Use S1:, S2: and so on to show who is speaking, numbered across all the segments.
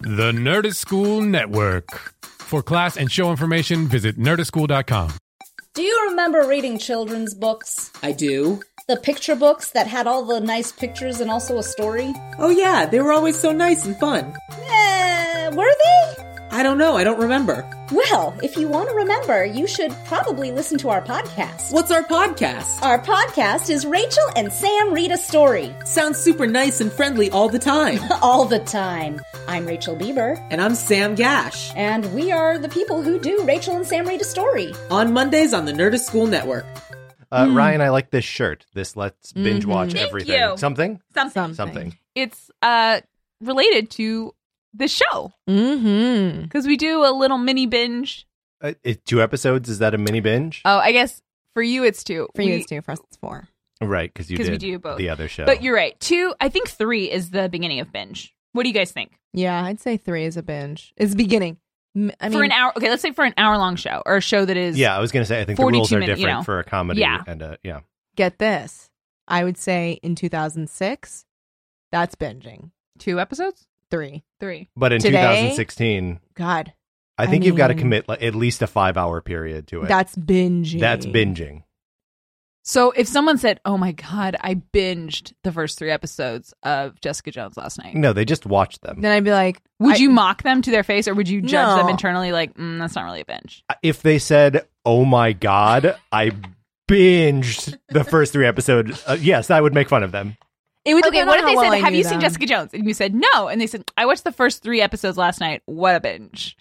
S1: The Nerdist School Network. For class and show information, visit nerdistschool.com.
S2: Do you remember reading children's books?
S3: I do.
S2: The picture books that had all the nice pictures and also a story?
S3: Oh, yeah, they were always so nice and fun.
S2: Eh, were they?
S3: I don't know, I don't remember.
S2: Well, if you want to remember, you should probably listen to our podcast.
S3: What's our podcast?
S2: Our podcast is Rachel and Sam Read a Story.
S3: Sounds super nice and friendly all the time.
S2: All the time. I'm Rachel Bieber,
S3: and I'm Sam Gash.
S2: and we are the people who do Rachel and Sam Read a Story.
S3: On Mondays on the Nerdist School Network.
S4: Uh, Ryan, I like this shirt. This lets binge watch
S5: Hmm. Mm-hmm. Thank
S4: everything.
S5: you.
S4: Something?
S5: Something.
S4: Something.
S5: It's uh related to the show
S6: Mm-hmm.
S5: because we do a little mini binge.
S4: Uh, it, two episodes? Is that a mini binge?
S5: Oh, I guess for you it's two.
S6: For you,
S5: We-
S6: it's two. For us, it's four.
S4: right, because you
S5: 'cause
S4: did
S5: we do both.
S4: the other show.
S5: But you're right. Two. I think three is the beginning of binge. What do you guys think?
S6: Yeah, I'd say three is a binge. It's beginning. M- I mean,
S5: for an hour. Okay, let's say for an hour long show or a show that is.
S4: yeah, I was going to say, I think the rules
S5: 42
S4: are
S5: minute,
S4: different
S5: you know.
S4: for a comedy.
S5: Yeah.
S4: And uh, yeah.
S6: get this. I would say in 2006, that's binging.
S5: Two episodes.
S6: Three.
S5: Three.
S4: But in
S6: Today?
S4: 2016,
S6: God,
S4: I
S6: I
S4: think you've got to
S6: mean-
S4: commit like, at least a five hour period to it.
S6: that's binging.
S4: That's binging.
S5: So if someone said, "Oh my god, I binged the first three episodes of Jessica Jones last night,"
S4: No, they just watch them.
S6: Then I'd be like,
S5: would
S6: I-
S5: you mock them to their face or would you judge
S6: No.
S5: them internally? Like, mm, that's not really a binge.
S4: If they said, oh my God, I binged the first three episodes, uh, yes, I would make fun of them.
S6: It would
S5: Okay,
S6: depend
S5: what if
S6: on
S5: they
S6: how well
S5: said,
S6: I
S5: "Have
S6: knew
S5: you seen
S6: them.
S5: Jessica Jones?" and you said no, and they said, "I watched the first three episodes last night. What a binge!"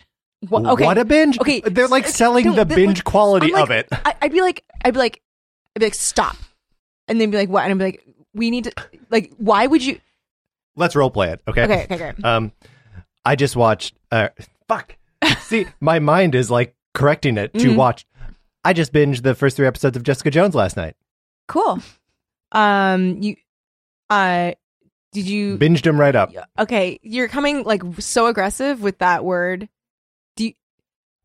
S6: Wha- okay.
S4: What a binge.
S6: Okay,
S4: They're like
S6: s-
S4: selling
S6: no,
S4: the
S6: but,
S4: binge
S6: like,
S4: quality
S6: I'm like-
S4: of it.
S6: I, I'd be like, I'd be like, I'd be like, stop, and then be like, what? And I'd be like, we need to, like, why would you?
S4: Let's role play it. Okay.
S6: Okay, okay, great.
S4: Um, I just watched. Uh, fuck. See, my mind is like correcting it
S6: Mm-hmm.
S4: to watch. I just binged the first three episodes of Jessica Jones last night.
S6: cool. Um, you, uh, did you?
S4: Binged them right up.
S6: okay, you're coming like so aggressive with that word. Do you,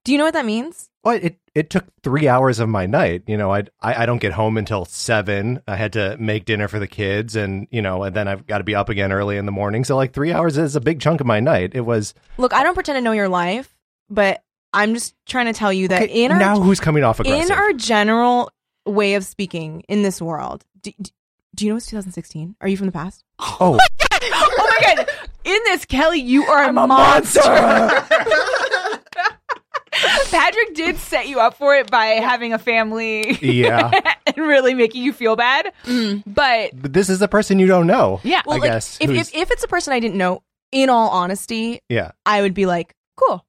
S6: do you know what that means?
S4: Well, it it took three hours of my night. You know, I'd, I I don't get home until seven. I had to make dinner for the kids, and you know, and then I've got to be up again early in the morning. So like three hours is a big chunk of my night. It was
S6: Look, I don't pretend to know your life, but I'm just trying to tell you that in our
S4: now who's coming off aggressive?
S6: in our general way of speaking in this world, do, do, do you know it's 2016? Are you from the past?
S4: oh,
S5: oh my god! In this, Kelly, you are a
S4: I'm a monster.
S5: Patrick did set you up for it by having a family
S4: yeah,
S5: and really making you feel bad. But
S4: but this is a person you don't know.
S5: yeah,
S4: I
S6: Well, like,
S4: guess
S6: if,
S4: who's-
S6: if if it's a person I didn't know, in all honesty,
S4: yeah.
S6: I would be like, cool.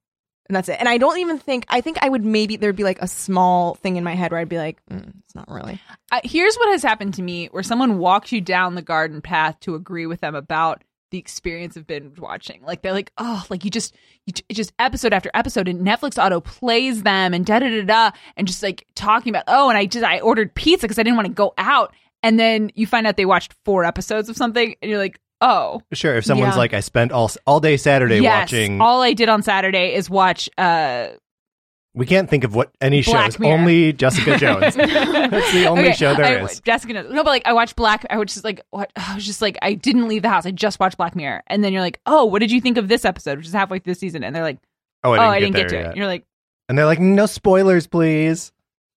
S6: And that's it. And I don't even think, I think I would maybe, there'd be like a small thing in my head where I'd be like, mm, it's not really.
S5: uh, here's what has happened to me: where someone walks you down the garden path to agree with them about the experience of binge watching. Like they're like, oh, like you just, you j- just episode after episode, and Netflix auto plays them, and da da da da, and just like talking about, oh, and I just I ordered pizza because I didn't want to go out, and then you find out they watched four episodes of something, and you're like, oh,
S4: Sure. If someone's
S6: Yeah.
S4: like, I spent all all day Saturday
S5: yes,
S4: watching.
S5: all I did on Saturday is watch. uh
S4: we can't think of what any
S5: Black
S4: shows.
S5: Mirror.
S4: Only Jessica Jones. Oh, That's the only
S5: Okay,
S4: show there
S5: I,
S4: is.
S5: Jessica knows. No, but like I watched Black. I was just like, what? I was just like, I didn't leave the house. I just watched Black Mirror, and then you're like, oh, what did you think of this episode, which is halfway through the season? And they're like,
S4: Oh,
S5: oh, I didn't
S4: there
S5: get, to it.
S4: yet.
S5: And you're like,
S4: And they're like, no spoilers, please.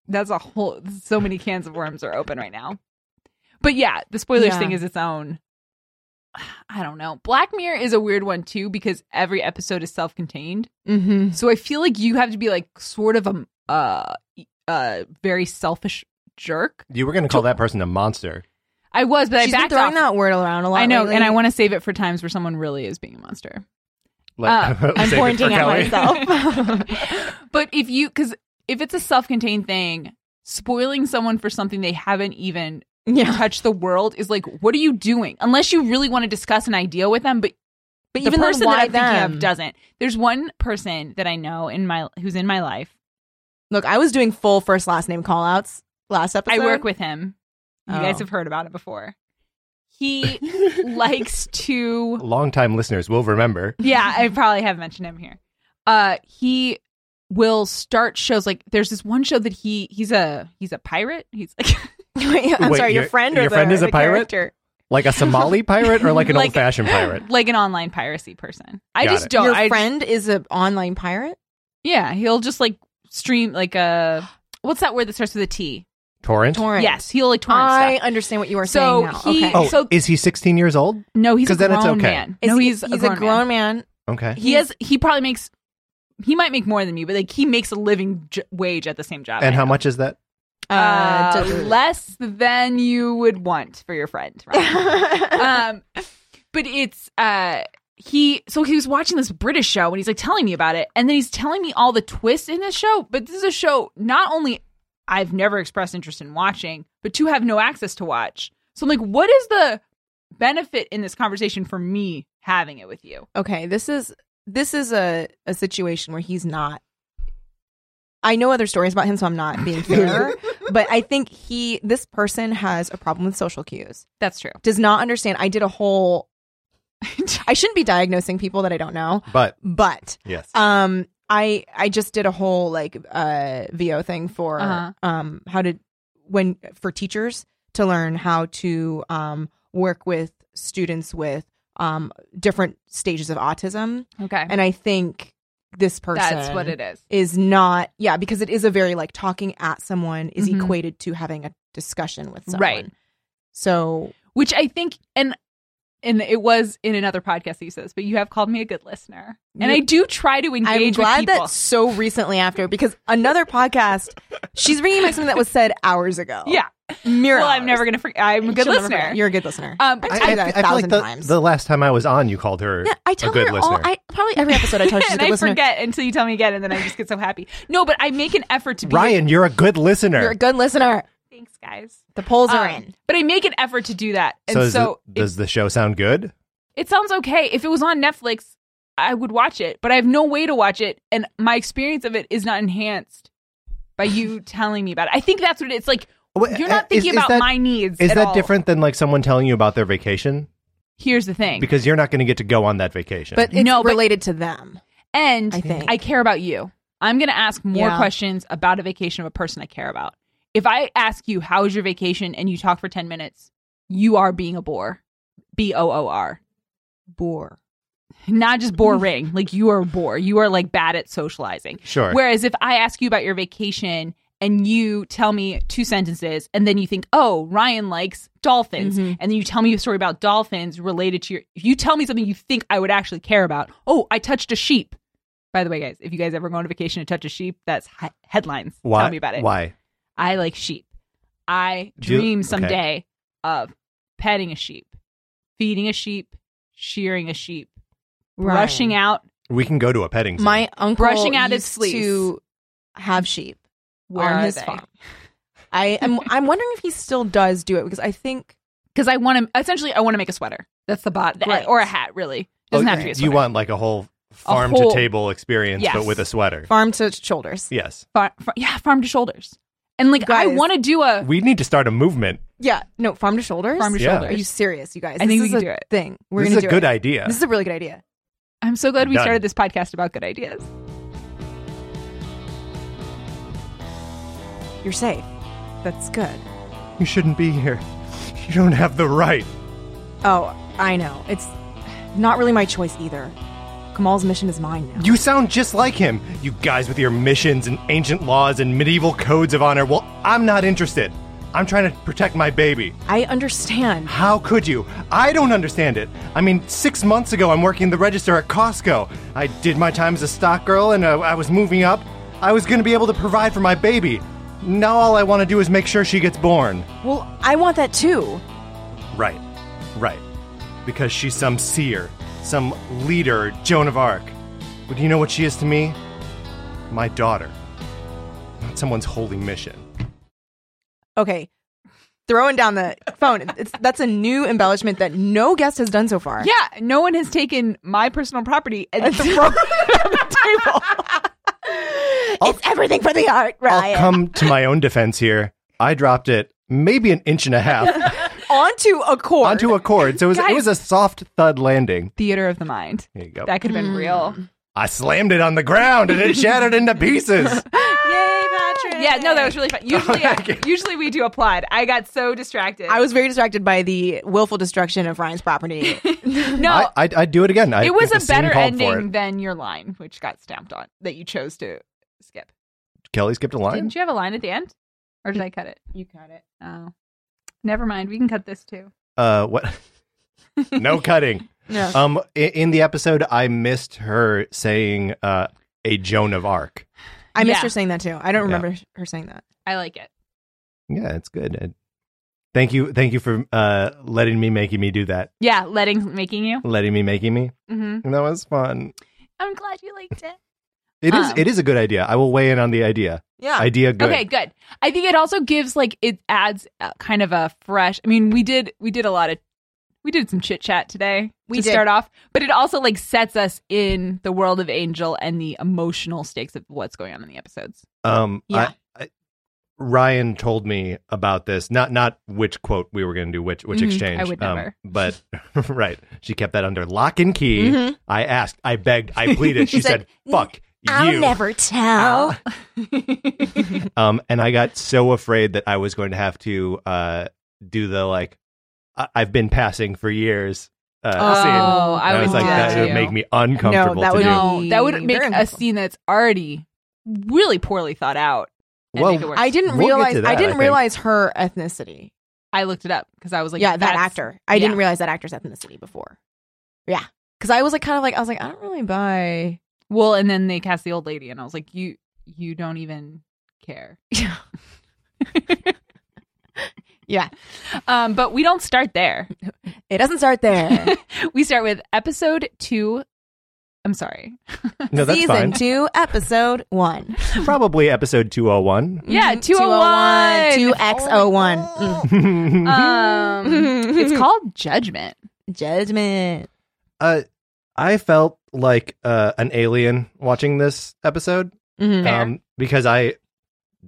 S5: that's a whole. So many cans of worms are open right now. But yeah, the spoilers
S6: Yeah.
S5: thing is its own. I don't know. Black Mirror is a weird one too because every episode is self-contained.
S6: Mm-hmm.
S5: So I feel like you have to be like sort of a uh, uh very selfish jerk.
S4: You were going to call that person a monster.
S5: I was, but
S6: She's
S5: I
S6: been
S5: backed
S6: throwing
S5: off.
S6: that word around a lot.
S5: I know,
S6: lately.
S5: and I want to save it for times where someone really is being a monster.
S4: Like,
S5: Uh,
S6: I'm
S4: save it for
S6: pointing at
S4: Kelly.
S6: myself.
S5: but if you, because if it's a self-contained thing, spoiling someone for something they haven't even
S6: Yeah.
S5: touched the world is like, what are you doing? Unless you really want to discuss an idea with them, but
S6: But
S5: the
S6: even
S5: person
S6: then,
S5: that
S6: why
S5: I'm thinking
S6: them?
S5: of doesn't. There's one person that I know in my who's in my life.
S6: Look, I was doing full first last name call outs last episode.
S5: I work with him. You
S6: Oh.
S5: guys have heard about it before. He likes to
S4: Longtime listeners will remember.
S5: yeah, I probably have mentioned him here. Uh he will start shows like there's this one show that he he's a he's a pirate. He's like
S6: Wait, I'm
S4: Wait,
S6: sorry, your
S4: your-
S6: friend or
S4: your
S6: the,
S4: friend is a
S6: the
S4: pirate?
S6: character?
S4: Like a Somali pirate or like an
S5: Like-
S4: old fashioned pirate?
S5: like an online piracy person. I
S4: Got
S5: just
S4: it.
S5: don't.
S6: Your
S5: I-
S6: friend is an online pirate.
S5: yeah, he'll just like stream like uh, a what's that word that starts with a T?
S4: Torrent?
S6: Torrent.
S5: Yes, he'll like torrent
S6: I
S5: stuff.
S6: understand what you are
S5: So
S6: saying now.
S5: he-
S6: okay.
S4: Oh,
S5: So-
S4: is he 16 years old?
S5: No, he's a
S4: 'Cause then it's
S5: grown
S4: okay.
S5: man.
S6: Is
S5: no,
S6: he-
S5: he's, a grown, man.
S6: man.
S4: Okay.
S5: He has. He probably makes. He might make more than me, but like he makes a living j- wage at the same job.
S4: And
S5: I
S4: how
S5: do.
S4: much is that?
S5: Uh,
S6: Uh,
S5: less than you would want for your friend. Ryan. um, but it's uh he so he was watching this British show and he's like telling me about it, and then he's telling me all the twists in this show. But this is a show not only I've never expressed interest in watching, but two have no access to watch. So I'm like, what is the benefit in this conversation for me having it with you?
S6: okay, this is this is a a situation where he's not. I know other stories about him, so I'm not being fair. but I think he, this person, has a problem with social cues.
S5: That's true.
S6: Does not understand. I did a whole. I shouldn't be diagnosing people that I don't know,
S4: But
S6: but
S4: yes.
S5: Uh,
S6: um i i just did a whole like uh vo thing for
S5: Uh-huh.
S6: um how to when for teachers to learn how to um work with students with um different stages of autism
S5: Okay,
S6: and i think this person
S5: that's what it is.
S6: is not yeah because it is a very like talking at someone is
S5: Mhm.
S6: equated to having a discussion with someone
S5: Right.
S6: so
S5: Which I think and. And it was in another podcast that you said this, but you have called me a good listener, and
S6: You-
S5: I do try to engage.
S6: I'm
S5: with
S6: glad
S5: people.
S6: that so recently after because another podcast, she's bringing back something that was said hours ago.
S5: Yeah.
S6: mirror.
S5: Well, I'm never gonna forget. I'm a good
S6: She'll never
S5: listener.
S6: forget. You're a good listener.
S5: Um, but
S6: I
S5: I-
S6: say that a
S4: feel
S6: thousand
S4: like the,
S6: times.
S4: the last time I was on, you called her
S6: Yeah, I tell
S4: a good
S6: her
S4: listener.
S6: all. I probably every episode I tell her she's a
S5: and
S6: good
S5: I
S6: listener.
S5: forget until you tell me again, and then I just get so happy. No, but I make an effort to be.
S4: Ryan, you're a good listener.
S6: You're a good listener.
S5: thanks, guys.
S6: The polls are
S5: Um,
S6: in.
S5: But I make an effort to do that, and
S4: so,
S5: so,
S4: is it- does the show sound good?
S5: it, it sounds okay. If it was on Netflix, I would watch it, but I have no way to watch it, and my experience of it is not enhanced by you telling me about it. I think that's what it is. Like
S4: Wait,
S5: you're not
S4: uh, is-
S5: thinking
S4: is
S5: about
S4: that-
S5: my needs.
S4: Is
S5: at
S4: that
S5: all.
S4: different than like someone telling you about their vacation?
S5: Here's the thing,
S4: Because you're not going to get to go on that vacation.
S6: But it's
S5: No, but-
S6: related to them.
S5: and
S6: I think.
S5: I care about you. I'm going to ask more
S6: Yeah.
S5: questions about a vacation of a person I care about. If I ask you, how was your vacation? And you talk for 10 minutes, you are being a bore. B O O R.
S6: Bore.
S5: Not just boring. like you are a bore. You are like bad at socializing.
S4: sure.
S5: Whereas if I ask you about your vacation and you tell me two sentences and then you think, oh, Ryan likes dolphins.
S4: Mm-hmm.
S6: Mhm.
S5: And then you tell me a story about dolphins related to your. If you tell me something you think I would actually care about, oh, I touched a sheep. By the way, guys, if you guys ever go on vacation and touch a sheep, that's he- headlines.
S4: Why?
S5: Tell me about it.
S4: Why?
S5: I like sheep. I
S4: Do you-
S5: dream
S4: okay.
S5: someday of petting a sheep, feeding a sheep, shearing a sheep, brushing out
S4: We can go to a petting zoo.
S6: My uncle
S5: Brushing out
S6: used
S5: his fleece.
S6: to have sheep
S5: where
S6: on
S5: are
S6: his
S5: they?
S6: farm. I am. I'm wondering if he still does do it because I think
S5: because I want to essentially I want to make a sweater. That's the bot
S6: Great.
S5: or a hat really doesn't have to be a
S4: do
S5: sweater.
S4: Oh, you want like a whole farm
S5: whole-
S4: to table experience,
S5: Yes.
S4: but with a sweater?
S6: farm to shoulders.
S4: Yes.
S5: Far, far, yeah farm to shoulders and like I
S6: Guys.
S5: want to do a
S4: We need to start a movement.
S6: Yeah, no, farm to shoulders.
S5: farm to
S4: Yeah.
S5: shoulders.
S6: Are you serious, you guys?
S5: I
S6: This
S5: think we
S6: is
S5: can
S6: a
S5: do it.
S6: Thing we're
S4: this
S6: gonna
S4: is a
S6: do
S4: good
S6: it.
S4: idea.
S6: This is a really good idea.
S5: I'm so glad we
S4: Done.
S5: started this podcast about good ideas.
S6: You're safe. That's good.
S4: you shouldn't be here. You don't have the right.
S6: Oh, I know. It's not really my choice either. Kamal's mission is mine now.
S4: You sound just like him. You guys with your missions and ancient laws and medieval codes of honor. Well, I'm not interested. I'm trying to protect my baby.
S6: I understand.
S4: How could you? I don't understand it. I mean, six months ago, I'm working the register at Costco. I did my time as a stock girl and uh, I was moving up. I was going to be able to provide for my baby. Now all I want to do is make sure she gets born.
S6: Well, I want that too.
S4: Right, right. Because she's some seer, some leader, Joan of Arc. But do you know what she is to me? My daughter. Not someone's holy mission.
S6: Okay. Throwing down the phone. It's, that's a new embellishment that no guest has done so far.
S5: Yeah, no one has taken my personal property and thrown it on the table.
S6: It's everything for the art,
S4: I'll
S6: Ryan.
S4: come to my own defense here. I dropped it maybe an inch and a half
S6: Onto a cord.
S4: onto a cord, so it was, it
S5: Guys.
S4: was a soft thud landing.
S5: Theater of the mind.
S4: There you go.
S5: That could have been real.
S4: I slammed it on the ground and it shattered into pieces.
S6: Yay, Patrick.
S5: Yeah, no, that was really fun. Usually, uh,
S4: Thank
S5: usually we do applaud. I got so distracted.
S6: I was very distracted by the willful destruction of Ryan's property.
S5: no.
S4: I, I'd, I'd do it again. I
S5: it was
S4: think
S5: a
S4: the scene
S5: better
S4: called for it.
S5: ending than your line, which got stamped on that you chose to skip.
S4: Kelly skipped a line.
S5: Didn't you have a line at the end, or
S4: Mm.
S5: did I cut it?
S6: you got it.
S5: Oh, never mind. We can cut this too.
S4: Uh, what? no cutting.
S6: No.
S4: Um, i- in the episode, I missed her saying uh, a Joan of Arc.
S6: I missed
S5: yeah.
S6: her saying that too. I don't
S4: Yeah.
S6: remember her saying that.
S5: I like it.
S4: Yeah, it's good. And thank you, thank you for uh, letting me making me do that.
S5: Yeah, letting making you.
S4: Letting me making me.
S5: hmm
S4: That was fun.
S5: I'm glad you liked it.
S4: It is.
S5: Um,
S4: It is a good idea. I will weigh in on the idea.
S6: Yeah.
S4: Idea good.
S5: Okay, good. I think it also gives like it adds uh, kind of a fresh. I mean, we did we did a lot of we did some chit chat today.
S6: We
S5: to
S6: did.
S5: start off, but it also like sets us in the world of Angel and the emotional stakes of what's going on in the episodes.
S4: Um,
S6: Yeah.
S4: I, I, Ryan told me about this. Not not which quote we were going to do, which which
S5: Mhm,
S4: exchange.
S5: I would
S4: um,
S5: never.
S4: But right, she kept that under lock and key.
S6: Mm-hmm.
S4: I asked, I begged, I pleaded. She
S6: She's
S4: said,
S6: like,
S4: "Fuck
S6: I'll
S4: you."
S6: never tell.
S5: Mm-hmm.
S4: Um, and I got so afraid that I was going to have to uh do the like, I- I've been passing for years. Uh,
S6: Oh,
S4: scene.
S5: I
S4: And I was
S5: would
S4: like,
S5: do
S4: that,
S5: that
S4: would
S5: too.
S4: make me uncomfortable.
S6: that
S4: to
S6: would
S4: do.
S6: not-
S5: no, that would
S6: Very
S5: make a
S6: uncomfortable.
S5: scene that's already really poorly thought out. and
S4: Well,
S5: make it worse.
S6: I didn't
S4: We'll get
S6: realize.
S4: to
S6: I
S4: that, I
S6: didn't
S4: think.
S6: realize her ethnicity.
S5: I looked it up because I was like,
S6: yeah, that
S5: that's-
S6: actor. I didn't
S5: yeah.
S6: realize that actor's ethnicity before. Yeah, because I was like, kind of like, I was like, I don't really buy.
S5: Well, and then they cast the old lady, and I was like, you you don't even care.
S6: Yeah,
S5: Um, but we don't start there.
S6: it doesn't start there.
S5: we start with episode two. I'm sorry.
S4: no, that's
S6: Season
S4: fine.
S6: two, episode one.
S4: Probably episode two hundred one.
S5: Yeah,
S6: Mhm.
S5: 201.
S6: 201. Mm.
S5: Um, it's called Judgment.
S6: Mm-hmm. Judgment.
S4: Uh, I felt like uh, an alien watching this episode
S6: Mhm.
S5: Fair.
S4: um, because I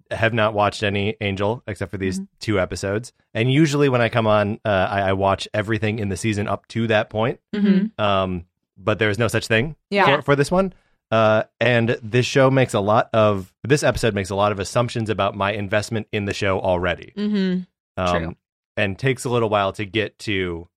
S4: have not watched any Angel except for these two episodes. And usually, when I come on, uh, I, I watch everything in the season up to that point.
S5: Mhm.
S4: Um, but there is no such thing
S6: Yeah.
S4: for, for this one. Uh, and this show makes a lot of this episode makes a lot of assumptions about my investment in the show already.
S6: Mm-hmm.
S5: True.
S4: Um, And takes a little while to get to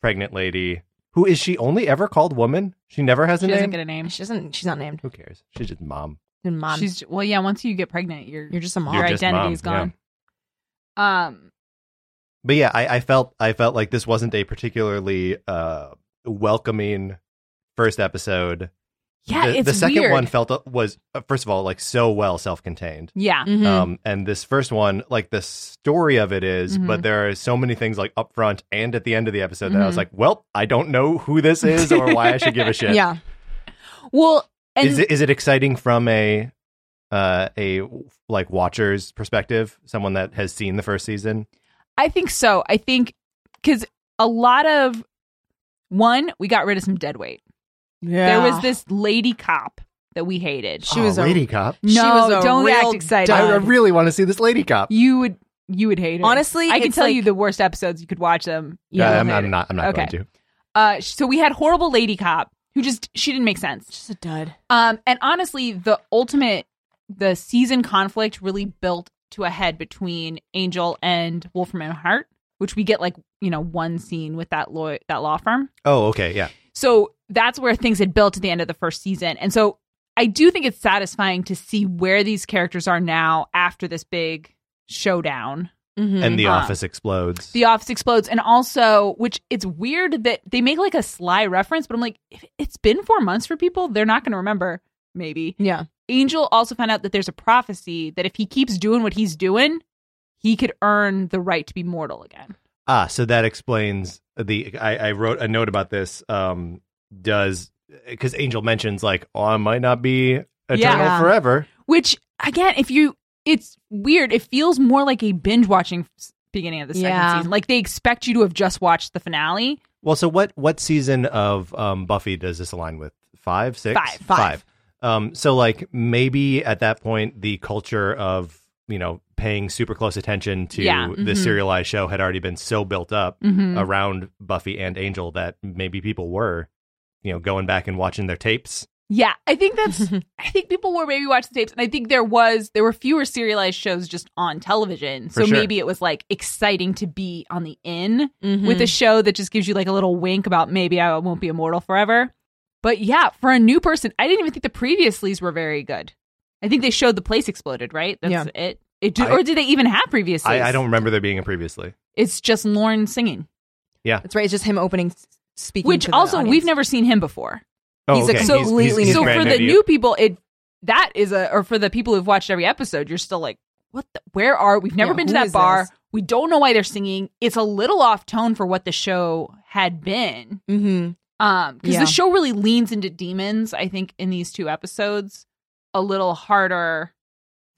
S4: pregnant lady. Who is she only ever called woman? She never has a
S5: She doesn't
S4: name.
S5: get a name.
S6: She doesn't. She's not named.
S4: Who cares? She's just mom.
S6: Your mom.
S5: She's well, yeah. Once you get pregnant, you're,
S6: you're just a mom.
S4: You're
S5: your
S4: just
S5: identity is
S4: mom,
S5: gone. Um,
S4: But yeah, I, I felt I felt like this wasn't a particularly uh, welcoming first episode.
S5: yeah,
S4: the,
S5: it's
S4: the second
S5: weird.
S4: one felt was uh, first of all like so well self contained.
S5: Yeah,
S6: Mhm.
S4: Um, and this first one, like the story of it is,
S5: Mhm.
S4: but there are so many things like up front and at the end of the episode that I was
S5: Mhm.
S4: like, well, I don't know who this is or why I should give a shit.
S6: yeah.
S5: well, and
S4: is it is it exciting from a uh a like watcher's perspective, someone that has seen the first season?
S5: I think so. I think because a lot of one, we got rid of some dead weight.
S6: Yeah.
S5: There was this lady cop that we hated.
S6: She was a-
S4: Oh, lady cop.
S5: No,
S6: She was a
S5: don't
S6: real
S5: act excited.
S4: I, I
S6: dud.
S4: really want to see this lady cop.
S5: You would you would hate it.
S6: Honestly,
S5: I can
S6: it's
S5: tell
S6: like-
S5: you the worst episodes. You could watch them.
S4: Yeah,
S5: You'll
S4: I'm,
S5: hate
S4: I'm
S5: it.
S4: not. I'm not
S5: Okay.
S4: going to.
S5: Uh, sh- so we had horrible lady cop who just she didn't make sense.
S6: She's a dud.
S5: Um, and honestly, the ultimate the season conflict really built to a head between Angel and Wolfram and Hart, which we get like you know one scene with that law that law firm.
S4: Oh, okay, yeah.
S5: Mm-hmm. So that's where things had built at the end of the first season. And so I do think it's satisfying to see where these characters are now after this big showdown.
S6: Mm-hmm.
S4: And the
S5: Uh-huh.
S4: office explodes.
S5: The office explodes. And also, which it's weird that they make like a sly reference, but I'm like, if it's been four months for people, they're not going to remember, maybe.
S6: yeah.
S5: Angel also found out that there's a prophecy that if he keeps doing what he's doing, he could earn the right to be mortal again.
S4: Ah, so that explains the. I, I wrote a note about this. Um, does because Angel mentions like, oh, I might not be eternal
S5: Yeah.
S4: forever.
S5: Which, again, if you, it's weird. It feels more like a binge watching beginning of the second
S6: Yeah.
S5: season. Like they expect you to have just watched the finale.
S4: Well, so what? What season of um, Buffy does this align with? Five, six,
S5: Five.
S6: Five.
S4: Um, so like maybe at that point the culture of you know paying super close attention to
S5: Yeah,
S4: the
S6: mhm.
S4: serialized show had already been so built up
S5: Mm-hmm.
S4: around Buffy and Angel that maybe people were you know going back and watching their tapes
S5: Yeah, I think that's. I think people were maybe watching the tapes, and I think there was there were fewer serialized shows just on television,
S4: For
S5: so
S4: sure.
S5: maybe it was like exciting to be on the in with
S4: Mm-hmm.
S5: a show that just gives you like a little wink about maybe I won't be immortal forever. But yeah, for a new person, I didn't even think the previouslys were very good. I think they showed the place exploded, right? That's
S6: Yeah.
S5: it. It did,
S4: I-
S5: or did they even have previouslys?
S4: I, I don't remember there being a previously.
S5: It's just Lauren singing,
S6: That's right. It's just him opening, speaking.
S5: which
S6: to the
S5: also we've
S6: audience.
S5: never seen him before.
S4: Oh,
S6: He's
S4: okay.
S6: a completely
S4: he's
S5: so
S4: brand
S5: for
S4: new
S5: the
S4: to you.
S5: new people it that is a or for the people who've watched every episode you're still like what the, where are we've never
S6: Yeah,
S5: been to
S6: who
S5: that
S6: is
S5: bar
S6: this?
S5: we don't know why they're singing it's a little off tone for what the show had been
S6: Mhm.
S5: um because
S6: Yeah.
S5: the show really leans into demons i think in these two episodes a little harder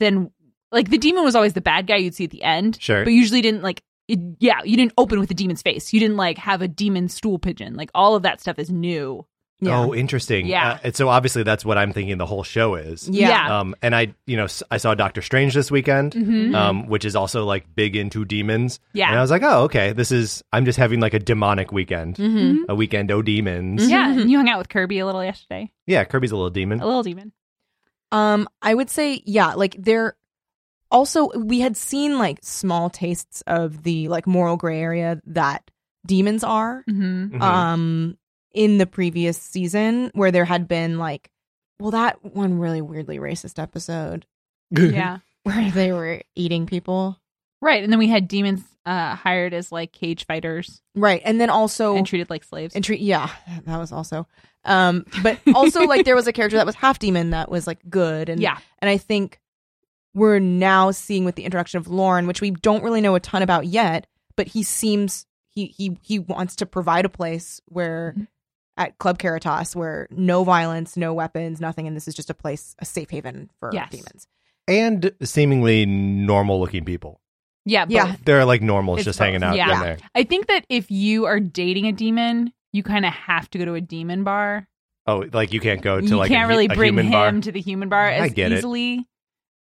S5: than like the demon was always the bad guy you'd see at the end
S4: Sure.
S5: but usually didn't like it, yeah you didn't open with the demon's face you didn't like have a demon stool pigeon like all of that stuff is new
S6: Yeah.
S4: Oh, interesting.
S5: Yeah.
S4: Uh, and so obviously that's what I'm thinking the whole show is.
S6: Yeah. Oh.
S5: Yeah.
S4: Um, and I, you know, s- I saw Doctor Strange this weekend,
S5: mm-hmm.
S4: um, which is also like big into demons.
S5: Yeah.
S4: And I was like, oh, okay, this is. I'm just having like a demonic weekend,
S5: Mm-hmm.
S6: Mhm.
S4: a weekend oh demons.
S5: Yeah, and you hung out with Kirby a little yesterday.
S4: Yeah, Kirby's a little demon.
S5: Mm-hmm. A little demon.
S6: Um, I would say yeah. Like there, also we had seen like small tastes of the like moral gray area that demons are.
S5: Mm-hmm.
S4: Mhm.
S6: um in the previous season where there had been like well that one really weirdly racist episode
S5: Yeah.
S6: where they were eating people
S5: Right. And then we had demons uh, hired as like cage fighters
S6: right and then also
S5: and treated like slaves.
S6: Oh. and treat yeah that was also um but also like there was a character that was half demon that was like good and
S5: yeah.
S6: and i think we're now seeing with the introduction of lauren which we don't really know a ton about yet but he seems he he he wants to provide a place where
S5: Mm-hmm.
S6: at club caritas where no violence no weapons nothing and this is just a place a safe haven for
S5: Yes.
S6: demons
S4: and seemingly normal looking people.
S5: Yeah.
S6: yeah
S5: both.
S4: They're like normals
S6: It's
S4: just
S6: both.
S4: hanging out
S5: Yeah.
S4: in there.
S5: I think that if you are dating a demon, you kind of have to go to a demon bar.
S4: Oh, like you can't go to
S5: you
S4: like
S5: can't
S4: a, hu-
S5: really
S4: a
S5: bring
S4: human
S5: him
S4: bar.
S5: to the human bar
S4: I
S5: as
S4: get it.
S5: easily.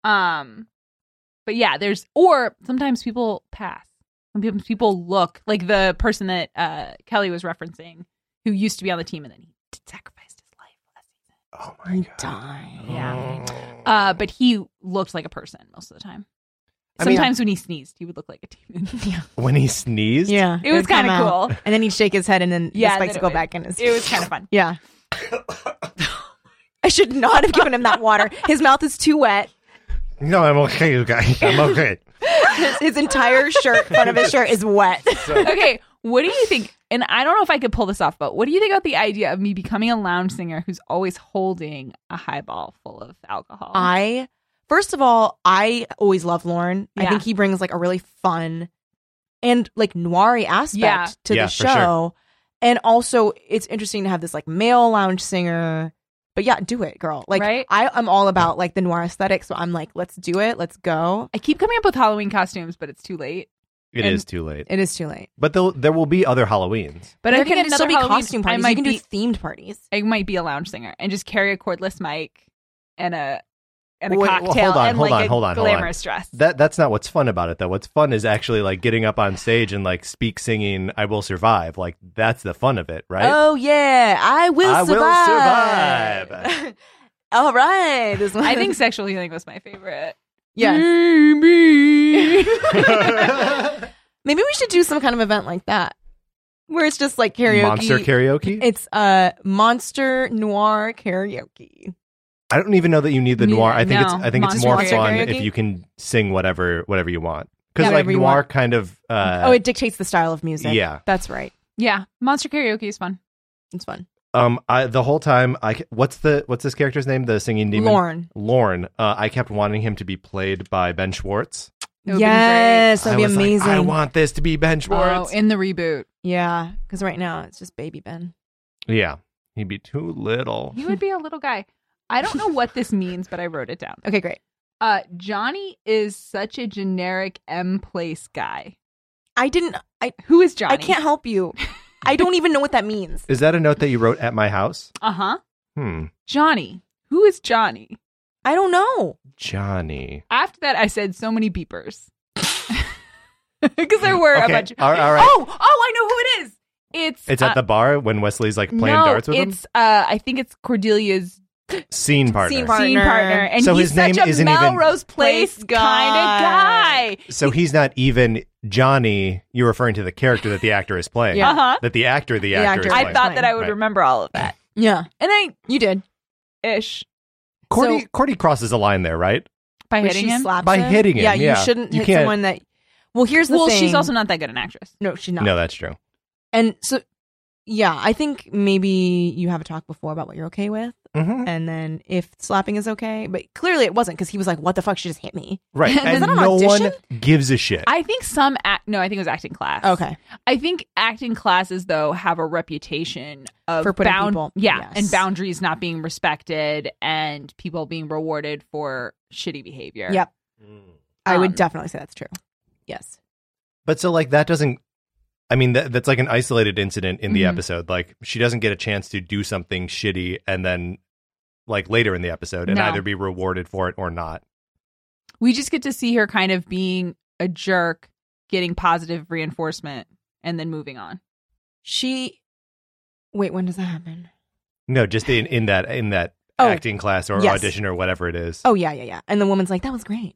S5: Um, but yeah, there's or sometimes people pass. Sometimes people look like the person that uh, Kelly was referencing, who used to be on the team and then he sacrificed his life.
S4: oh my
S6: he
S4: god.
S6: died.
S5: Yeah.
S4: Mm.
S5: Uh, but he looked like a person most of the time.
S4: I mean-
S5: Sometimes when he sneezed, he would look like a demon.
S4: When he sneezed.
S6: yeah
S5: It was kind of cool.
S6: and then he'd shake his head and then
S5: Yeah,
S6: the spikes
S5: then it
S6: would go
S5: would-
S6: back in his
S5: It was kind of fun.
S6: yeah i should not have given him that water his mouth is too wet
S4: No, I'm okay, you guys. I'm okay.
S6: his, his entire shirt front of his shirt is wet
S5: Okay, what do you think? And I don't know if I could pull this off, but what do you think about the idea of me becoming a lounge singer who's always holding a highball full of alcohol?
S6: I first of all, I always love Lauren. I
S5: Yeah.
S6: think he brings like a really fun and like noiry aspect
S5: Yeah.
S6: to
S4: Yeah,
S6: the
S4: for sure.
S6: show. And also it's interesting to have this like male lounge singer. But yeah, do it, girl. Like
S5: Right?
S6: I, I'm all about like the noir aesthetic, so I'm like, let's do it, let's go.
S5: I keep coming up with Halloween costumes, but it's too late.
S4: It
S5: And-
S4: is too late.
S6: It is too late.
S4: But there there will be other Halloweens.
S5: But
S6: there
S5: I think
S6: can
S5: another
S6: still be
S5: Halloween,
S6: costume
S5: I
S6: parties.
S5: might
S6: you can
S5: be,
S6: do themed parties.
S5: I might be a lounge singer and just carry a cordless mic and a and a
S4: Wait, well,
S5: cocktail
S4: hold on,
S5: and
S4: hold
S5: like
S4: on,
S5: a
S4: hold on, hold on.
S5: glamorous dress.
S4: That that's not what's fun about it though. What's fun is actually like getting up on stage and like speak singing I will survive. Like that's the fun of it, right?
S6: Oh yeah, I will
S4: I will
S6: survive. all right, this one.
S5: I think sexual healing was my favorite.
S6: yes.
S5: Maybe.
S6: Maybe we should do some kind of event like that, where it's just like karaoke.
S4: Monster karaoke?
S6: It's uh, monster noir karaoke.
S4: I don't even know that you need the
S5: Me-
S4: noir. I think it's
S5: no.
S4: I think it's
S5: Monster
S4: more
S5: Monster
S4: fun
S6: karaoke?
S4: if you can sing whatever whatever you want. Because
S6: Yeah,
S4: like
S6: whatever you
S4: noir
S6: want.
S4: kind of uh,
S6: oh, it dictates the style of music.
S4: yeah.
S6: that's right.
S5: yeah, monster karaoke is fun.
S6: It's fun.
S4: um I the whole time I ca- what's the what's this character's name the singing demon
S6: Lorne.
S4: Lorne uh, I kept wanting him to be played by Ben Schwartz.
S5: It would be
S6: yes,
S4: I
S6: that'd be
S4: was like,
S6: amazing.
S4: I want this to be Ben
S5: Oh,
S4: Schwartz.
S5: in the reboot,
S6: yeah, because right now it's just baby Ben.
S4: yeah, he'd be too little.
S5: he would be a little guy. I don't know what this means, but I wrote it down.
S6: Okay, great.
S5: Uh, Johnny is such a generic M place guy.
S6: I didn't. I
S5: Who is Johnny?
S6: I can't help you. I don't even know what that means.
S4: Is that a note that you wrote at my house?
S5: Uh huh.
S4: Hmm,
S5: Johnny. Who is Johnny?
S6: I don't know.
S4: Johnny.
S5: After that, I said so many beepers because there were
S4: okay,
S5: a bunch.
S4: all right, all right.
S5: Oh, oh, I know who it is. It's
S4: It's at
S5: uh,
S4: the bar when Wesley's like playing
S5: no,
S4: darts with him.
S5: it's, uh, I think it's Cordelia's
S4: Scene partner.
S6: Scene partner.
S5: Scene partner, and
S4: So
S5: he's
S4: his name
S5: such a
S4: isn't even-
S5: Melrose Place
S6: Place
S5: kind of guy.
S4: So he's not even Johnny. You're referring to the character that the actor is playing.
S6: Yeah.
S5: Uh-huh.
S4: That the actor, the,
S6: The
S4: actor, is
S6: actor.
S5: I
S4: playing.
S6: Right.
S5: thought that I would
S4: Right.
S5: remember all of that,
S6: Yeah,
S5: and I
S6: you did.
S5: ish
S4: Cordy,
S6: So-
S4: Cordy crosses the line there, right?
S5: by
S6: When
S5: hitting
S6: she
S5: him.
S6: slaps
S4: By
S6: him.
S4: hitting him,
S6: Yeah,
S4: yeah.
S6: you shouldn't
S4: You
S6: hit
S4: can't-
S6: someone that. Well, here's the
S5: well,
S6: thing.
S5: she's also not that good an actress.
S6: no, she's
S4: No,
S6: not.
S4: that's true.
S6: and so, yeah, I think maybe you have a talk before about what you're okay with,
S4: hmm
S5: Mm-hmm.
S6: and then if slapping is okay, but clearly it wasn't because he was like, "What the fuck? She just hit me."
S4: Right.
S6: Was
S4: and
S6: that an
S4: no
S6: audition?
S4: one gives a shit.
S5: I think some act. No, I think it was acting class.
S6: Okay,
S5: I think acting classes though have a reputation of
S6: For putting
S5: bound-
S6: people-
S5: yeah,
S6: yes.
S5: and boundaries not being respected and people being rewarded for shitty behavior.
S6: Yep. I
S5: Um,
S6: would definitely say that's true. Yes,
S4: But so like that doesn't I mean that that's like an isolated incident in the
S5: Mhm.
S4: episode. Like she doesn't get a chance to do something shitty and then like later in the episode and
S5: No.
S4: either be rewarded for it or not.
S5: We just get to see her kind of being a jerk, getting positive reinforcement and then moving on.
S6: she. Wait, when does that happen?
S4: No, just in, in that in that
S6: Oh,
S4: acting class or
S6: yes.
S4: audition or whatever it is.
S6: Oh yeah, yeah, yeah. And the woman's like, "That was great."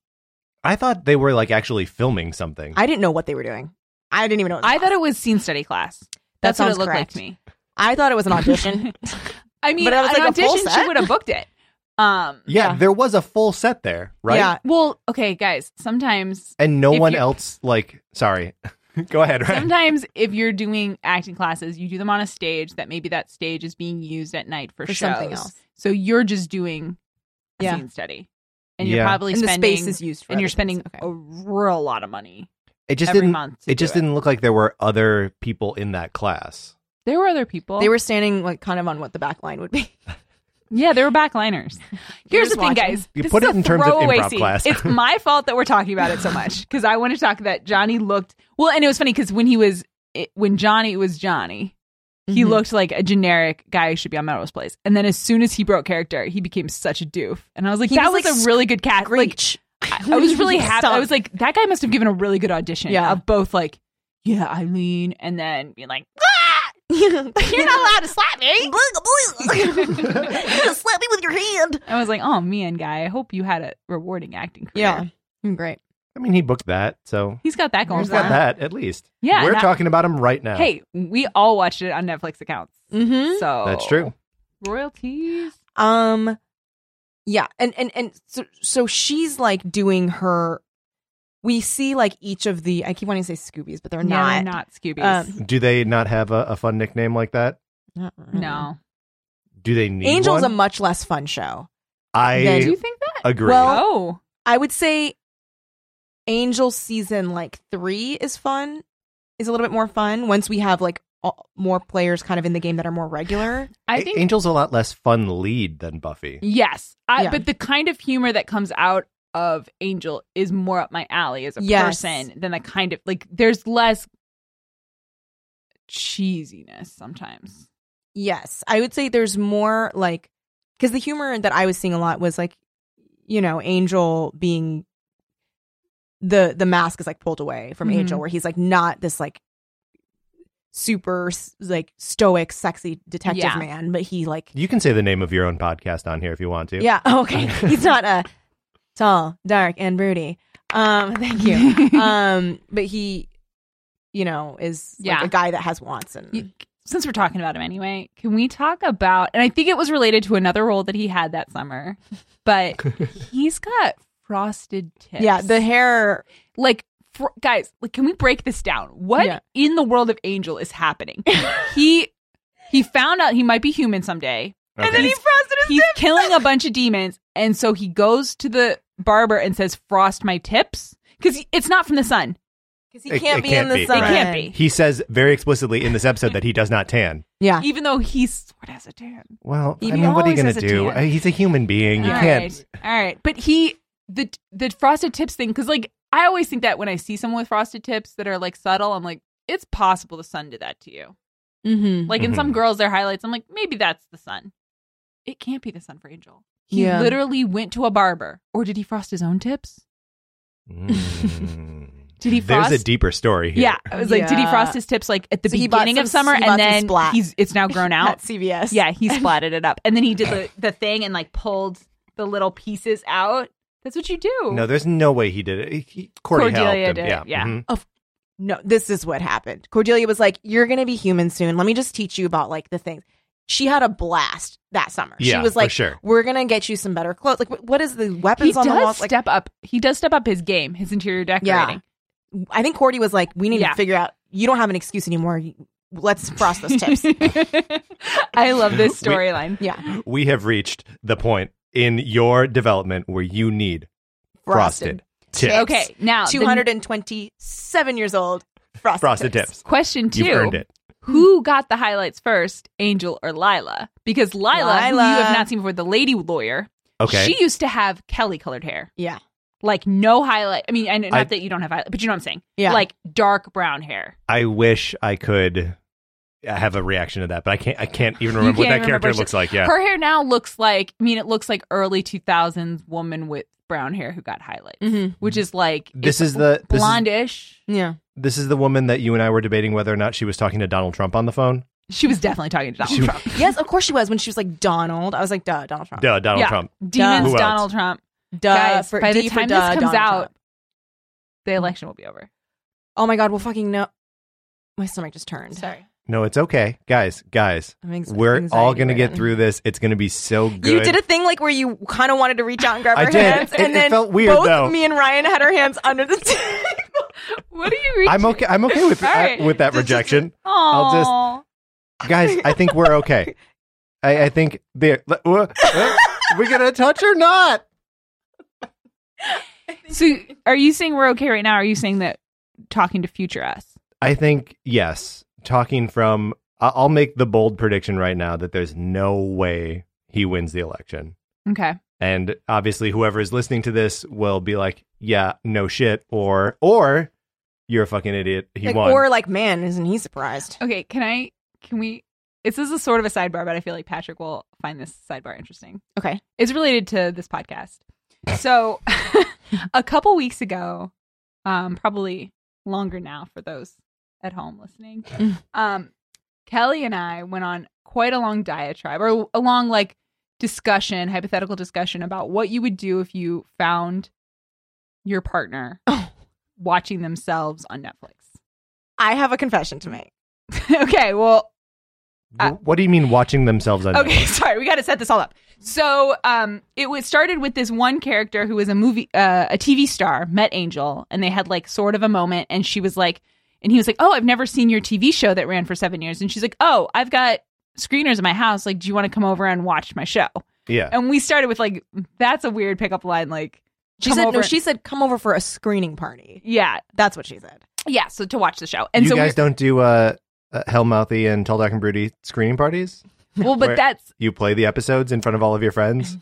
S4: I thought they were like actually filming something.
S6: I didn't know what they were doing. I didn't even know. It was
S5: I thought it was scene study class.
S6: That
S5: That's what it
S6: sounds
S5: looked
S6: correct.
S5: like to me.
S6: I thought it was an audition.
S5: I mean,
S6: But it was
S5: an
S6: like a full
S5: audition, she
S6: set?
S5: would have booked it. Um,
S4: yeah,
S6: yeah.
S4: there was a full set there, right?
S6: Yeah.
S5: Well, okay, guys. Sometimes
S4: And no
S5: If
S4: one
S5: you-
S4: else like sorry. Go ahead, right?
S5: Sometimes if you're doing acting classes, you do them on a stage that maybe that stage is being used at night for,
S6: For
S5: shows.
S6: something else.
S5: So you're just doing a
S6: Yeah.
S5: scene study. And you're
S4: Yeah.
S5: probably
S6: and the
S5: spending
S6: space is used for
S5: and you're
S6: other things.
S5: spending
S6: Okay.
S5: a real lot of money
S4: it just
S5: every
S4: didn't
S5: month. to
S4: it
S5: do
S4: just didn't look like there were other people in that class.
S5: There were other people.
S6: They were standing like kind of on what the back line would be.
S5: Yeah, they were backliners.
S6: You're
S5: Here's
S6: just
S5: the thing,
S6: watching.
S5: guys.
S4: You
S5: This
S4: put
S5: is
S4: it
S5: a
S4: in terms of
S5: throwaway
S4: improv
S5: scene.
S4: class.
S5: it's my fault that we're talking about it so much because I want to talk that Johnny looked well, and it was funny because when he was it, when Johnny was Johnny, he
S6: Mhm.
S5: looked like a generic guy who should be on Melrose Place. And then as soon as he broke character, he became such a doof. And I was like,
S6: He
S5: that was,
S6: was,
S5: a
S6: like,
S5: really good cast. Like
S6: Screech.
S5: I, I was really happy. I
S6: Stop.
S5: was like, that guy must have given a really good audition.
S6: Yeah.
S5: of both like. Yeah, Eileen, and then being like,
S6: You're not allowed to slap me.
S7: slap me with your hand.
S5: I was like, oh man, guy, I hope you had a rewarding acting career.
S6: Yeah.
S5: Mm,
S6: Great.
S4: I mean, he booked that, so
S5: He's got that going.
S4: he's
S5: for him.
S4: got that at least.
S5: Yeah,
S4: we're
S5: and I-
S4: talking about him right now.
S5: Hey, we all watched it on Netflix accounts.
S6: Mm-hmm.
S5: So
S4: that's true.
S5: Royalties.
S6: Um yeah, and and and so so she's like doing her we see like each of the I keep wanting to say Scoobies, but they're
S5: Yeah,
S6: not.
S5: not Scoobies.
S6: Um,
S4: Do they not have a, a fun nickname like that?
S6: not really.
S5: no.
S4: Do they need
S6: Angel's a
S4: one?
S6: much less fun show.
S4: I
S6: then-
S5: Do you think that?
S4: Hmm. agree.
S6: Well-
S5: Oh,
S6: I would say Angel season like 3 is fun. Is a little bit more fun once we have like all, more players kind of in the game that are more regular.
S5: I
S4: A-
S5: think
S4: Angel's a lot less fun lead than Buffy.
S5: yes. I,
S6: Yeah.
S5: But the kind of humor that comes out of Angel is more up my alley as a
S6: Yes.
S5: person than the kind of like. There's less cheesiness sometimes.
S6: Yes, I would say there's more like because the humor that I was seeing a lot was like, you know, Angel being the the mask is like pulled away from
S5: Mhm.
S6: Angel, where he's like not this like super s- like stoic, sexy detective
S5: Yeah.
S6: man, but he like
S4: You can say the name of your own podcast on here if you want to.
S6: yeah okay, he's not uh, tall, dark, and broody. Um, thank you. um, but he, you know, is like,
S5: Yeah.
S6: a guy that has wants and
S5: You- since we're talking about him anyway, can we talk about? And I think it was related to another role that he had that summer, but he's got frosted tips.
S6: yeah, the hair.
S5: like fr- guys like can we break this down what
S6: Yeah.
S5: in the world of angel is happening he he found out he might be human someday
S4: Okay.
S5: frosted his he's killing a bunch of demons and so he goes to the barber and says frost my tips because it's not from the sun
S6: Because he
S4: It-
S6: can't
S4: it
S6: be
S4: can't
S6: in the
S4: be,
S6: sun.
S5: it can't be
S4: He says very explicitly in this episode that he does not tan.
S6: Yeah.
S5: even though he sort of has a tan
S4: Well,
S6: He
S4: I mean, what are you
S6: always
S4: going
S6: has
S4: to
S6: a
S4: do?
S6: tan.
S4: Uh, He's a human being. You
S5: All
S4: can't.
S5: right. All right. But he the the frosted tips thing cuz like I always think that when I see someone with frosted tips that are like subtle, I'm like it's possible the sun did that to you.
S6: Mm-hmm.
S5: Like in some
S4: Mhm.
S5: girls their highlights, I'm like maybe that's the sun. It can't be the sun for Angel. He
S6: Yeah.
S5: literally went to a barber or did he frost his own tips?
S4: Mm.
S5: Did he frost?
S4: There's a deeper story here.
S5: yeah, I was like, did he
S6: Yeah.
S5: frost his tips like at the
S6: So he bought
S5: beginning of
S6: some-
S5: summer,
S6: he bought
S5: and
S6: some
S5: then
S6: splat.
S5: he's it's now grown
S6: at
S5: out.
S6: CVS.
S5: Yeah, he splatted it up, and then he did the, the thing and like pulled the little pieces out. That's what you do.
S4: No, there's no way he did it. He- he- Cordy
S5: Cordelia
S4: helped him.
S5: did it,
S4: yeah.
S5: yeah.
S4: mhm.
S6: No, this is what happened. Cordelia was like, "You're gonna be human soon. Let me just teach you about like the things." She had a blast that summer.
S4: Yeah,
S6: she was
S4: for
S6: like,
S4: sure.
S6: "We're gonna get you some better clothes. Like, wh- what is the weapons
S5: he
S6: on
S5: does
S6: the wall? Like,
S5: step up. He does step up his game, his interior decorating.
S6: I think Cordy was like, "We need
S5: Yeah.
S6: to figure out. You don't have an excuse anymore. You- Let's frost those tips."
S5: I love this storyline.
S6: yeah,
S4: We have reached the point in your development where you need frosted,
S6: Frosted.
S4: tips.
S6: Tips.
S5: Okay, now the
S6: two hundred and twenty-seven years old. Frosted,
S4: Frosted
S6: tips.
S4: tips.
S5: question 2
S4: You've earned it.
S5: who got the highlights first, Angel or Lila? Because Lila, who you
S6: Lila.
S5: have not seen before, the lady lawyer,
S4: Okay.
S5: she used to have Kelly colored hair.
S6: Yeah,
S5: Like no highlight. I mean, and not
S4: I-
S5: that you don't have highlight, but you know what I'm saying.
S6: Yeah.
S5: Like dark brown hair.
S4: I wish I could have a reaction to that, but I can't. I can't even remember what
S5: can't
S4: that character
S5: remember.
S4: looks like. Yeah.
S5: Her hair now looks like, I mean, it looks like early 2000s woman with brown hair who got highlights,
S6: Mhm.
S5: which is like
S4: This
S5: it's
S4: is the- this is-
S5: blondish.
S6: yeah.
S4: this is the woman that you and I were debating whether or not she was talking to Donald Trump on the phone.
S5: She was definitely talking to Donald
S4: She-
S5: Trump.
S6: yes, of course she was. When she was like Donald, I was like, "Duh, Donald Trump."
S4: Duh, Donald
S5: Yeah.
S4: Trump.
S5: Demons,
S4: Who else?
S5: Donald Trump.
S6: Duh.
S5: Guys,
S6: for-
S5: by the
S6: D for
S5: time
S6: duh,
S5: this comes
S6: Donald
S5: out,
S6: Trump.
S5: the election will be over.
S6: Oh my god, well fucking no. My stomach just turned.
S5: Sorry.
S4: No, it's okay, guys. Guys,
S6: I'm anxi-
S4: we're all
S6: anxiety
S4: gonna get
S6: ridden.
S4: through this. It's gonna be so good.
S6: You did a thing like where you kind of wanted to reach out and grab
S4: I
S6: her
S4: did.
S6: hands,
S4: It-
S6: and
S4: it
S6: then
S4: felt weird,
S6: both
S4: though.
S6: me and Ryan had our hands under the table.
S5: What are you reaching?
S4: I'm okay. I'm okay with
S5: All right.
S4: I- with that
S5: This is-
S4: rejection,
S5: I'll
S4: just- guys. I think we're okay. I, I think there. le- uh, uh, we gonna touch or not?
S5: So, are you saying we're okay right now? Or are you saying that talking to future us?
S4: I think yes. Talking from, I- I'll make the bold prediction right now that there's no way he wins the election.
S5: Okay.
S4: And obviously, whoever is listening to this will be like, "Yeah, no shit," or or you're a fucking idiot. He
S6: Like,
S4: won.
S6: or like, man, isn't he surprised?
S5: Okay. Can I? Can we? This is a sort of a sidebar, but I feel like Patrick will find this sidebar interesting.
S6: Okay.
S5: It's related to this podcast. So, a couple weeks ago, um, probably longer now for those at home listening, um, Kelly and I went on quite a long diatribe or a long like discussion, hypothetical discussion about what you would do if you found your partner watching themselves on Netflix.
S6: I have a confession to make.
S5: okay, well,
S4: W- what do you mean watching themselves on?
S5: uh, okay, sorry, we got to set this all up. So, um, it was started with this one character who was a movie, uh, a TV star, met Angel, and they had like sort of a moment, and she was like, and he was like, "Oh, I've never seen your TV show that ran for seven years," and she's like, "Oh, I've got screeners in my house. Like, do you want to come over and watch my show?"
S4: Yeah.
S5: And we started with like, "That's a weird pickup line." Like,
S6: She
S5: come
S6: said,
S5: over-
S6: no, she said, come over for a screening party.
S5: yeah,
S6: That's what she said.
S5: yeah. So to watch the show, and
S4: you
S5: so
S4: guys don't do uh, uh, Hellmouthy and Tall Dark and Broody screening parties.
S5: we're- well, but
S4: where-
S5: that's
S4: You play the episodes in front of all of your friends,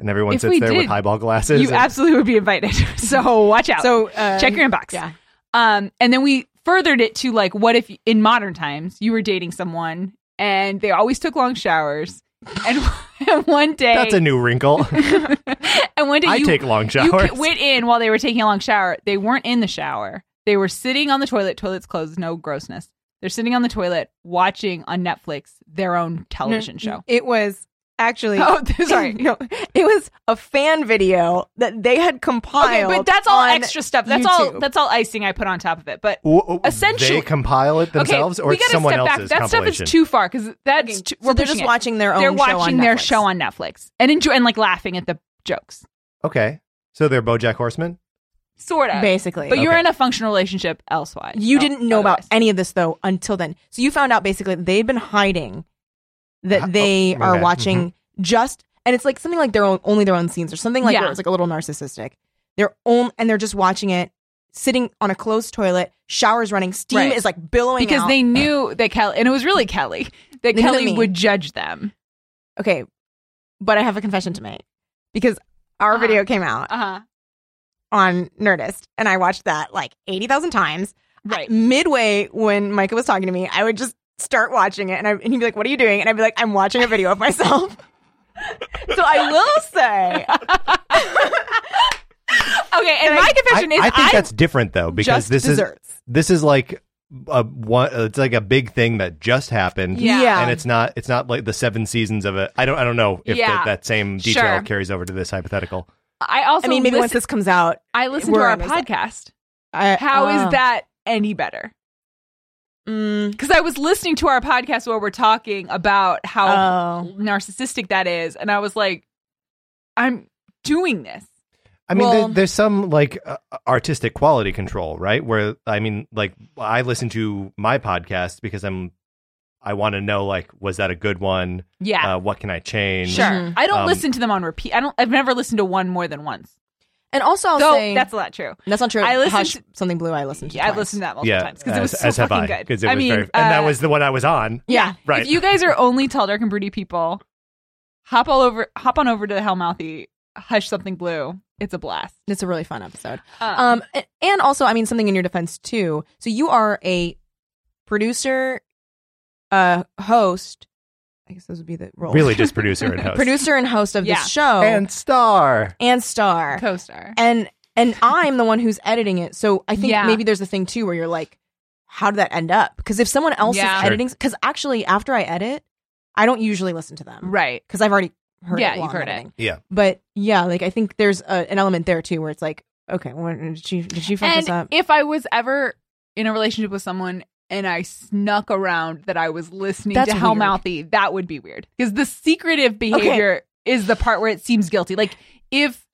S4: and everyone
S5: Mm-hmm. If
S4: sits
S5: we
S4: there with
S5: did,
S4: highball glasses.
S5: you
S4: and-
S5: absolutely would be invited. so watch out.
S6: So uh,
S5: check your inbox.
S6: Yeah.
S5: Um, and then we furthered it to like, what if in modern times you were dating someone and they always took long showers, and, and one day
S4: That's a new wrinkle.
S5: and one day
S4: I
S5: you,
S4: take long
S5: you
S4: showers.
S5: ca- went in while they were taking a long shower. They weren't in the shower. They were sitting on the toilet. Toilet's closed. No grossness. They're sitting on the toilet watching on Netflix their own television show.
S6: It was actually.
S5: Oh, sorry.
S6: no, it was a fan video that they had
S5: Okay,
S6: compiled.
S5: but that's all
S6: on
S5: extra stuff. That's all.
S6: YouTube.
S5: That's all icing I put on top of it. But
S4: W- w-
S5: essentially-
S4: they compile it themselves,
S5: okay,
S4: or
S5: we
S4: it's
S5: gotta
S4: someone
S5: step
S4: else's
S5: back. That stuff
S4: compilation.
S5: is too far because that's
S6: Okay,
S5: too,
S6: so
S5: we're
S6: they're
S5: pushing
S6: just
S5: it.
S6: watching their own
S5: They're
S6: show
S5: watching
S6: on
S5: their
S6: Netflix.
S5: show on Netflix and enjoy and like laughing at the jokes,
S4: okay, so they're BoJack Horseman.
S5: sort of.
S6: Basically.
S5: but you're
S4: Okay.
S5: in a functional relationship elsewise.
S6: You
S5: Oh,
S6: didn't know
S5: otherwise.
S6: about any of this though until then. So you found out basically that they'd been hiding
S4: Uh,
S6: that they
S4: oh, my
S6: are
S5: Mm-hmm.
S4: bad.
S6: watching just and it's like something like their own only their own scenes or something like
S5: Yeah.
S6: where it's like a little narcissistic. They're own and they're just watching it sitting on a closed toilet, showers running, steam
S5: Right.
S6: is like billowing
S5: because
S6: out.
S5: they knew that Kelly and it was really Kelly that
S6: knew
S5: Kelly
S6: me.
S5: would judge them.
S6: Okay. But I have a confession to make because our
S5: Uh-huh.
S6: video came out
S5: Uh huh.
S6: on Nerdist and I watched that like 80,000 times.
S5: Right.
S6: midway when Micah was talking to me, I would just start watching it, and, I, and he'd be like, "What are you doing?" And I'd be like, "I'm watching a video of myself." so I will say,
S5: Okay, and my confession
S4: I,
S5: is
S4: I think
S5: I-
S4: that's different though because
S6: Just
S4: this
S6: desserts.
S4: is this is like a one. It's like a big thing that just happened.
S5: Yeah.
S6: Yeah.
S4: and it's not it's not like the seven seasons of it. I don't I don't know if
S5: Yeah.
S4: that, that same detail
S5: Sure.
S4: carries over to this hypothetical.
S5: I also
S6: I mean, maybe
S5: listen,
S6: once this comes out,
S5: I listen to
S6: we're
S5: our
S6: on this-
S5: podcast.
S6: I,
S5: How is
S6: uh,
S5: that any better?
S6: Mm,
S5: Because I was listening to our podcast where we're talking about how
S6: oh,
S5: narcissistic that is, and I was like, I'm doing this.
S4: I mean,
S5: Well-
S4: there, there's some like uh, artistic quality control, right? Where I mean, like I listen to my podcast because I'm I want to know like was that a good one?
S5: Yeah,
S4: Uh, what can I change?
S5: sure.
S6: Mhm.
S5: I don't
S4: Um,
S5: listen to them on repeat. I don't. I've never listened to one more than once.
S6: and also I'll
S5: Though
S6: say
S5: that's not true.
S6: that's not true.
S5: I listened
S6: Hush,
S5: to-
S6: something blue. I listened to.
S5: Yeah, I've
S6: twice.
S5: listened to that multiple
S4: Yeah,
S5: times because it
S4: as-
S5: was so
S4: as have
S5: fucking
S4: I,
S5: good.
S4: 'cause it
S5: I
S4: was
S5: mean,
S4: very, and that
S5: uh,
S4: was the one I was on.
S6: Yeah,
S4: Right.
S5: If you guys are only tall, dark, and broody people, hop all over, hop on over to Hellmouthy. Hush something blue. It's a blast.
S6: it's a really fun episode.
S5: Um,
S6: Um, a- and also, I mean, something in your defense too. So you are a producer, uh, host. I guess those would be the roles.
S4: Really, just producer and host.
S6: producer Oh. and host of
S5: Yeah.
S6: this show
S4: and star.
S6: and star.
S5: co-star.
S6: and and I'm the one who's editing it. So I think
S5: Yeah.
S6: maybe there's a thing too where you're like, how did that end up? Because if someone else
S5: Yeah.
S6: is
S4: Sure.
S6: editing, because actually after I edit, I don't usually listen to them,
S5: Right.
S6: Because I've already heard
S5: Yeah,
S6: it.
S5: you've
S6: while I'm
S5: heard it.
S6: editing.
S4: Yeah.
S6: But yeah, like I think there's a, an element there too where it's like, okay, well, did she did she fuck this
S5: And
S6: up?
S5: if I was ever in a relationship with someone and I snuck around that I was listening
S6: That's
S5: to
S6: weird.
S5: Hellmouthy, that would be weird. Because the secretive behavior is the part where it seems guilty. Like if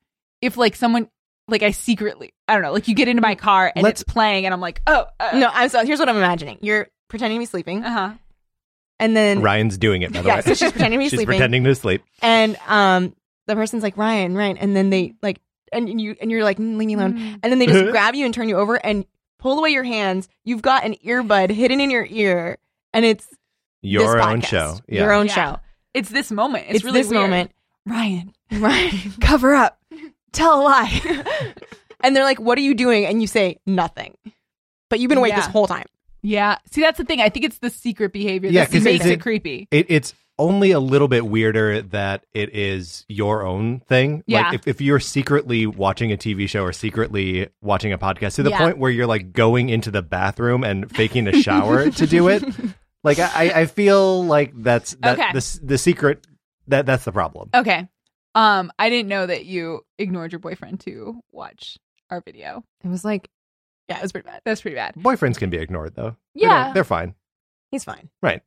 S5: if like someone like I secretly I don't know, like you get into my car and
S4: Let's-
S5: it's playing and I'm like, oh uh,
S6: no, I'm so here's what I'm imagining. You're pretending to be sleeping,
S5: uh-huh.
S6: and then
S4: Ryan's doing it, by the
S6: yeah,
S4: way.
S6: so she's pretending to be
S4: She's
S6: sleeping,
S4: pretending to sleep.
S6: and um, the person's like Ryan, Ryan, and then they like, and you and you're like, "Mm, leave me alone,
S5: Mm.
S6: and then they just grab you and turn you over and pull away your hands. You've got an earbud hidden in your ear, and it's this
S4: Your own
S6: podcast,
S4: show. Yeah.
S6: your own
S5: Yeah.
S6: show.
S5: It's this moment. It's,
S6: It's,
S5: really
S6: this
S5: weird.
S6: moment,
S5: Ryan,
S6: right? Cover up, tell a lie, and they're like, "What are you doing?" And you say nothing, but you've been awake this
S5: Yeah.
S6: whole time.
S5: Yeah. See, that's the thing. I think it's the secret behavior
S4: Yeah,
S5: that
S4: 'cause
S5: makes
S4: is
S5: it,
S4: it-
S5: creepy.
S4: It, it's only a little bit weirder that it is your own thing.
S5: Yeah.
S4: Like if, if you're secretly watching a TV show or secretly watching a podcast to the
S5: Yeah.
S4: point where you're like going into the bathroom and faking a shower to do it. Like I, I- I feel like that's that
S5: Okay.
S4: the, s- the secret that that's the problem.
S5: Okay. Um, I didn't know that you ignored your boyfriend to watch our video.
S6: It was like, yeah, it was pretty bad.
S5: That's pretty bad.
S4: Boyfriends can be ignored though. They don't-
S5: Yeah.
S4: they're fine.
S6: He's fine.
S4: Right.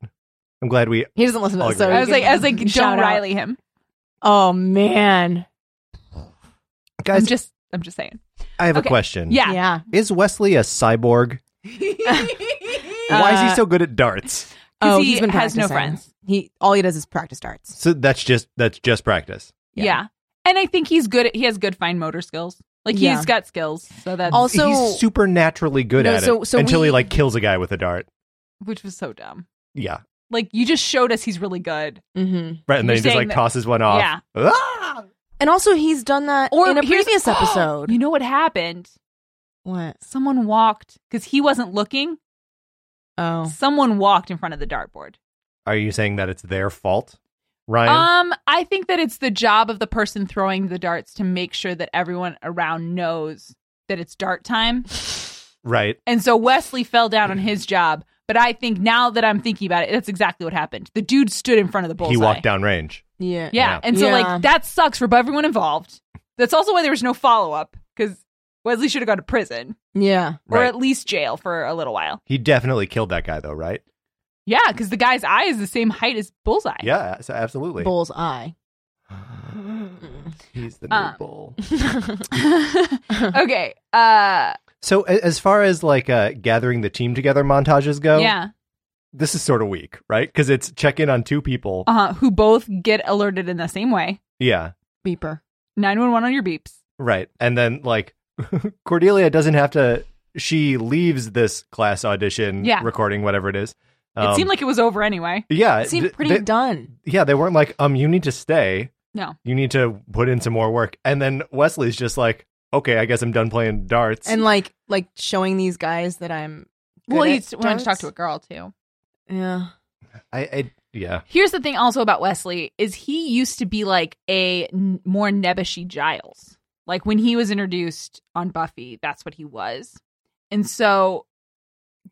S4: I'm glad we
S6: He doesn't listen to
S4: I'll
S6: this. So
S4: agree.
S5: I was
S6: you
S5: like,
S6: can
S5: I was like,
S6: shout
S5: don't
S6: out.
S5: Riley him.
S6: Oh man,
S5: I'm
S4: guys.
S5: just, I'm just saying.
S4: I have
S5: okay.
S4: a question.
S5: Yeah.
S6: yeah.
S4: Is Wesley a cyborg? Why is he
S6: Uh,
S4: so good at darts?
S5: 'Cause
S6: Oh,
S5: he
S6: has been
S5: has no
S6: practicing.
S5: friends.
S6: He all he does is practice darts.
S4: So that's just that's just practice.
S5: yeah. And I think he's good. At, he has good fine motor skills. Like he's
S6: Yeah.
S5: got skills. So that's
S6: Also-
S4: he's supernaturally good
S6: No,
S4: at
S6: so-
S4: it
S6: so
S4: until he
S6: we-
S4: like kills a guy with a dart.
S5: which was so dumb.
S4: Yeah,
S5: Like you just showed us he's really good.
S6: Mm-hmm.
S4: right. And
S5: You're
S4: then he just
S5: saying
S4: like
S5: that-
S4: tosses one off.
S5: Yeah.
S4: Ah!
S6: And also, he's done that in a
S5: here's-
S6: previous episode.
S5: "Oh, you know what happened?
S6: what?
S5: Someone walked because he wasn't looking.
S6: Oh,
S5: Someone walked in front of the dartboard.
S4: Are you saying that it's their fault, Ryan?
S5: Um, I think that it's the job of the person throwing the darts to make sure that everyone around knows that it's dart time.
S4: right.
S5: And so Wesley fell down on his job. But I think now that I'm thinking about it, that's exactly what happened. The dude stood in front of the bullseye.
S4: He walked down range.
S6: yeah.
S5: Yeah.
S4: Yeah.
S5: And so,
S6: Yeah.
S5: like, that sucks for everyone involved. That's also why there was no follow up because Wesley should have gone to prison
S6: Yeah.
S5: or
S4: Right.
S5: at least jail for a little while.
S4: He definitely killed that guy though, right?
S5: Yeah. Because the guy's eye is the same height as bullseye.
S4: Yeah, so absolutely.
S6: Bull's eye.
S4: He's the new
S5: Um.
S4: bull.
S5: okay. Uh,
S4: So a- as far as like uh, gathering the team together montages go,
S5: Yeah.
S4: this is sort of weak, right? Because it's check in on two people.
S5: uh, who both get alerted in the same way
S4: Yeah,
S6: Beeper.
S5: 911 on your beeps.
S4: right. And then like Cordelia doesn't have to. She leaves this class audition
S5: Yeah.
S4: recording, whatever it is.
S5: it
S4: Um,
S5: seemed like it was over anyway.
S4: yeah,
S6: It seemed
S4: Uh, th-
S6: pretty
S4: they-
S6: done.
S4: yeah, they weren't like um, you need to stay.
S5: No.
S4: you need to put in some more work. And then Wesley's just like, okay, I guess I'm done playing darts.
S6: And like, like showing these guys that I'm. good
S5: Well,
S6: at
S5: he's wanted to talk
S6: darts.
S5: to a girl too.
S6: Yeah.
S4: I, I yeah,
S5: Here's the thing also about Wesley is he used to be like a n- more nebbishy Giles. Like when he was introduced on Buffy, that's what he was. And so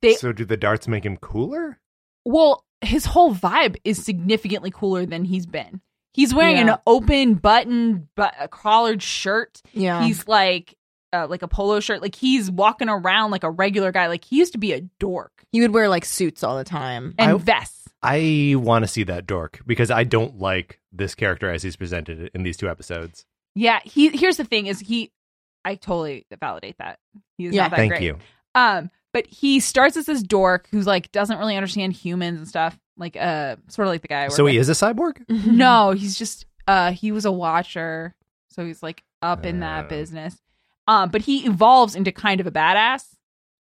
S5: they
S4: so do the darts make him cooler?
S5: well, his whole vibe is significantly cooler than he's been. He's wearing
S6: Yeah.
S5: an open button but a collared shirt.
S6: Yeah.
S5: He's like uh, like a polo shirt. Like he's walking around like a regular guy. Like he used to be a dork
S6: he would wear like suits all the time.
S5: and
S4: I-
S5: vests.
S4: I want to see that dork because I don't like this character as he's presented in these two episodes.
S5: Yeah, he here's the thing is he I totally validate that. He's
S6: Yeah.
S5: not that
S4: Thank
S5: great.
S4: you.
S5: Um, but he starts as this dork who's like doesn't really understand humans and stuff. Like uh sort of like the guy I work
S4: So
S5: with.
S4: he is a cyborg?
S5: No, he's just uh he was a watcher, so he's like up in
S4: Uh.
S5: that business. Um, but he evolves into kind of a badass,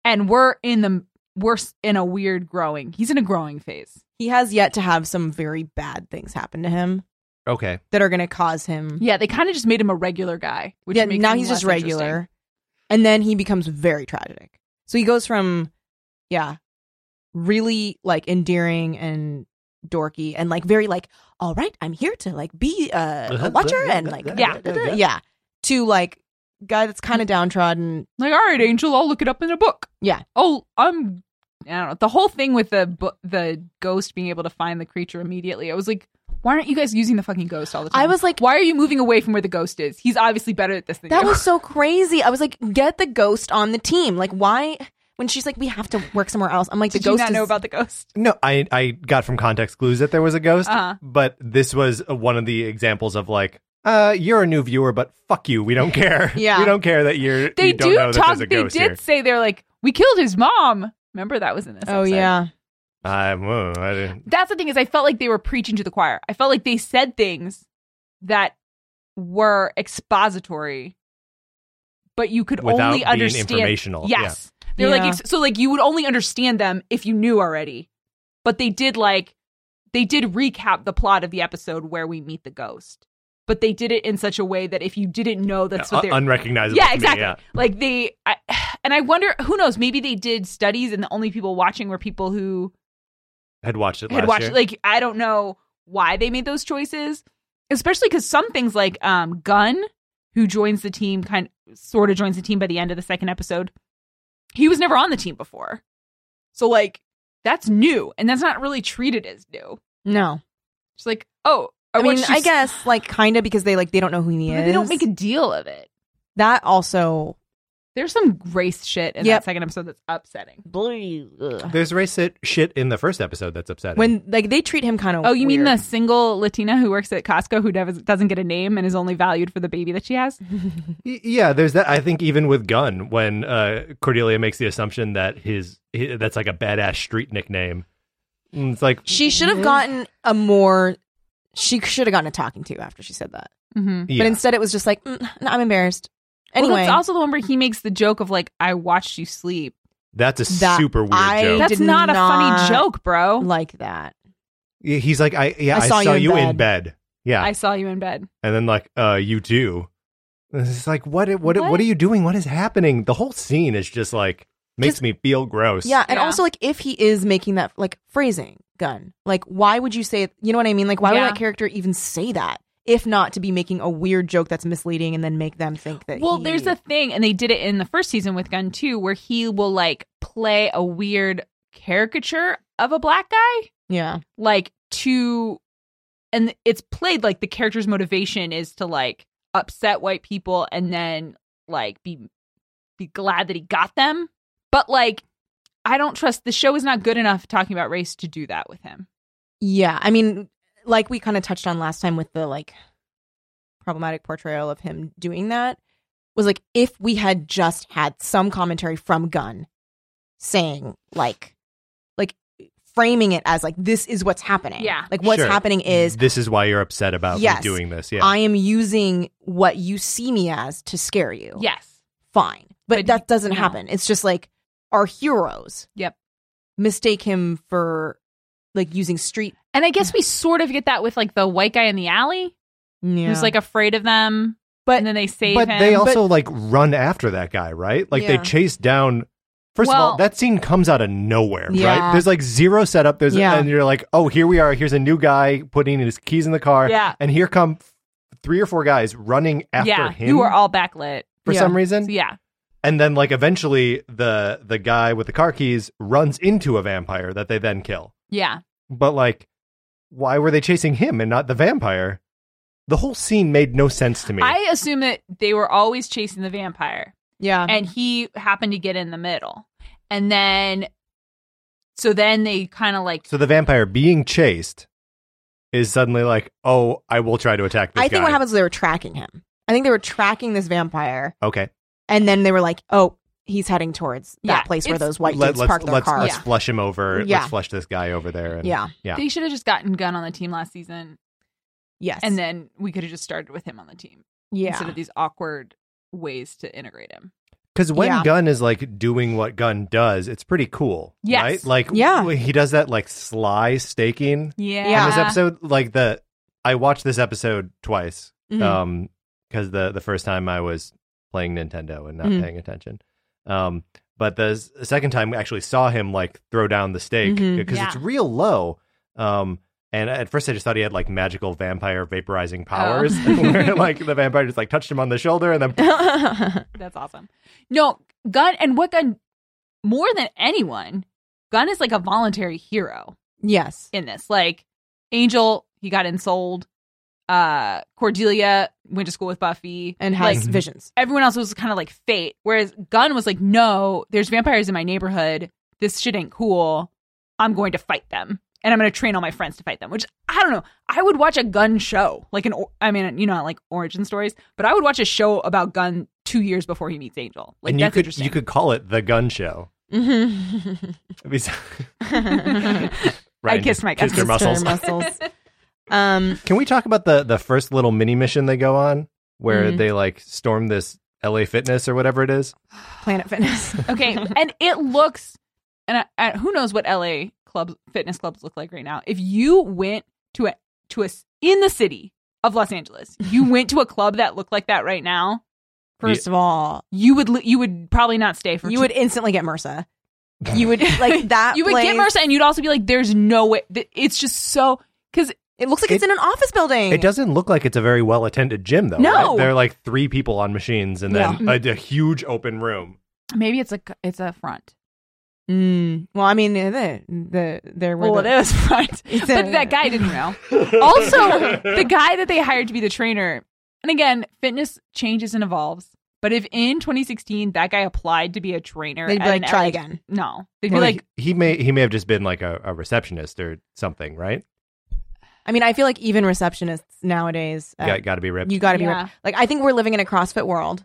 S5: and we're in the we're s- in a weird growing. He's in a growing phase.
S6: He has yet to have some very bad things happen to him
S4: Okay.
S6: that are going to cause him.
S5: Yeah, they kind of just made him a regular guy. Which
S6: yeah,
S5: makes
S6: now
S5: him
S6: he's just
S5: less interesting.
S6: regular. And then he becomes very tragic. So he goes from, yeah, really like endearing and dorky and like very like, all right, I'm here to like be uh, a watcher and like,
S5: Uh-huh. Yeah.
S6: yeah, to like guy that's kind of downtrodden.
S5: Like, all right, Angel, I'll look it up in a book.
S6: Yeah.
S5: Oh, I'm. I don't know. The whole thing with the bu- the ghost being able to find the creature immediately, I was like, why aren't you guys using the fucking ghost all the time?
S6: I was like,
S5: why are you moving away from where the ghost is? He's obviously better at this than
S6: That
S5: you.
S6: was so crazy. I was like, get the ghost on the team. Like, why? When she's like, we have to work somewhere else. I'm like,
S5: Did
S6: the ghost
S5: you not
S6: is
S5: know about the ghost?
S4: No, I, I got from context clues that there was a ghost,
S5: Uh-huh.
S4: but this was uh, one of the examples of like, uh, you're a new viewer, but fuck you, we don't care.
S6: Yeah.
S4: we don't care that you're.
S5: They
S4: you don't
S5: do
S4: know that
S5: talk.
S4: there's a
S5: They
S4: ghost
S5: did
S4: here.
S5: say they're like, we killed his mom. Remember that was in this.
S6: Oh
S5: episode.
S6: yeah,
S4: I, whoa, I didn't.
S5: That's the thing is, I felt like they were preaching to the choir. I felt like they said things that were expository, but you could
S4: Without
S5: only
S4: being
S5: understand
S4: informational, yeah.
S5: Yes, they're
S6: Yeah.
S5: like ex- so like you would only understand them if you knew already. But they did like they did recap the plot of the episode where we meet the ghost. But they did it in such a way that if you didn't know, that's what
S4: Un-
S5: they're
S4: unrecognizable. Uh, to
S5: yeah
S4: me,
S5: exactly
S4: yeah.
S5: like they I, and i wonder who knows maybe they did studies and the only people watching were people who
S4: Had watched it.
S5: had
S4: last
S5: watched
S4: year.
S5: like i don't know why they made those choices especially because some things like um gunn who joins the team kind sort of joins the team by the end of the second episode he was never on the team before so like that's new and that's not really treated as new
S6: no.
S5: it's like oh
S6: I
S5: what,
S6: mean,
S5: she's-
S6: I guess like kind of because they like they don't know who he
S5: but
S6: is.
S5: they don't make a deal of it
S6: that also.
S5: there's some race shit in
S6: Yep.
S5: that second episode that's upsetting
S4: There's race it- shit in the first episode that's upsetting.
S6: When like they treat him kind of.
S5: Oh, you mean the single Latina who works at Costco who never, doesn't get a name and is only valued for the baby that she has?
S4: Y- yeah, there's that. I think even with Gunn, when uh, Cordelia makes the assumption that his, hi that's like a badass street nickname, And it's like
S6: She should
S5: Mhm.
S6: have gotten a more. She should have gotten a talking to after she said that,
S5: Mm-hmm.
S4: yeah.
S6: but instead it was just like mm, no, I'm embarrassed. Anyway,
S5: well, that's also the one where he makes the joke of like, "I watched you sleep."
S4: that's a
S6: that
S4: super weird
S6: I
S4: joke.
S5: That's
S6: did
S5: not, a
S6: not
S5: funny joke, bro.
S6: like that.
S4: Yeah, He's like, I yeah, I, saw, you, in, bed. Yeah,
S5: I saw you in bed.
S4: and then like, uh, you too. It's like, what, what, what,
S5: What?
S4: are you doing? What is happening? The whole scene is just like makes
S6: 'Cause-
S4: me feel gross.
S6: Yeah, and
S5: Yeah.
S6: also like if he is making that like phrasing gun, like why would you say you know what I mean? Like why
S5: Yeah.
S6: would that character even say that if not to be making a weird joke that's misleading and then make them think that
S5: Well,
S6: he-
S5: there's a thing, and they did it in the first season with Gunn too, where he will like play a weird caricature of a black guy.
S6: yeah.
S5: like to and it's played like the character's motivation is to like upset white people and then like be be glad that he got them but like i don't trust the show is not good enough talking about race to do that with him
S6: Yeah, I mean like we kind of touched on last time with the like problematic portrayal of him doing that was like if we had just had some commentary from Gunn saying like like framing it as like this is what's happening.
S5: Yeah.
S6: Like what's
S4: Sure.
S6: happening is
S4: this is why you're upset about
S6: Yes.
S4: me doing this? Yeah,
S6: I am using what you see me as to scare you.
S5: yes
S6: Fine. But,
S5: But
S6: that doesn't
S5: no.
S6: happen. It's just like our heroes.
S5: Yep.
S6: Mistake him for like using street.
S5: and i guess we sort of get that with like the white guy in the alley
S6: Yeah.
S5: who's like afraid of them
S6: But-
S5: and then they save
S4: but
S5: him
S4: they also like run after that guy, right? Like they
S6: Yeah.
S4: chase down. First of all,
S5: Well-
S4: that scene comes out of nowhere, right?
S6: Yeah.
S4: There's like zero setup. There's
S6: Yeah.
S4: and you're like, oh, here we are. Here's a new guy putting his keys in the car.
S5: Yeah.
S4: and here come three or four guys running after
S5: yeah,
S4: him
S5: who are all backlit.
S4: for
S6: Yeah.
S4: some reason.
S5: So, yeah,
S4: And then like eventually the the guy with the car keys runs into a vampire that they then kill.
S5: yeah,
S4: But like why were they chasing him and not the vampire? The whole scene made no sense to me.
S5: I assume that they were always chasing the vampire,
S6: Yeah.
S4: Uh-huh.
S5: and he happened to get in the middle, and then, so then they kind of like,
S4: so the vampire being chased is suddenly like, "Oh, I will try to attack this
S6: I think
S4: guy."
S6: what happens is they were tracking him. I think they were tracking this vampire,
S4: okay.
S6: and then they were like, "Oh, he's heading towards that
S5: Yeah,
S6: place where
S5: it's-
S6: those white
S4: Let,
S6: dudes
S4: us
S6: parked their
S4: let's
S6: cars."
S4: let's flush him over.
S6: Yeah.
S4: Let's flush this guy over there. And,
S6: Yeah.
S4: Yeah.
S5: they should have just gotten Gunn on the team last season,
S6: Yes.
S5: and then we could have just started with him on the team
S6: yeah.
S5: instead of these awkward ways to integrate him.
S4: Because when
S6: Yeah.
S4: Gunn is like doing what Gunn does, it's pretty cool.
S5: Yes.
S4: Right? Like,
S6: Yeah.
S4: w- he does that like sly staking
S5: Yeah,
S4: in this episode. Like, the I watched this episode twice
S5: Mm-hmm.
S6: Mhm.
S4: um because the the first time I was playing Nintendo and not
S5: Mm-hmm.
S6: Mhm.
S4: paying attention. Um, but the s- second time we actually saw him like throw down the stake
S6: Mhm.
S4: because it's
S5: Mm-hmm. Yeah.
S4: real low. Um, and at first I just thought he had like magical vampire
S5: Oh.
S4: vaporizing powers, where like the vampire just like touched him on the shoulder and then Oh.
S5: That's awesome. No, Gunn and what Gunn more than anyone, Gunn is like a voluntary hero
S6: yes.
S5: in this. Like Angel, he got ensouled. Uh Cordelia went to school with Buffy.
S6: And has
S5: like
S6: visions.
S5: everyone else was kind of like fate. Whereas Gunn was like, No, there's vampires in my neighborhood. This shit ain't cool. I'm going to fight them. And I'm going to train all my friends to fight them, which I don't know. I would watch a gun show, like an, or- I mean, you know, like origin stories, but I would watch a show about gun two years before he meets Angel. Like,
S4: and you
S5: that's
S4: could
S5: interesting.
S4: you could call it the gun show. It'd be so-
S6: I
S4: Ryan
S5: kissed
S4: just
S5: my
S4: kissed her
S5: cousin's
S4: muscles.
S6: muscles. Um.
S4: Can we talk about the the first little mini mission they go on where
S5: Mm-hmm.
S6: Mhm.
S4: they like storm this LA Fitness or whatever it is?
S6: Planet Fitness.
S5: okay. And it looks, and I, I, who knows what LA clubs, fitness clubs look like right now. If you went to a, to a, s- in the city of Los Angeles, you went to a club that looked like that right now,
S6: First of all,
S5: you would, li- you would probably not stay for
S6: you
S5: two-
S6: would instantly get MRSA. You would like that.
S5: you would get
S6: place-
S5: MRSA and you'd also be like, there's no way. th- It's just so, cause
S6: It looks like it's
S4: It-
S6: in an office building.
S4: It doesn't look like it's a very well attended gym though.
S5: Mm. No.
S4: right? There are like three people on machines and then a, a huge open room.
S5: maybe it's a, c- it's a front.
S6: Mm. Well, I mean, the the there were.
S5: Well,
S6: the-
S5: it is front.
S6: It's
S5: but
S6: a-
S5: that guy didn't know. also, the guy that they hired to be the trainer, and again, fitness changes and evolves. But if in 2016 that guy applied to be a trainer,
S6: They'd be
S5: at
S6: like,
S5: an
S6: "Try
S5: LA
S6: again."
S5: No, they'd
S4: Well,
S5: be like,
S4: he, he may he may have just been like a, a receptionist or something, right?
S6: I mean, I feel like even receptionists nowadays, uh,
S4: Got, got to be ripped.
S6: you got to be
S5: Yeah.
S6: ripped. like I think we're living in a CrossFit world.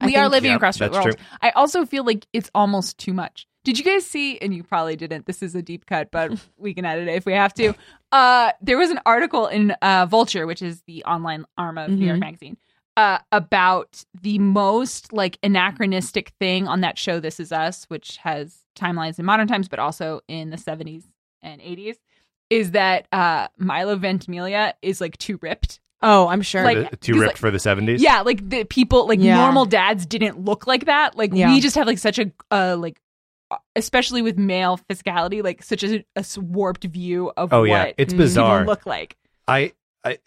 S6: I
S5: we are
S6: think-
S5: living
S4: Yeah,
S5: across the
S4: that's
S5: world.
S4: true.
S5: I also feel like it's almost too much. Did you guys see? And you probably didn't. This is a deep cut, but we can edit it if we have to. Uh, there was an article in uh, Vulture, which is the online arm of
S4: Mm-hmm.
S5: New York
S6: Mhm.
S5: Magazine, uh, about the most like anachronistic thing on that show, This Is Us, which has timelines in modern times, but also in the seventies and eighties. Is that uh, Milo Ventimiglia is like too ripped?
S6: Oh, I'm sure.
S5: Like-
S4: Uh, too
S5: because,
S4: ripped
S5: like-
S4: for the 70s.
S5: Yeah, like the people, like
S6: Yeah.
S5: normal dads didn't look like that. Like
S6: Yeah.
S5: we just have like such a uh, like, uh, especially with male physicality, like such a, a warped view of
S4: Oh
S5: what
S4: yeah, it's
S6: Mm.
S4: bizarre.
S5: people look like.
S4: I I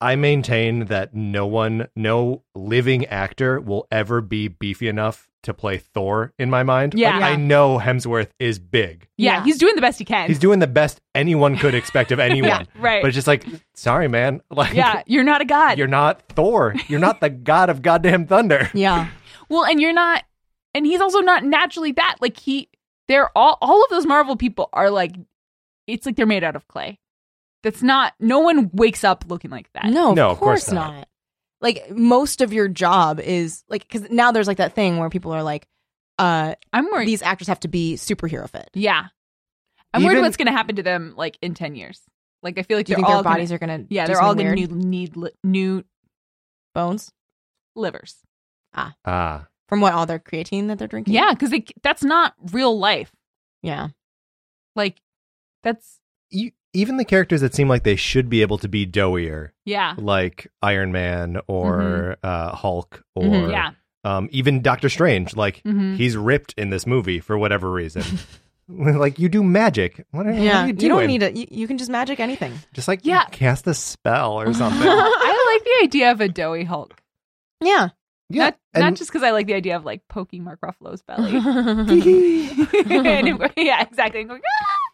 S4: I maintain that no one, no living actor will ever be beefy enough to play Thor in my mind.
S5: Yeah.
S4: Like, I know Hemsworth is big.
S5: Yeah,
S6: Yeah.
S5: he's doing the best he can.
S4: He's doing the best anyone could expect of anyone.
S5: yeah, right.
S4: But it's just like, sorry, man. Like
S5: yeah, you're not a god.
S4: you're not Thor. You're not the god of goddamn thunder.
S6: yeah,
S5: well, and you're not, and he's also not naturally that. Like he, they're all all of those Marvel people are like, it's like they're made out of clay. That's not. No one wakes up looking like that.
S6: no,
S4: No,
S6: of course, not. Like most of your job is like because now there's like that thing where people are like, uh,
S5: I'm worried.
S6: these actors have to be superhero fit.
S5: Yeah. I'm
S4: Even-
S5: worried what's going to happen to them like in 10 years. Like I feel like
S6: Do you
S5: they're
S6: think
S5: all
S6: their
S5: gonna-
S6: bodies are gonna?
S5: Yeah,
S6: do
S5: they're all
S6: something
S5: going
S6: weird?
S5: to need, need li- new
S6: bones
S5: livers.
S4: Ah.
S6: from what all their creatine that they're drinking.
S5: Yeah, cuz that's not real life.
S6: yeah,
S5: Like that's
S4: You, E, even the characters that seem like they should be able to be doughier,
S5: yeah.
S4: like Iron Man or uh, Hulk or
S6: Mhm.
S5: Mm-hmm. Yeah.
S4: um, even Doctor Strange, like
S5: Mhm.
S4: he's ripped in this movie for whatever reason. like you do magic. What are, what
S6: Yeah,
S4: are you
S6: you,
S4: doing?
S6: don't need it. You, you can just magic anything.
S4: just like
S5: Yeah.
S4: cast a spell or something.
S5: I like the idea of a doughy Hulk.
S6: Yeah,
S4: yeah,
S5: not, not
S4: and-
S5: just because I like the idea of like poking Mark Ruffalo's belly. And
S6: yeah,
S5: him going- yeah, exactly. And going,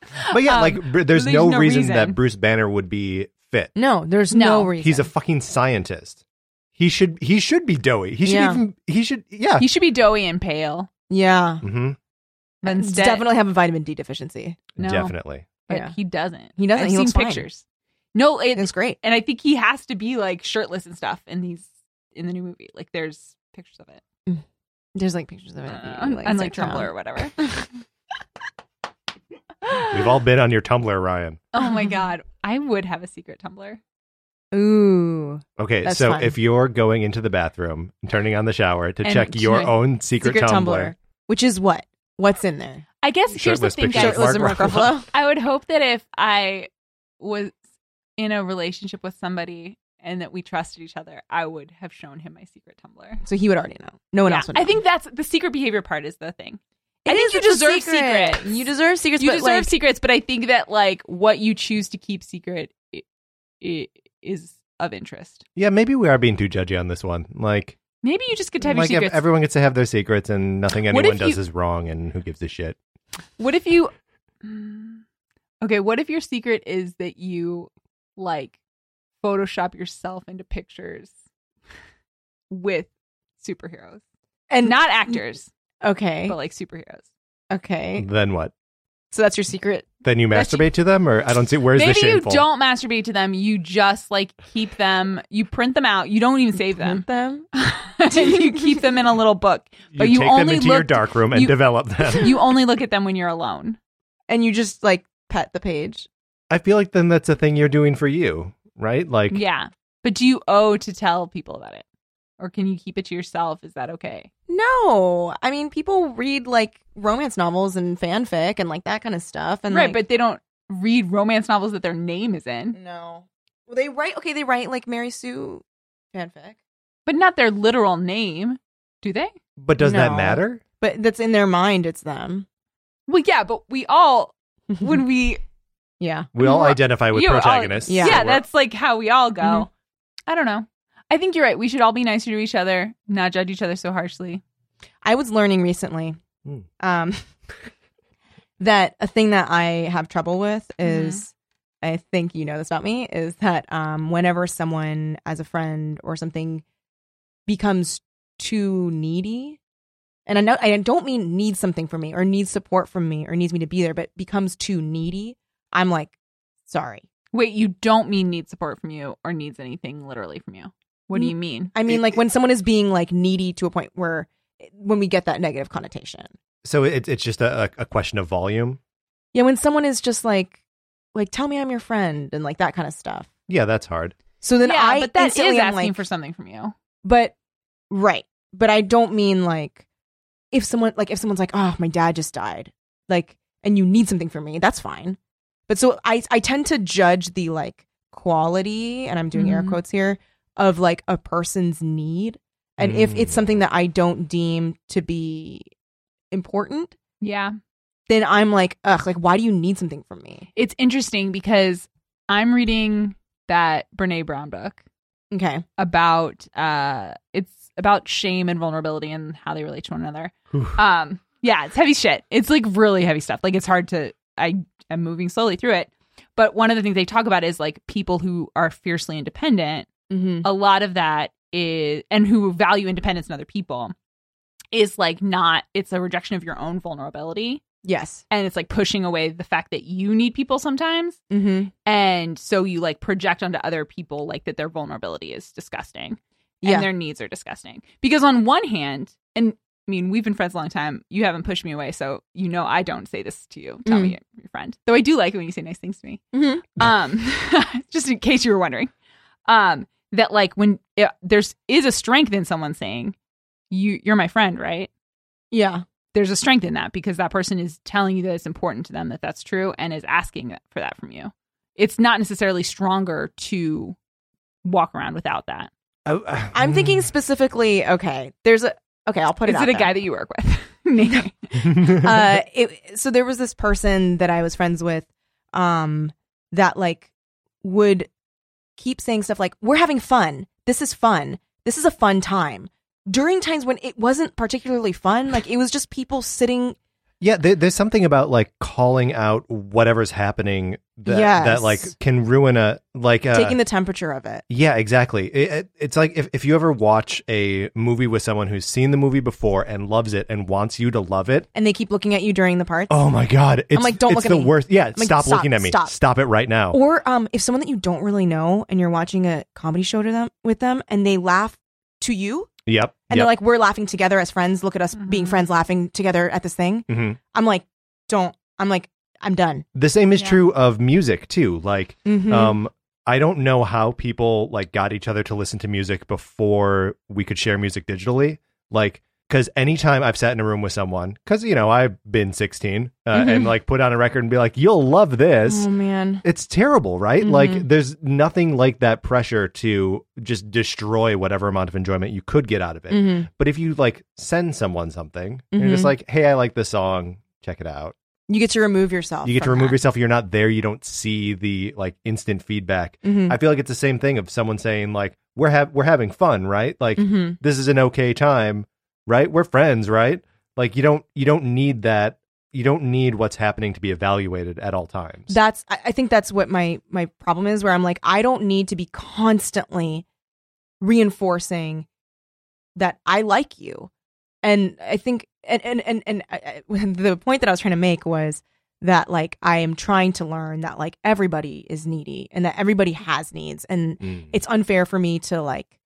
S5: "Ah!"
S4: But yeah,
S5: Um,
S4: like br- there's,
S5: there's
S4: no,
S5: no
S4: reason,
S5: reason.
S4: that Bruce Banner would be fit.
S6: no, there's no,
S5: No.
S6: reason.
S4: He's a fucking scientist. He should he should be doughy. He should
S6: Yeah.
S4: even he should yeah.
S5: you "Ah!" should be doughy and pale.
S6: yeah.
S4: hmm
S5: But instead,
S6: Definitely have a vitamin D deficiency.
S5: No.
S4: Definitely.
S5: but
S6: yeah.
S5: he doesn't.
S6: He doesn't.
S5: I've
S6: He
S5: seen
S6: looks fine.
S5: pictures. No, it,
S6: It's great.
S5: and I think he has to be like shirtless and stuff in these in the new movie. Like there's pictures of it,
S6: There's like pictures of it.
S5: uh, on, on, like
S6: Instagram.
S5: Tumblr or whatever.
S4: We've all been on your Tumblr, Ryan.
S5: oh my god, I would have a secret Tumblr.
S6: Ooh,
S4: Okay,
S6: That's
S4: so
S6: fun.
S4: if you're going into the bathroom and turning on the shower to
S5: And
S4: check your
S5: check-
S4: own secret, Tumblr,
S6: which is what? What's in there?
S5: I guess here's the
S4: Shirtless
S5: thing,
S4: pictures
S5: guys.
S4: of Mark Mark Ruffalo.
S5: I would hope that if I was in a relationship with somebody and that we trusted each other, I would have shown him my secret Tumblr.
S6: So he would already know. No one
S5: Yeah,
S6: else would. Know.
S5: I think that's the secret behavior part is the thing.
S6: It
S5: I think
S6: is
S5: you
S6: just a
S5: deserve
S6: secret.
S5: secrets.
S6: You deserve secrets.
S5: You
S6: but,
S5: deserve
S6: like,
S5: secrets, but I think that like what you choose to keep secret i- i- is of interest.
S4: yeah, maybe we are being too judgy on this one. Like,
S5: Maybe you just get to have
S4: like
S5: your
S4: ev-
S5: secrets.
S4: everyone gets to have their secrets, and nothing
S5: What
S4: anyone
S5: if
S4: does
S5: you-
S4: is wrong, and who gives a shit?
S5: What if you? Mm. Okay, what if your secret is that you like Photoshop yourself into pictures with superheroes
S6: and
S5: and not actors,
S6: okay.
S5: but like superheroes?
S6: Okay,
S4: Then what?
S6: so that's your secret.
S4: Then you
S5: Eh, That's-
S4: masturbate to them, or I don't see where's the
S5: Maybe you
S4: shameful.
S5: don't masturbate to them. You just like keep them. You print them out. You don't even save them.
S6: Print them.
S5: and you keep them in a little book. But
S4: you,
S5: you
S4: take them
S5: only
S4: into your
S5: looked-
S4: dark room and
S5: you-
S4: develop them.
S5: You only look at them when you're alone.
S6: and you just like pet the page.
S4: I feel like then that's a thing you're doing for you, right? Like,
S5: Yeah. But do you owe to tell people about it? Or can you keep it to yourself? Is that okay?
S6: No, I mean people read like romance novels and fanfic and like that kind of stuff. And
S5: right,
S6: like,
S5: but they don't read romance novels that their name is in,
S6: no, well they write okay. They write like Mary Sue fanfic,
S5: but not their literal name, do they?
S4: but does
S6: No.
S4: that matter?
S6: but that's in their mind. It's them.
S5: Well, yeah, but we all when we
S6: yeah,
S4: We all
S5: Well,
S4: identify with
S5: you know, all-
S4: protagonists.
S5: yeah,
S6: Yeah.
S4: so we're-
S5: that's like how we all go.
S6: Mhm.
S5: I don't know. I think you're right. We should all be nicer to each other, not judge each other so harshly.
S6: I was learning recently
S4: Hmm.
S6: um, that a thing that I have trouble with is I think you know this about me is that um, whenever someone as a friend or something becomes too needy, and I know I don't mean needs something from me or needs support from me or needs me to be there, but becomes too needy, I'm like, sorry.
S5: Wait, you don't mean needs support from you or needs anything literally from you. What do you mean?
S6: I mean, like when someone is being like needy to a point where eh, when we get that negative connotation.
S4: so it's it's just a, a a question of volume.
S6: Yeah, when someone is just like, like, tell me I'm your friend and like that kind of stuff.
S4: Yeah, that's hard.
S6: So then
S5: yeah,
S6: I
S5: but that is
S6: instantly
S5: asking
S6: am like,
S5: for something from you.
S6: but right, but I don't mean like if someone like if someone's like, oh, my dad just died, like, and you need something from me, that's fine. But so I I tend to judge the like quality, and I'm doing air
S5: Mhm.
S6: quotes here of like a person's need, and if it's
S4: Mm.
S6: something that I don't deem to be important,
S5: Yeah.
S6: then I'm like, ugh, like why do you need something from me?
S5: It's interesting because I'm reading that Brene Brown book
S6: Okay,
S5: about uh it's about shame and vulnerability and how they relate to one another.
S4: Whew.
S5: Um yeah, it's heavy shit. It's like really heavy stuff. Like it's hard to I am moving slowly through it. But one of the things they talk about is like people who are fiercely independent
S6: mm-hmm.
S5: a lot of that is and who value independence in other people is like not it's a rejection of your own vulnerability
S6: yes,
S5: and it's like pushing away the fact that you need people sometimes
S6: mm-hmm.
S5: and so you like project onto other people like that their vulnerability is disgusting
S6: Yeah.
S5: and their needs are disgusting because on one hand and I mean, we've been friends a long time. You haven't pushed me away, so you know I don't say this to you. Tell
S6: Mm.
S5: me you're your friend. Though I do like it when you say nice things to me
S6: Mhm.
S5: um just in case you were wondering um that like when it, there's is a strength in someone saying you you're my friend right
S6: Yeah.
S5: there's a strength in that because that person is telling you that it's important to them that that's true and is asking that- for that from you it's not necessarily stronger to walk around without that
S4: I, mm.
S6: I'm thinking specifically, okay, there's a, okay, I'll put
S5: Mm. is
S6: it out
S5: it a
S6: there.
S5: guy that you work with
S6: uh, it, so there was this person that I was friends with um, that like would keep saying stuff like, "We're having fun. This is fun. This is a fun time." During times when it wasn't particularly fun, like it was just people sitting.
S4: Yeah, there, there's something about like calling out whatever's happening that,
S6: Yes.
S4: that like can ruin a like uh,
S6: Taking the temperature of it.
S4: yeah, exactly. It, it, it's like if, if you ever watch a movie with someone who's seen the movie before and loves it and wants you to love it.
S6: And they keep looking at you during the parts.
S4: Oh my god! It's,
S6: like, don't
S4: it's
S6: look at
S4: the
S6: me.
S4: worst. Yeah,
S6: like,
S4: stop,
S6: stop,
S4: looking at me.
S6: stop.
S4: it right now.
S6: Or um, if someone that you don't really know and you're watching a comedy show to them with them and they laugh to you
S4: yep.
S6: and
S4: yep.
S6: they're like, "We're laughing together as friends. Look at us being
S5: Mhm.
S6: friends, laughing together at this thing."
S4: Mhm.
S6: I'm like, "Don't." I'm like, "I'm done."
S4: The same is
S5: Yeah.
S4: true of music too. Like,
S6: Mhm.
S4: um, I don't know how people like got each other to listen to music before we could share music digitally. Like, because anytime I've sat in a room with someone, because you know I've been sixteen uh,
S6: Mm-hmm.
S4: and like put on a record and be like, "You'll love this."
S6: oh man,
S4: It's terrible, right?
S6: Mhm.
S4: Like, there's nothing like that pressure to just destroy whatever amount of enjoyment you could get out of it.
S6: Mhm.
S4: But if you like send someone something, you're just
S6: Mhm.
S4: like, "Hey, I like this song. Check it out."
S6: you get to remove yourself.
S4: you get to remove yourself you're not there you don't see the like instant feedback
S6: Mm-hmm.
S4: i feel like it's the same thing of someone saying like we're ha- we're having fun right like
S6: hmm
S4: this is an okay time right we're friends right like you don't you don't need that you don't need what's happening to be evaluated at all times
S6: That's. I, I think that's what my my problem is. Where I'm like, I don't need to be constantly reinforcing that I like you, and I think, and and and and I, I, the point that I was trying to make was that like I am trying to learn that like everybody is needy and that everybody has needs and
S4: Mm.
S6: it's unfair for me to like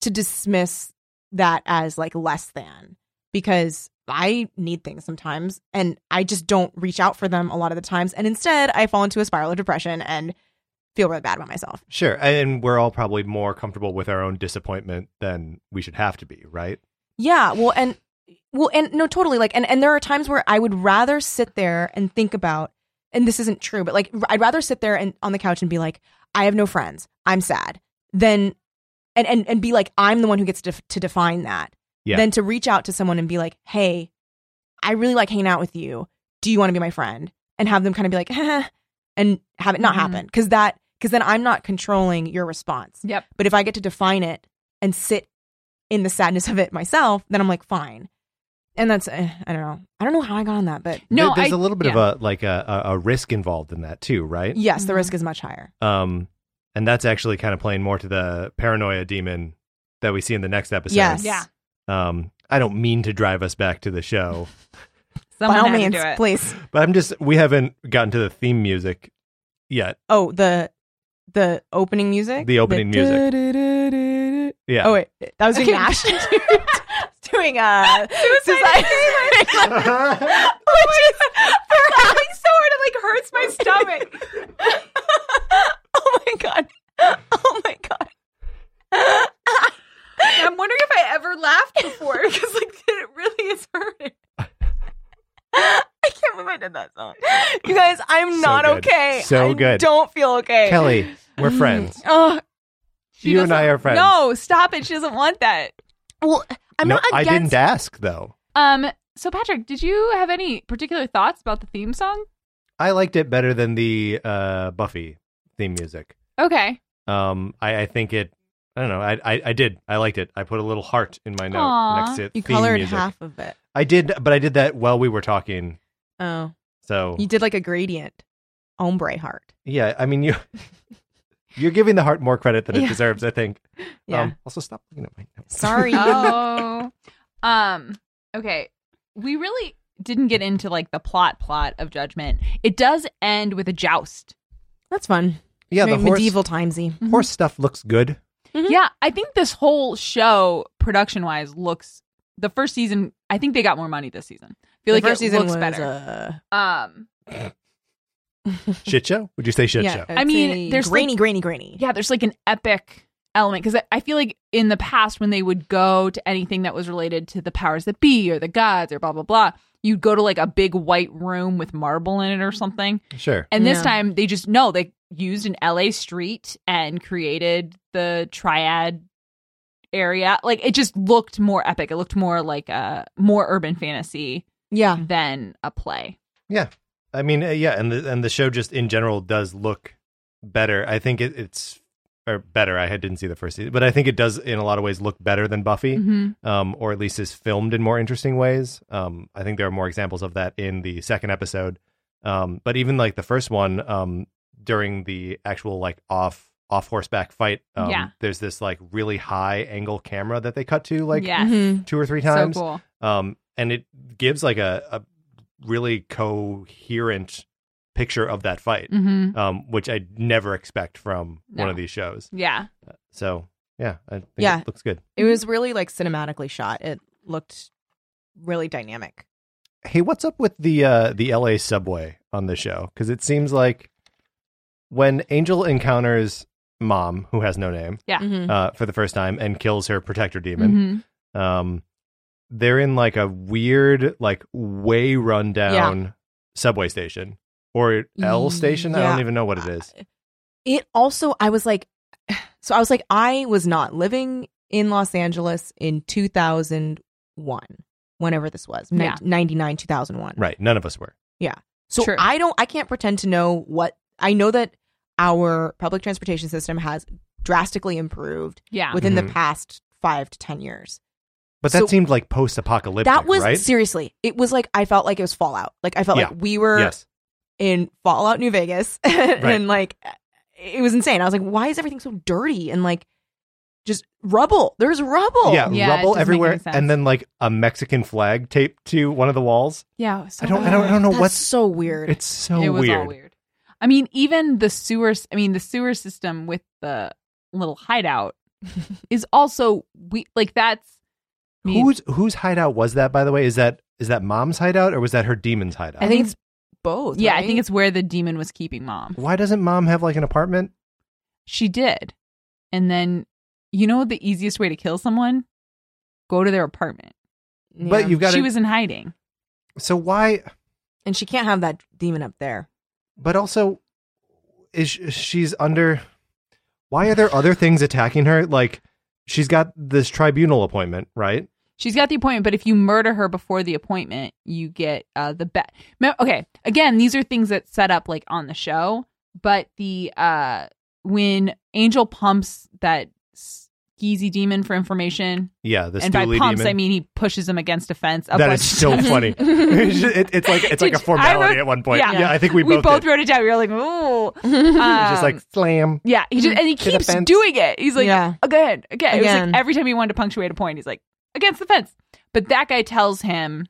S6: to dismiss that as like less than because I need things sometimes and I just don't reach out for them a lot of the times and instead I fall into a spiral of depression and feel really bad about myself.
S4: sure and we're all probably more comfortable with our own disappointment than we should have to be right
S6: Yeah, well and well and no totally like and and there are times where I would rather sit there and think about and this isn't true but like r- I'd rather sit there and on the couch and be like I have no friends. I'm sad. Then and and and be like I'm the one who gets to, to define that.
S4: Yeah.
S6: Than to reach out to someone and be like, "Hey, I really like hanging out with you. Do you want to be my friend?" and have them kind of be like, and have it not
S5: Mhm.
S6: happen cuz that cuz then I'm not controlling your response.
S5: Yep.
S6: But if I get to define it and sit in the sadness of it myself, then I'm like, fine. And that's eh, I don't know. I don't know how I got on that, but
S5: No,
S4: There- there's
S5: I-
S4: a little bit
S5: yeah.
S4: of a like a, a a risk involved in that too right
S6: yes, the
S5: Mhm.
S6: risk is much higher.
S4: Um, and that's actually kind of playing more to the paranoia demon that we see in the next episode.
S6: Yes.
S5: Yeah.
S4: Um, I don't mean to drive us back to the show,
S5: Someone
S6: By all
S5: had to
S6: means,
S5: do it.
S6: please.
S4: but I'm just we haven't gotten to the theme music yet.
S6: Oh, the the opening music.
S4: The opening music.
S6: music.
S4: Yeah.
S6: Oh wait, that was doing Nash. doing uh suicide. Which is perhaps so hard. It like hurts my stomach. oh my god. Oh my god.
S5: I'm wondering if I ever laughed before because like it really is hurting.
S6: I can't believe I did that song. You guys, I'm
S4: So
S6: not
S4: good.
S6: okay.
S4: So
S6: I
S4: good.
S6: Don't feel okay.
S4: Kelly, we're
S6: Mm.
S4: friends.
S6: Ugh.
S4: you and I are friends.
S5: No, stop it. She doesn't want that.
S6: well, I'm
S4: No,
S6: not
S4: I
S6: against.
S4: didn't ask though.
S5: Um. So Patrick, did you have any particular thoughts about the theme song?
S4: I liked it better than the uh, Buffy theme music.
S5: Okay.
S4: Um, I, I think it. I don't know. I, I I did. I liked it. I put a little heart in my note
S5: Aw.
S4: next to
S6: you
S4: theme
S6: colored
S4: music.
S6: half of it.
S4: I did, but I did that while we were talking.
S6: Oh,
S4: So
S6: you did like a gradient, ombre heart.
S4: yeah, I mean you you're giving the heart more credit than it
S6: Yeah.
S4: deserves, I think. Um,
S6: Yeah.
S4: also stop looking at my notes.
S6: Sorry.
S5: Oh. um. Okay. We really didn't get into like the plot plot of Judgment. It does end with a joust.
S6: That's fun.
S4: Yeah, the
S6: Very
S4: horse,
S6: medieval Mm-hmm. timesy.
S4: horse stuff looks good.
S6: Mhm.
S5: Yeah, I think this whole show, production wise, looks the first season. I think they got more money this season. I feel
S6: The
S5: like
S6: first
S5: it
S6: season
S5: looks
S6: was,
S5: better.
S6: uh,
S5: um,
S4: Shit show? Would you say shit
S6: yeah, uh,
S4: show?
S6: I'd
S5: I mean,
S6: say
S5: there's
S6: grainy,
S5: like-
S6: grainy, grainy.
S5: yeah, there's like an epic element because I, I feel like in the past when they would go to anything that was related to the powers that be or the gods or blah blah blah, you'd go to like a big white room with marble in it or something.
S4: Sure.
S5: And this
S6: Yeah.
S5: time they just no, they used an LA street and created the triad area. Like it just looked more epic. It looked more like a more urban fantasy
S6: Yeah.
S5: than a play.
S4: I mean, uh, yeah, and the and the show just in general does look better. I think it, it's or better. I had- didn't see the first season, but I think it does in a lot of ways look better than
S6: Mm-hmm.
S4: Buffy,
S5: Mhm.
S4: um, or at least is filmed in more interesting ways. Um, I think there are more examples of that in the second episode. Um, but even like the first one, um, during the actual like off off horseback fight, um,
S5: Yeah.
S4: there's this like really high angle camera that they cut to like
S5: yes.
S6: Mhm.
S4: two or three
S5: So
S4: times
S5: cool.
S4: um, and it gives like a, a really coherent picture of that fight,
S5: hmm
S4: um, which I never expect from one
S5: No.
S4: of these shows.
S5: Yeah.
S4: So yeah, I think
S6: Yeah.
S4: it looks good.
S6: It was really like cinematically shot. It looked really dynamic.
S4: Hey, what's up with the uh, the LA subway on the show? Because it seems like when Angel encounters Mom, who has no name,
S5: Yeah.
S6: Mm-hmm.
S4: uh, for the first time and kills her protector demon.
S5: hmm
S4: um they're in like a weird like way rundown subway station or L station I don't
S6: Yeah.
S4: even know what it is
S6: It also, I was like, so I was like, I was not living in Los Angeles in 2001, whenever this was, nin-
S5: Yeah.
S6: 99, 2001.
S4: right none of us were
S6: So
S5: True.
S6: I don't, I can't pretend to know what, I know that our public transportation system has drastically improved
S5: Yeah.
S6: within
S4: Mhm.
S6: the past five to 10 years.
S4: but that
S6: So-
S4: seemed like post apocalyptic
S6: that was
S4: right
S6: seriously, it was like, I felt like it was Fallout. Like I felt
S4: Yeah.
S6: like we were
S4: yes
S6: in Fallout New Vegas and like it was insane. I was like, why is everything so dirty and like just rubble? There's rubble.
S4: yeah,
S5: Yeah, it doesn't
S4: rubble
S5: make
S4: everywhere
S5: any sense.
S4: and then like a Mexican flag taped to one of the walls
S5: yeah. So
S4: I don't I don't I don't know
S6: That's
S4: what's
S6: so weird.
S4: it's so
S5: it was
S4: weird.
S5: all weird. I mean, even the sewer. s- I mean, the sewer system with the little hideout is also we like that's. I mean,
S4: Whose whose hideout was that by the way is that is that mom's hideout or was that her demon's hideout
S5: I think it's
S6: both.
S5: yeah. I
S6: right?
S5: think it's where the demon was keeping mom.
S4: why doesn't mom have like an apartment
S5: She did, and then you know the easiest way to kill someone, go to their apartment.
S6: Yeah.
S4: but you've got
S5: she
S4: to
S5: was in hiding.
S4: so why
S6: and she can't have that demon up there.
S4: but also is sh- she's under why are there other things attacking her like she's got this tribunal appointment right
S5: She's got the appointment, but if you murder her before the appointment, you get uh, the bet. Me- Okay, again, these are things that set up like on the show, but the uh when Angel pumps that skeezy demon for information,
S4: yeah the
S5: and by
S4: Stooley
S5: pumps
S4: demon.
S5: I mean he pushes him against a fence. a
S4: that
S5: bunch
S4: is
S5: of
S4: so
S5: times.
S4: funny it's, just- it- it's like it's like
S5: Did
S4: a
S5: you- I
S4: formality
S5: wrote-
S4: at one point
S5: yeah.
S4: yeah, i think we,
S5: we
S4: both,
S5: both
S4: did.
S5: wrote it down. We were like, ooh,
S4: It's just
S5: Um,
S4: like slam
S5: yeah. He just and he
S4: To the
S5: keeps
S4: fence.
S5: doing it. He's like,
S6: Yeah.
S5: again, again. It was
S6: Again.
S5: like every time he wanted to punctuate a point, he's like, against the fence. But that guy tells him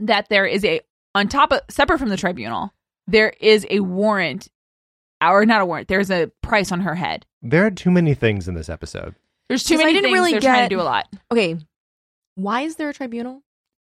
S5: that there is a on top of separate from the tribunal, there is a warrant, or not a warrant. There's a price on her head.
S4: there are too many things in this episode
S5: There's too
S6: Because I
S5: many
S6: didn't
S5: things.
S6: really
S5: They're trying
S6: get-
S5: to do a lot
S6: Okay. Why is there a tribunal?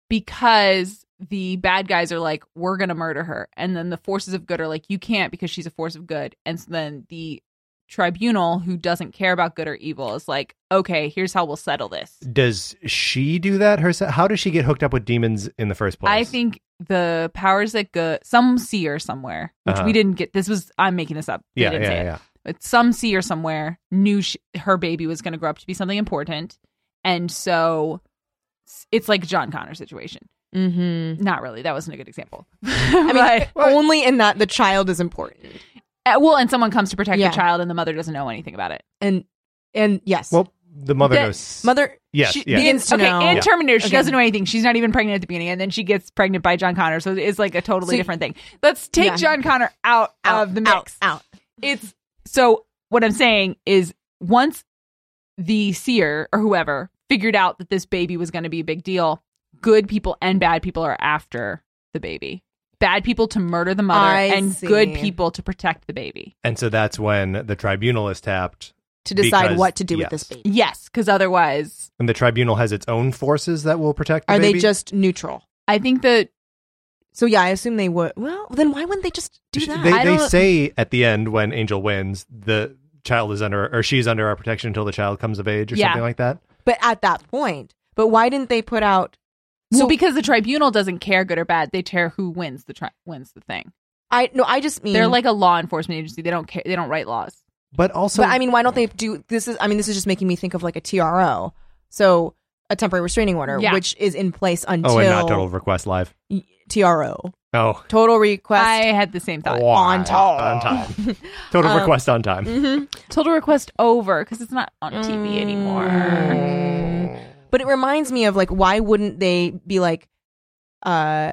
S5: because the bad guys are like, we're gonna murder her, and then the forces of good are like, you can't because she's a force of good, and so then the tribunal who doesn't care about good or evil is like, okay, here's how we'll settle this.
S4: does she do that herself how does she get hooked up with demons in the first place
S5: I think the powers that go some seer somewhere, which
S4: Uh-huh.
S5: we didn't get. This was I'm making this up. They
S4: yeah yeah
S5: didn't say
S4: yeah,
S5: it. But some seer somewhere knew sh her baby was going to grow up to be something important, and so s- it's like a John Connor situation.
S6: Mm-hmm.
S5: Not really. That wasn't a good example.
S6: I mean, only in that the child is important.
S5: Uh, well, and someone comes to protect
S6: Yeah.
S5: the child, and the mother doesn't know anything about it.
S6: And and yes.
S4: well the mother
S5: That-
S4: knows
S6: mother
S4: yes
S6: she
S4: yeah.
S6: begins to
S5: okay,
S6: know.
S5: and
S4: Yeah.
S5: Terminator, she
S6: Okay.
S5: doesn't know anything. She's not even pregnant at the beginning, and then she gets pregnant by John Connor. So it's like a totally
S6: So-
S5: different thing. Let's take
S6: Yeah.
S5: John Connor out,
S6: out
S5: of the mix.
S6: Out, out.
S5: it's so what I'm saying is once the seer or whoever figured out that this baby was going to be a big deal, good people and bad people are after the baby. Bad people to murder the mother
S6: I
S5: and
S6: see.
S5: good people to protect the baby.
S4: and so that's when the tribunal is tapped
S6: to decide
S4: Because-
S6: what to do
S4: yes.
S6: with this baby.
S5: Yes, because otherwise,
S4: and the tribunal has its own forces that will protect the
S6: Are
S4: baby
S6: they just neutral?
S5: I think that
S6: So yeah, I assume they would. Well, then why wouldn't they just do
S4: Sh-
S6: that?
S4: They,
S5: I
S4: they
S5: don't-
S4: say at the end when Angel wins, the child is under or she's under our protection until the child comes of age or
S5: Yeah.
S4: something like that.
S6: but at that point, but why didn't they put out?
S5: well,
S6: So
S5: because the tribunal doesn't care good or bad, they care who wins the tri- wins the thing.
S6: I no, I just mean Mm.
S5: They're like a law enforcement agency. They don't care. They don't write laws.
S4: But also,
S6: but I mean, why don't they do this? Is I mean, this is just making me think of like a TRO, so a temporary restraining order,
S5: Yeah.
S6: which is in place until
S4: oh, and not total request live.
S6: TRO,
S4: Oh,
S6: total request. Mm-hmm.
S5: I had the same thought.
S4: on time, on time,
S6: Um,
S4: total request on time.
S6: mm.
S5: Mm-hmm. Total request over because it's not on TV anymore.
S6: Mm. but it reminds me of like, why wouldn't they be like, uh,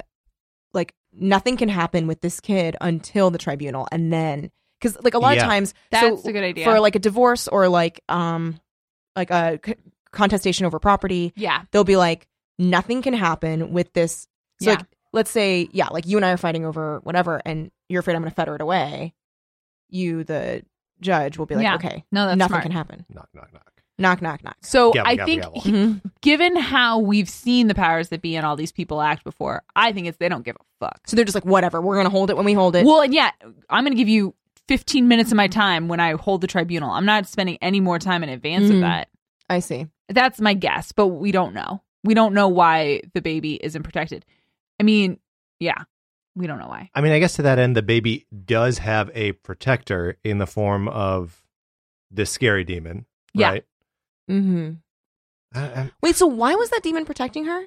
S6: like nothing can happen with this kid until the tribunal, and then because like a lot
S4: Yeah.
S6: of times,
S5: That's
S6: so
S5: a good idea.
S6: for like a divorce or like um, like a c- contestation over property,
S5: yeah,
S6: they'll be like, nothing can happen with this. So,
S5: Yeah.
S6: like, let's say, yeah, like you and I are fighting over whatever, and you're afraid I'm going to fetter it away. You, the judge, will be like,
S5: Yeah.
S6: okay,
S5: No, that's
S6: nothing
S5: smart.
S6: can happen.
S4: Knock, knock, knock.
S6: Knock, knock, knock. Mm-hmm.
S5: So
S4: Gavel,
S5: I
S4: gavel,
S5: think,
S4: gavel.
S5: he- given how we've seen the powers that be and all these people act before, I think it's they don't give a fuck.
S6: So they're just like, whatever, we're going to hold it when we hold it.
S5: Well, and yeah, I'm going to give you 15 minutes of my time when I hold the tribunal. I'm not spending any more time in advance of
S6: Mhm.
S5: that.
S6: I see.
S5: That's my guess, but we don't know. We don't know why the baby isn't protected. I mean, yeah, we don't know why.
S4: I mean, I guess to that end, the baby does have a protector in the form of this scary demon,
S5: Yeah.
S4: right?
S6: Mm-hmm.
S4: I, I-
S6: Wait, so why was that demon protecting her?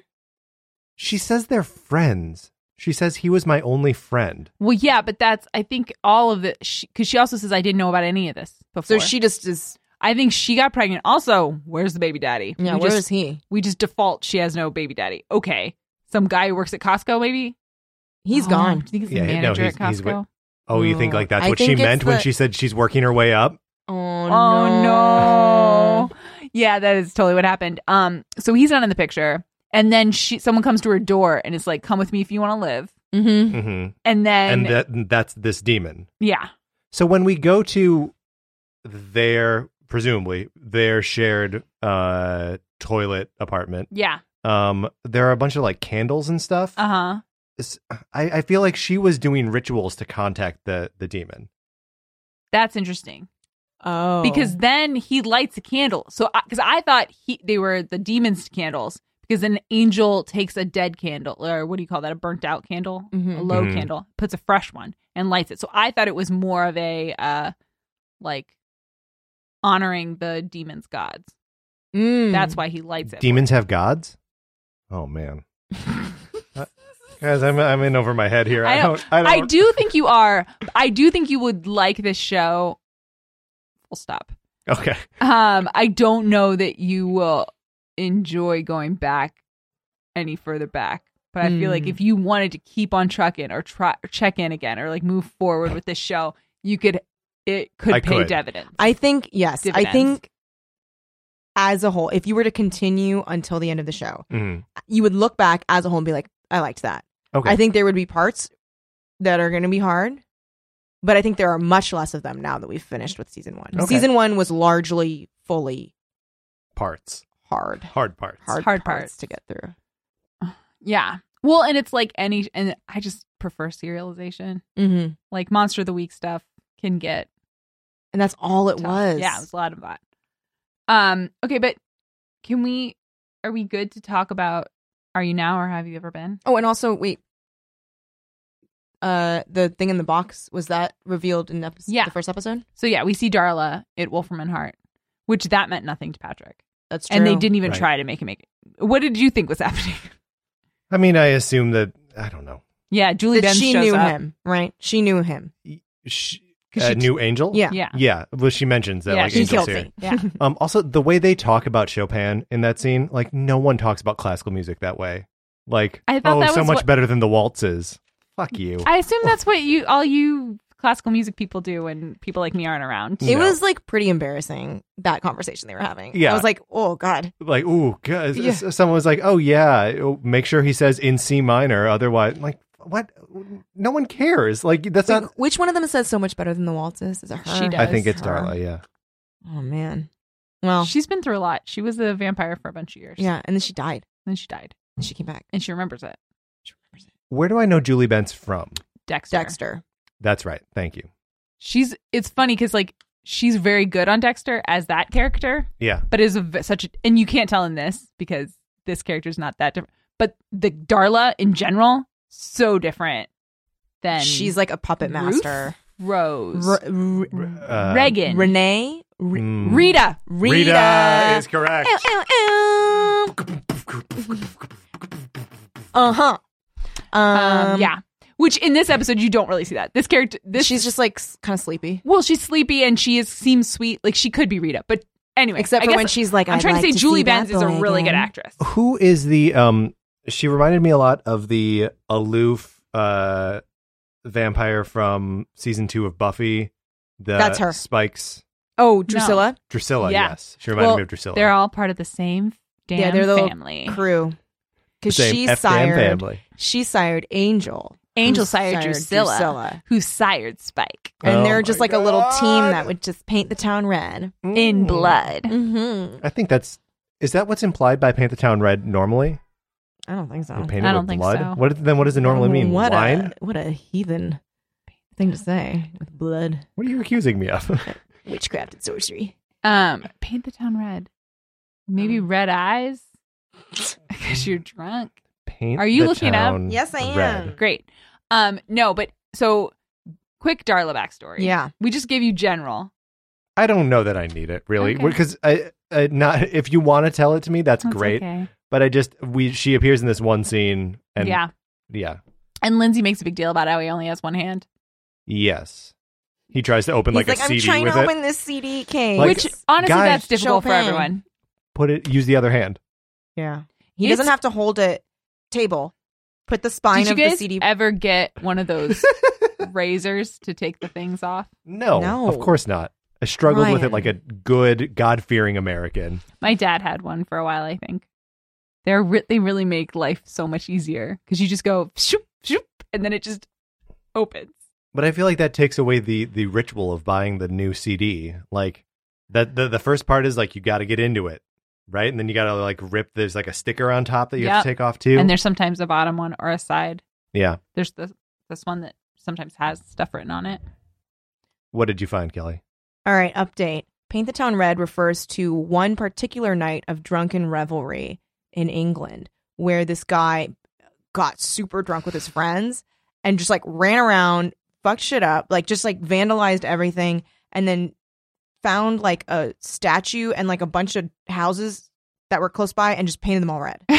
S4: she says they're friends. She says he was my only friend.
S5: Well, yeah, but that's I think all of it because she, also says I didn't know about any of this
S6: So
S5: before.
S6: she just is.
S5: I think she got pregnant. Also, where's the baby daddy?
S6: Yeah,
S5: we
S6: where
S5: just,
S6: is he?
S5: We just default she has no baby daddy. Okay, some guy who works at Costco, maybe
S6: He's
S5: Oh,
S6: gone.
S5: Do you think he's
S4: Yeah,
S5: the
S4: no,
S5: manager
S4: he's-
S5: at
S4: he's
S5: Costco?
S4: wi- Oh, you think
S6: Oh,
S4: like that's
S6: I
S4: what she
S6: think it's
S4: meant when
S6: the-
S4: she said she's working her way up?
S6: Oh,
S5: Oh
S6: no.
S5: no. Yeah, that is totally what happened. Um, so he's not in the picture, and then she, someone comes to her door and is like, "Come with me if you want to live."
S6: Mm-hmm.
S4: hmm
S5: And
S4: And,
S5: then,
S4: that that's this demon.
S5: yeah,
S4: So when we go to their presumably their shared uh toilet apartment,
S5: yeah,
S4: um, there are a bunch of like candles and stuff.
S5: uh huh.
S4: It's- I, I feel like she was doing rituals to contact the the demon.
S5: That's interesting
S6: Oh.
S5: because then he lights a candle. So because I, thought he they were the demons candles because an angel takes a dead candle or what do you call that a burnt out candle
S6: Mhm.
S5: a low
S4: Mhm.
S5: candle puts a fresh one and lights it. So I thought it was more of a uh like honoring the demons gods.
S6: Mm.
S5: That's why he lights it.
S4: Demons have gods. Oh man, Uh, guys, I'm I'm in over my head here. I,
S5: I know.
S4: don't. I,
S5: I
S4: don't-
S5: do think you are. I do think you would like this show. Full stop.
S4: Okay.
S5: Um, I don't know that you will enjoy going back any further back, but I feel like
S6: Hmm.
S5: if you wanted to keep on trucking or try or check in again or like move forward with this show, you could. It could
S4: I
S5: pay
S4: could.
S5: dividends.
S6: I think yes.
S5: Dividends.
S6: I think as a whole, if you were to continue until the end of the show,
S4: Mhm.
S6: you would look back as a whole and be like, "I liked that."
S4: Okay.
S6: I think there would be parts that are going to be hard, but I think there are much less of them now that we've finished with season one.
S4: Okay.
S6: Season one was largely fully
S4: parts.
S6: hard,
S4: Hard parts.
S6: hard,
S5: Hard
S6: parts,
S5: parts.
S6: to get through.
S5: yeah. Well, and it's like any, and I just prefer serialization.
S6: Mm-hmm.
S5: Like Monster of the Week stuff can get
S6: And that's all it
S5: tough.
S6: was.
S5: Yeah, it was a lot of that. Um, okay, but can we are we good to talk about are you now or have you ever been?
S6: Oh, and also wait. Uh, the thing in the box was that revealed in episode,
S5: Yeah.
S6: the first episode.
S5: So yeah, we see Darla at Wolfram and Hart, which that meant nothing to Patrick.
S6: That's
S5: And they didn't even
S4: Right.
S5: try to make him make it. What did you think was happening?
S4: I mean, I assume that I don't know.
S5: yeah, Julie
S6: That
S5: Benz
S6: she
S5: shows
S6: knew
S5: up.
S6: him, right? She knew him.
S4: She,
S5: 'Cause
S4: uh,
S5: she-
S4: new angel.
S6: Yeah.
S5: Yeah.
S4: Yeah. Well, she mentions that
S5: Yeah,
S4: like
S5: she
S4: angels
S6: killed
S4: here.
S6: me.
S5: Yeah.
S4: Um, also, the way they talk about Chopin in that scene, like no one talks about classical music that way. Like,
S5: I thought
S4: oh,
S5: that
S4: so
S5: was
S4: much
S5: what-
S4: better than the waltzes. Fuck you.
S5: I assume that's what you all you classical music people do when people like me aren't around.
S6: It
S4: No.
S6: was like pretty embarrassing that conversation they were having.
S4: Yeah.
S6: I was like, oh god.
S4: like, ooh, God.
S6: Yeah.
S4: S- someone was like, oh yeah, oh, make sure he says in C minor, otherwise, like, what? No one cares. Like, that's
S6: Wait,
S4: not.
S6: which one of them says so much better than the waltzes? Is it her?
S5: She does.
S4: I think it's
S6: Her.
S4: Darla. Yeah.
S6: Oh man. Well,
S5: She's been through a lot. She was a vampire for a bunch of years.
S6: yeah, and then she died.
S5: Then she died.
S6: And she came back.
S5: And she remembers it.
S6: She remembers it.
S4: Where do I know Julie Bentz from?
S5: Dexter.
S6: Dexter.
S4: That's right. Thank you.
S5: she's it's funny because like she's very good on dexter as that character
S4: Yeah.
S5: but is a, v- such a and you can't tell in this because this character's not that different but the darla in general so different than
S6: She's like a puppet
S5: Ruth?
S6: master.
S5: Rose.
S6: R- R-
S4: Uh,
S5: Reagan.
S6: Renee? R-
S4: mm.
S5: Rita.
S6: Rita.
S4: Rita is correct.
S5: Um,
S6: Uh huh. Um,
S5: Um, yeah. Which in this episode you don't really see that. This character this
S6: She's just like kind of sleepy.
S5: well, she's sleepy and she is seems sweet. Like she could be Rita, but anyway.
S6: Except
S5: I
S6: for
S5: guess
S6: when she's like,
S5: I'm
S6: "I'd
S5: trying
S6: like
S5: to say Julie
S6: see that
S5: Benz is a
S6: boy
S5: really good
S6: again."
S5: actress.
S4: Who is the um she reminded me a lot of the aloof uh vampire from season 2 of Buffy. The
S6: That's her.
S4: Spikes
S6: Oh, Drusilla
S4: Drusilla,
S5: Yeah.
S4: yes. She reminded
S6: Well,
S4: me of Drusilla.
S5: They're all part of the same damn
S6: Yeah, they're the little
S5: family.
S6: crew because
S4: Same
S6: she
S4: F-damn
S6: sired
S4: family.
S6: she sired Angel,
S5: Angel
S6: who
S5: sired, Drusilla,
S6: Drusilla.
S5: who sired Spike
S6: and
S4: Oh
S6: they're
S4: my
S6: just like a little team
S4: God.
S6: that would just paint the town red.
S5: in
S4: Mm.
S5: blood.
S6: Mm-hmm.
S4: I think that's is that what's implied by paint the town red normally?
S6: I don't think so.
S4: You paint it
S5: I don't
S4: with
S5: think
S4: blood?
S5: so.
S4: What then what does it normally mean?
S6: Um, What
S4: Wine?
S6: a what a heathen thing to say with blood,
S4: What are you accusing me of?
S6: witchcraft, and sorcery.
S5: Um, paint the town red. Maybe
S6: Mm.
S5: red eyes because you're drunk.
S4: Paint
S5: Are you
S4: the
S5: looking it up?
S4: town
S6: Yes, I
S4: red.
S6: am.
S5: Great. Um, no, but so quick Darla backstory.
S6: Yeah.
S5: we just gave you general.
S4: I don't know that I need it really
S5: Okay.
S4: because I, I not if you want to tell it to me that's,
S5: That's
S4: great
S5: okay.
S4: but I just we she appears in this one scene and
S5: yeah,
S4: yeah
S5: and Lindsay makes a big deal about how he only has one hand,
S4: yes he tries to open like,
S6: He's
S4: a
S6: like, I'm
S4: CD
S6: trying
S4: with
S6: to
S4: it
S6: open this CD case.
S4: Like-
S5: which honestly
S4: guys,
S5: that's difficult for
S6: Chopin.
S5: everyone.
S4: put it use the other hand
S6: yeah, he
S5: It's-
S6: doesn't have to hold it. Table, put the spine
S5: Did you
S6: of
S5: guys
S6: the CD.
S5: ever get one of those razors to take the things off?
S4: no,
S6: No.
S4: of course not I struggled with it
S6: Ryan.
S4: like a good God fearing American
S5: My dad had one for a while, I think. They're re- they really make life so much easier because you just go shoop shoop and then it just opens.
S4: but I feel like that takes away the the ritual of buying the new CD like that the the first part is like you got to get into it right and then you got to like rip there's like a sticker on top that you have to
S5: Yep.
S4: take off too
S5: And there's sometimes a bottom one or a side.
S4: yeah
S5: There's this this one that sometimes has stuff written on it.
S4: what did you find Kelly
S6: All right, update. Paint the Town Red refers to one particular night of drunken revelry in England where this guy got super drunk with his friends and just like ran around, fucked shit up, like just like vandalized everything, and then found like a statue and like a bunch of houses that were close by and just painted them all red.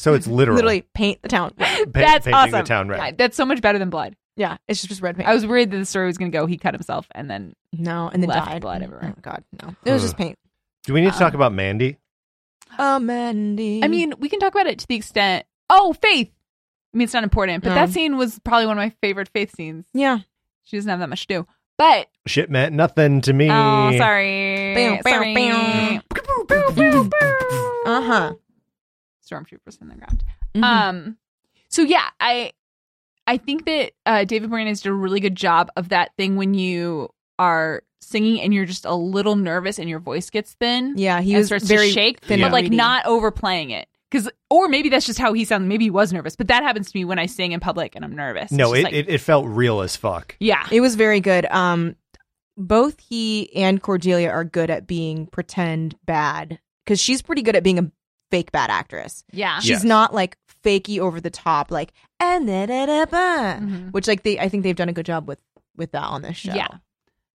S4: So it's literal.
S6: Literally paint the town. Red.
S4: Pa-
S5: That's
S4: painting
S5: awesome.
S4: the town red.
S5: I- That's so much better than blood.
S6: Yeah, it's just, just red paint.
S5: I was worried that the story was going to go. He cut himself and then
S6: no, and then
S5: Left
S6: died.
S5: blood everywhere.
S6: Oh, God, no. It was just paint.
S4: Do we need to talk
S5: Um,
S4: about Mandy?
S6: Amanda.
S5: I mean, we can talk about it to the extent. Oh, Faith. I mean, it's not important, but
S6: No.
S5: that scene was probably one of my favorite Faith scenes.
S6: yeah.
S5: She doesn't have that much to do, but
S4: Shit meant nothing to me.
S5: Oh, sorry.
S6: Bow, bow,
S5: sorry.
S6: bow. Uh huh.
S5: Stormtroopers in the ground.
S6: Mm-hmm.
S5: Um, so yeah, I I think that uh, David Moranis did a really good job of that thing when you are singing and you're just a little nervous and your voice gets thin.
S6: yeah, he
S5: and
S6: was
S5: starts
S6: very
S5: to shake,
S6: thin
S5: but
S6: and
S5: like
S6: reedy.
S5: not overplaying it. Cause, or maybe that's just how he sounds. Maybe he was nervous, but that happens to me when I sing in public and I'm nervous.
S4: No,
S5: It's
S4: it,
S5: just like-
S4: it, it felt real as fuck.
S5: yeah,
S6: It was very good. Um, both he and Cordelia are good at being pretend bad because she's pretty good at being a fake bad actress.
S5: yeah,
S6: She's
S4: Yes.
S6: not like fakey over the top, like and da da da ba,"
S5: Mhm.
S6: which like they I think they've done a good job with with that on this show.
S5: Yeah.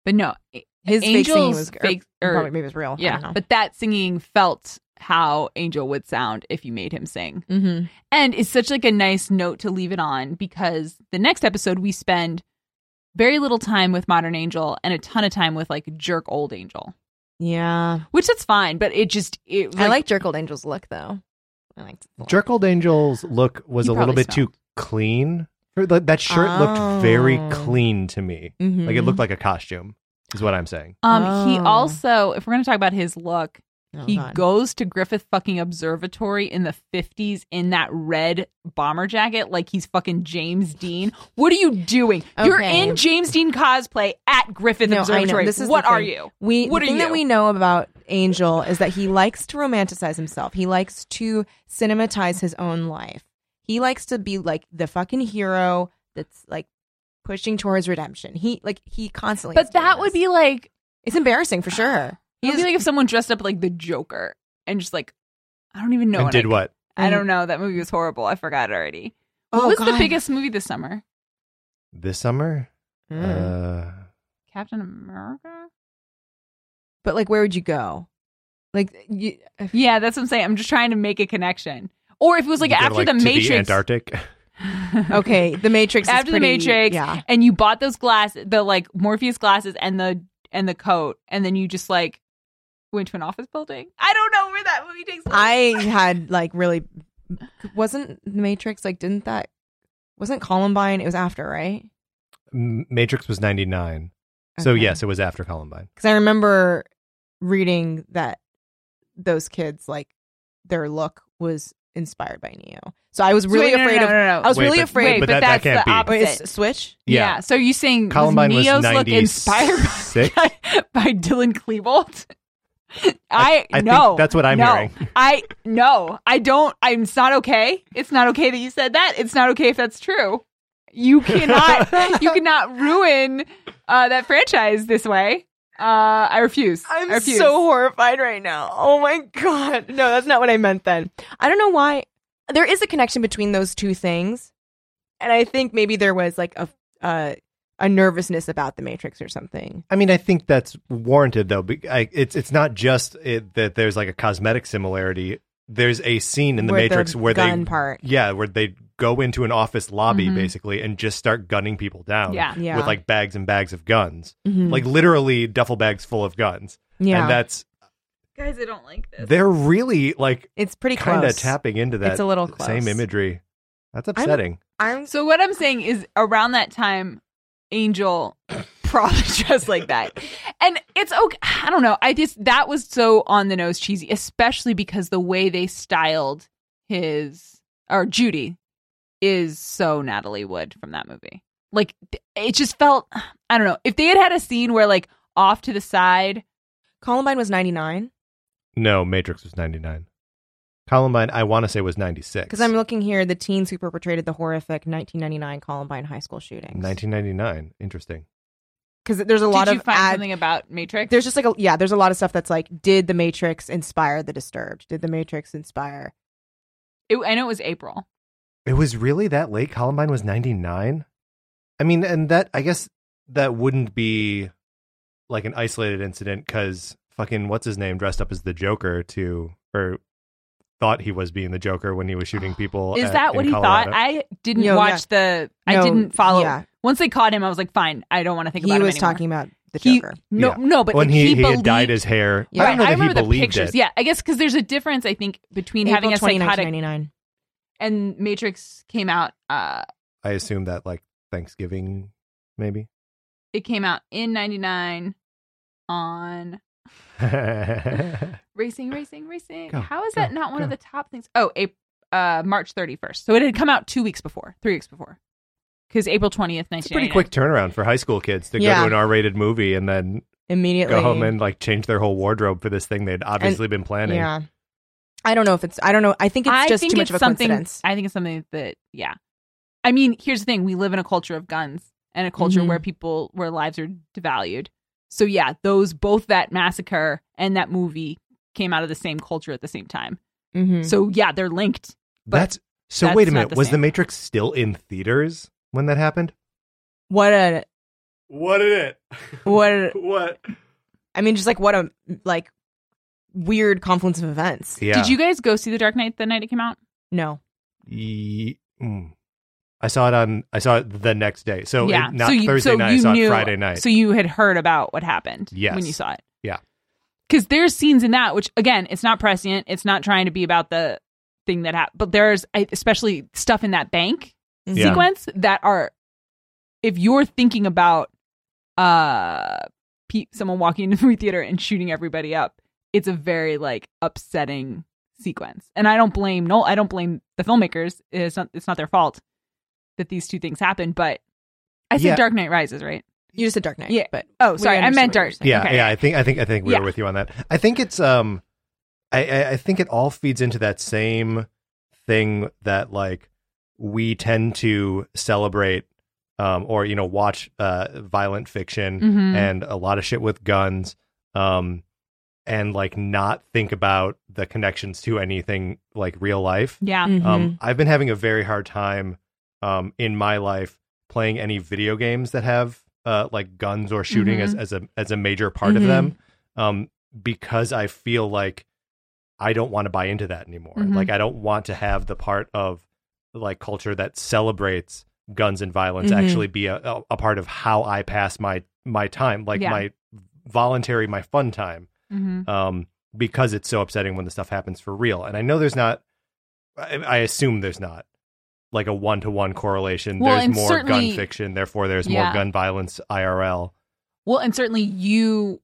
S5: but no,
S6: his fake singing
S5: Angel's
S6: was good.
S5: fake- or-
S6: probably maybe it was real. I
S5: Yeah,
S6: don't know.
S5: but that singing felt how Angel would sound if you made him sing.
S6: mm-hmm.
S5: And it's such like a nice note to leave it on because the next episode we spend very little time with modern Angel and a ton of time with like jerk old Angel,
S6: yeah.
S5: which that's fine, but it just it
S6: I like Jerkold Angel's look though. I liked it a lot.
S4: Jerkold Angel's look was
S5: He
S4: a little
S5: probably
S4: bit too clean. Or th- That shirt
S6: Oh.
S4: looked very clean to me.
S6: Mhm.
S4: Like it
S5: Mm-hmm.
S4: looked like a costume, is what I'm saying.
S5: um he
S6: Oh.
S5: also if we're going to talk about his look,
S6: Oh,
S5: he
S6: God.
S5: goes to Griffith fucking observatory in the 50s in that red bomber jacket like he's fucking James Dean. What are you doing? You're
S6: Okay.
S5: in James Dean cosplay at Griffith
S6: No, I know.
S5: observatory.
S6: This is the
S5: what are
S6: thing.
S5: you?
S6: We
S5: What
S6: the
S5: are
S6: thing that
S5: you?
S6: we know about Angel is that he likes to romanticize himself. He likes to cinematize his own life. He likes to be like the fucking hero that's like pushing towards redemption. He like he constantly is
S5: But
S6: doing
S5: that would
S6: this.
S5: be like
S6: it's embarrassing for sure.
S5: it would be like if someone dressed up like the Joker and just like I don't even know.
S4: and
S5: what
S4: did
S5: I,
S4: what?
S5: I don't know. That movie was horrible. I forgot it already.
S6: Oh,
S5: what was the
S6: God.
S5: biggest movie this summer?
S4: This summer?
S6: Mm.
S4: Uh,
S5: Captain America?
S6: But like, where would you go? Like, you, if-
S5: Yeah, that's what I'm saying. I'm just trying to make a connection. Or if it was like
S4: You go,
S5: after the
S4: to
S5: Matrix,
S4: Antarctic.
S6: okay, the Matrix. is
S5: after the
S6: pretty-
S5: Matrix,
S6: yeah.
S5: and you bought those glass, the like Morpheus glasses and the and the coat, and then you just like went to an office building. I don't know where that movie takes. place.
S6: I had like really wasn't the Matrix like didn't that wasn't Columbine? It was after, right?
S4: M- Matrix was 99. So
S6: Okay.
S4: yes, it was after Columbine.
S6: because I remember reading that those kids like their look was inspired by Neo. So I was
S5: So
S6: really
S5: wait, no, no,
S6: afraid
S5: no,
S6: of.
S5: no, no, no.
S6: I was
S4: Wait,
S6: really
S4: but-
S6: afraid.
S5: Wait,
S4: but
S5: but
S4: that- that can't
S5: that's the
S4: be.
S5: opposite.
S6: Wait, it's Switch.
S5: yeah. So you saying
S4: Columbine was
S5: was Neo's look
S4: 90s.
S5: inspired
S4: Sick.
S5: by, by Dylan Klebold? I,
S4: I
S5: no.
S4: think that's what I'm
S5: no.
S4: hearing.
S5: I no, I don't. I'm. It's not okay. It's not okay that you said that. It's not okay if that's true. You cannot. you cannot ruin uh, that franchise this way. Uh, I refuse. I refuse.
S6: horrified right now. Oh my god! No, that's not what I meant. Then I don't know why there is a connection between those two things, and I think maybe there was like a uh, a nervousness about the Matrix or something.
S4: I mean, I think that's warranted though. be- I, it's it's not just it, that there's like a cosmetic similarity. There's a scene in the
S6: Where the
S4: Matrix where they
S6: gun part.
S4: yeah, where they go into an office lobby
S5: Mhm.
S4: basically and just start gunning people down.
S5: Yeah.
S6: Yeah,
S4: with like bags and bags of guns,
S6: Mhm.
S4: like literally duffel bags full of guns.
S6: yeah,
S4: And that's
S5: guys. I don't like this.
S4: they're really like
S6: it's pretty
S4: kind of
S6: close.
S4: tapping into that
S6: It's a little close.
S4: same imagery. That's upsetting.
S6: I'm
S5: So what I'm saying is, around that time, Angel probably dressed like that, and it's okay. I don't know. I just that was so on the nose cheesy, especially because the way they styled his or Judy is so Natalie Wood from that movie. Like th- it just felt. I don't know if they had had a scene where like off to the side.
S6: Columbine was 99
S4: no, Matrix was 99. Columbine, I want to say was 96.
S6: because I'm looking here. The teens who perpetrated the horrific 1999 Columbine high school shootings.
S4: 1999. Interesting.
S6: Because there's a lot
S5: Did
S6: of
S5: you find
S6: ad-
S5: something about Matrix?
S6: There's just like a yeah. There's a lot of stuff that's like, did the Matrix inspire the Disturbed? Did the Matrix inspire?
S5: It- I know it was April.
S4: It was really that late. Columbine was 99. I mean, and that, I guess that wouldn't be like an isolated incident because fucking what's his name dressed up as the Joker to, or thought he was being the Joker when he was shooting people.
S5: Is
S4: at-
S5: that what
S4: in
S5: he
S4: Colorado.
S5: thought? I didn't
S6: No,
S5: watch the. I
S6: No,
S5: didn't follow.
S6: yeah.
S5: Once they caught him, I was like, fine. I don't want to think
S6: He
S5: about
S6: was
S5: him anymore.
S6: talking about the
S5: He-
S6: Joker.
S5: No,
S4: Yeah.
S5: no, but
S4: when
S5: like,
S4: he,
S5: he,
S4: he
S5: believed,
S4: had dyed his hair.
S6: Yeah.
S4: I
S5: Right,
S4: don't know that he
S5: remember the
S4: believed
S5: pictures.
S4: it.
S5: Yeah, I guess because there's a difference. I think between
S6: April
S5: having a
S6: 20,
S5: psychotic
S6: 1999.
S5: and Matrix came out. Uh,
S4: I assume that like Thanksgiving, maybe.
S5: it came out in '99 on
S4: That's
S5: racing, racing, racing.
S4: Go,
S5: How is
S4: go,
S5: that not one of
S4: go.
S5: the top things? Oh, April, uh, March 31st. So it had come out two weeks before, three weeks before, because April 20th, 1999.
S4: a pretty quick turnaround for high school kids to
S6: Yeah.
S4: go to an R-rated movie and then
S6: Immediately
S4: go home and like change their whole wardrobe for this thing they'd obviously been planning.
S6: yeah. I don't know if it's. I don't know. I think it's
S5: I
S6: just
S5: think
S6: too much
S5: it's
S6: of a
S5: something.
S6: coincidence.
S5: I think it's something that yeah. I mean, here's the thing: we live in a culture of guns and a culture
S6: Mhm.
S5: where people where lives are devalued. So yeah, those both that massacre and that movie came out of the same culture at the same time.
S6: Mhm.
S5: So yeah, they're linked. But
S4: That's so.
S5: that's
S4: wait a
S5: not
S4: minute.
S5: the
S4: was the
S5: same.
S4: Matrix still in theaters when that happened?
S6: What a
S4: What is it?
S6: what a,
S4: what?
S6: I mean, just like what a like weird confluence of events.
S4: Yeah.
S5: Did you guys go see The Dark Knight the night it came out?
S6: No,
S4: Ye- mm. I saw it on. I saw it the next day. So it-
S5: yeah.
S4: not
S5: so you,
S4: Thursday
S5: so
S4: night.
S5: You
S4: I saw
S5: knew,
S4: it Friday night.
S5: So you had heard about what happened
S4: Yes.
S5: when you saw it.
S4: Yeah.
S5: Because there's scenes in that which, again, it's not prescient. It's not trying to be about the thing that happened, but there's I- especially stuff in that bank
S4: Yeah.
S5: sequence that are, if you're thinking about uh pe- someone walking into the movie theater and shooting everybody up, it's a very like upsetting sequence. And I don't blame no, I don't blame the filmmakers. It's not it's not their fault that these two things happen, but I said
S4: Yeah.
S5: Dark Knight Rises, right?
S6: you just said Dark Knight.
S5: Yeah.
S6: but
S5: Oh,
S6: we
S5: sorry, I
S6: understand
S5: meant
S6: what you're
S5: Dark.
S6: saying.
S4: yeah
S5: Okay.
S4: yeah i think i think i think we
S5: Yeah.
S4: were with you on that i think it's um I, I i think it all feeds into that same thing that like we tend to celebrate um or you know watch uh violent fiction
S5: Mhm.
S4: and a lot of shit with guns um and like not think about the connections to anything like real life
S5: Yeah.
S6: Mhm.
S4: um, I've been having a very hard time um, in my life playing any video games that have uh, like guns or shooting as, as a as a major part of
S5: Mhm.
S4: them um, because I feel like I don't want to buy into that anymore.
S5: Mhm.
S4: Like I don't want to have the part of like culture that celebrates guns and violence
S6: Mhm.
S4: actually be a, a, a part of how I pass my my time, like
S5: Yeah.
S4: my voluntary my fun time
S5: Mm-hmm.
S4: um, because it's so upsetting when the stuff happens for real. And I know there's not, I, I assume there's not like a one to one correlation.
S5: Well,
S4: there's
S5: and
S4: more gun
S5: certainly-
S4: fiction, therefore there's more
S5: Yeah.
S4: gun violence IRL.
S5: Well, and certainly you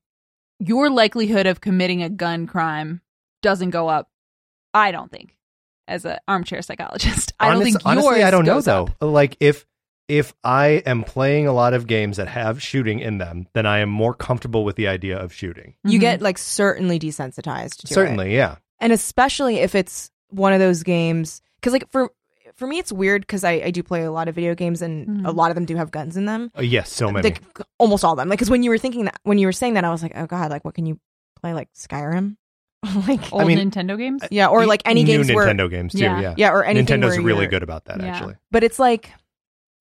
S5: your likelihood of committing a gun crime doesn't go up. I don't think as an armchair psychologist. I don't
S4: Honest-
S5: think yours
S4: honestly, I don't know
S5: goes
S4: though.
S5: up.
S4: Like if if I am playing a lot of games that have shooting in them, then I am more comfortable with the idea of shooting.
S6: You
S5: Mhm.
S6: get like certainly desensitized. To it.
S4: Certainly, yeah.
S6: and especially if it's one of those games because like for for me it's weird because I, I do play a lot of video games and
S5: Mhm.
S6: a lot of them do have guns in them
S4: Uh, yes, so many.
S6: like almost all of them like because when you were thinking that when you were saying that i was like oh god like what can you play like skyrim like
S5: old
S4: mean,
S5: Nintendo games.
S6: yeah or like any
S4: E, New
S6: games
S4: Nintendo
S6: where
S4: games too.
S5: Yeah.
S4: Yeah,
S6: yeah or anything
S4: Nintendo's
S6: where
S4: really
S6: you're-
S4: good about that
S5: Yeah.
S4: actually.
S6: but it's like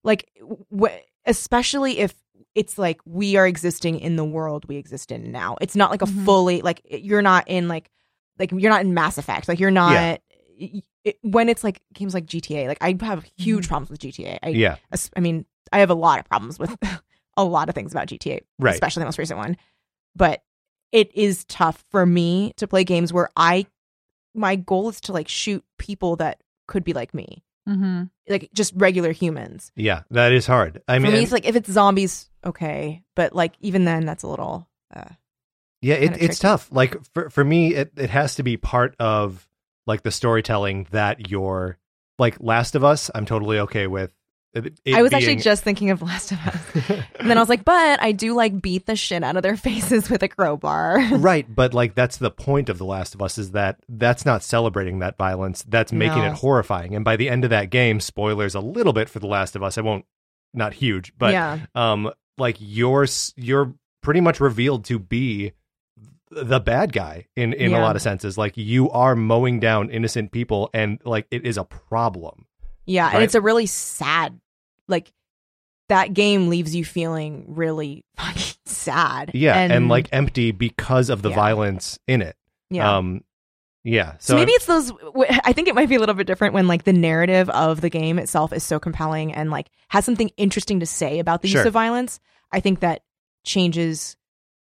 S6: like w- especially if it's like we are existing in the world we exist in now it's not like a
S4: Mm-hmm.
S5: Mhm.
S6: fully like you're not in like like you're not in mass effect like you're not y- it, when it's like games like gta like i have huge problems with gta i
S4: Mm-hmm. Yeah,
S6: es- i mean i have a lot of problems with a lot of things about gta
S4: right.
S6: especially the most recent one but it is tough for me to play games where i my goal is to like shoot people that could be like me
S5: Mm-hmm.
S6: like just regular humans.
S4: Yeah, that is hard. I mean,
S6: For me,
S4: and-
S6: it's like if it's zombies, okay, but like even then, that's a little. Uh,
S4: Yeah,
S6: kinda
S4: it,
S6: tricky.
S4: it's tough. Like for for me, it, it has to be part of like the storytelling that you're like Last of Us. I'm totally okay with. It, it
S6: I was actually
S4: being-
S6: just thinking of Last of Us, and then I was like, but I do like beat the shit out of their faces with a crowbar.
S4: right, but like that's the point of the Last of Us is that that's not celebrating that violence. That's making
S6: No.
S4: it horrifying. And by the end of that game, spoilers a little bit for the Last of Us. I won't, not huge, but
S6: yeah,
S4: um like you're s- you're pretty much revealed to be the bad guy in in a
S6: Yeah.
S4: lot of senses like you are mowing down innocent people and like it is a problem
S6: yeah, and
S4: right.
S6: it's a really sad, like that game leaves you feeling really fucking sad.
S4: yeah and, like empty because of the
S6: Yeah.
S4: violence in it
S6: yeah.
S4: um yeah so,
S6: So maybe it's those. w- I think it might be a little bit different when like the narrative of the game itself is so compelling and like has something interesting to say about the use
S4: Sure.
S6: of violence. I think that changes.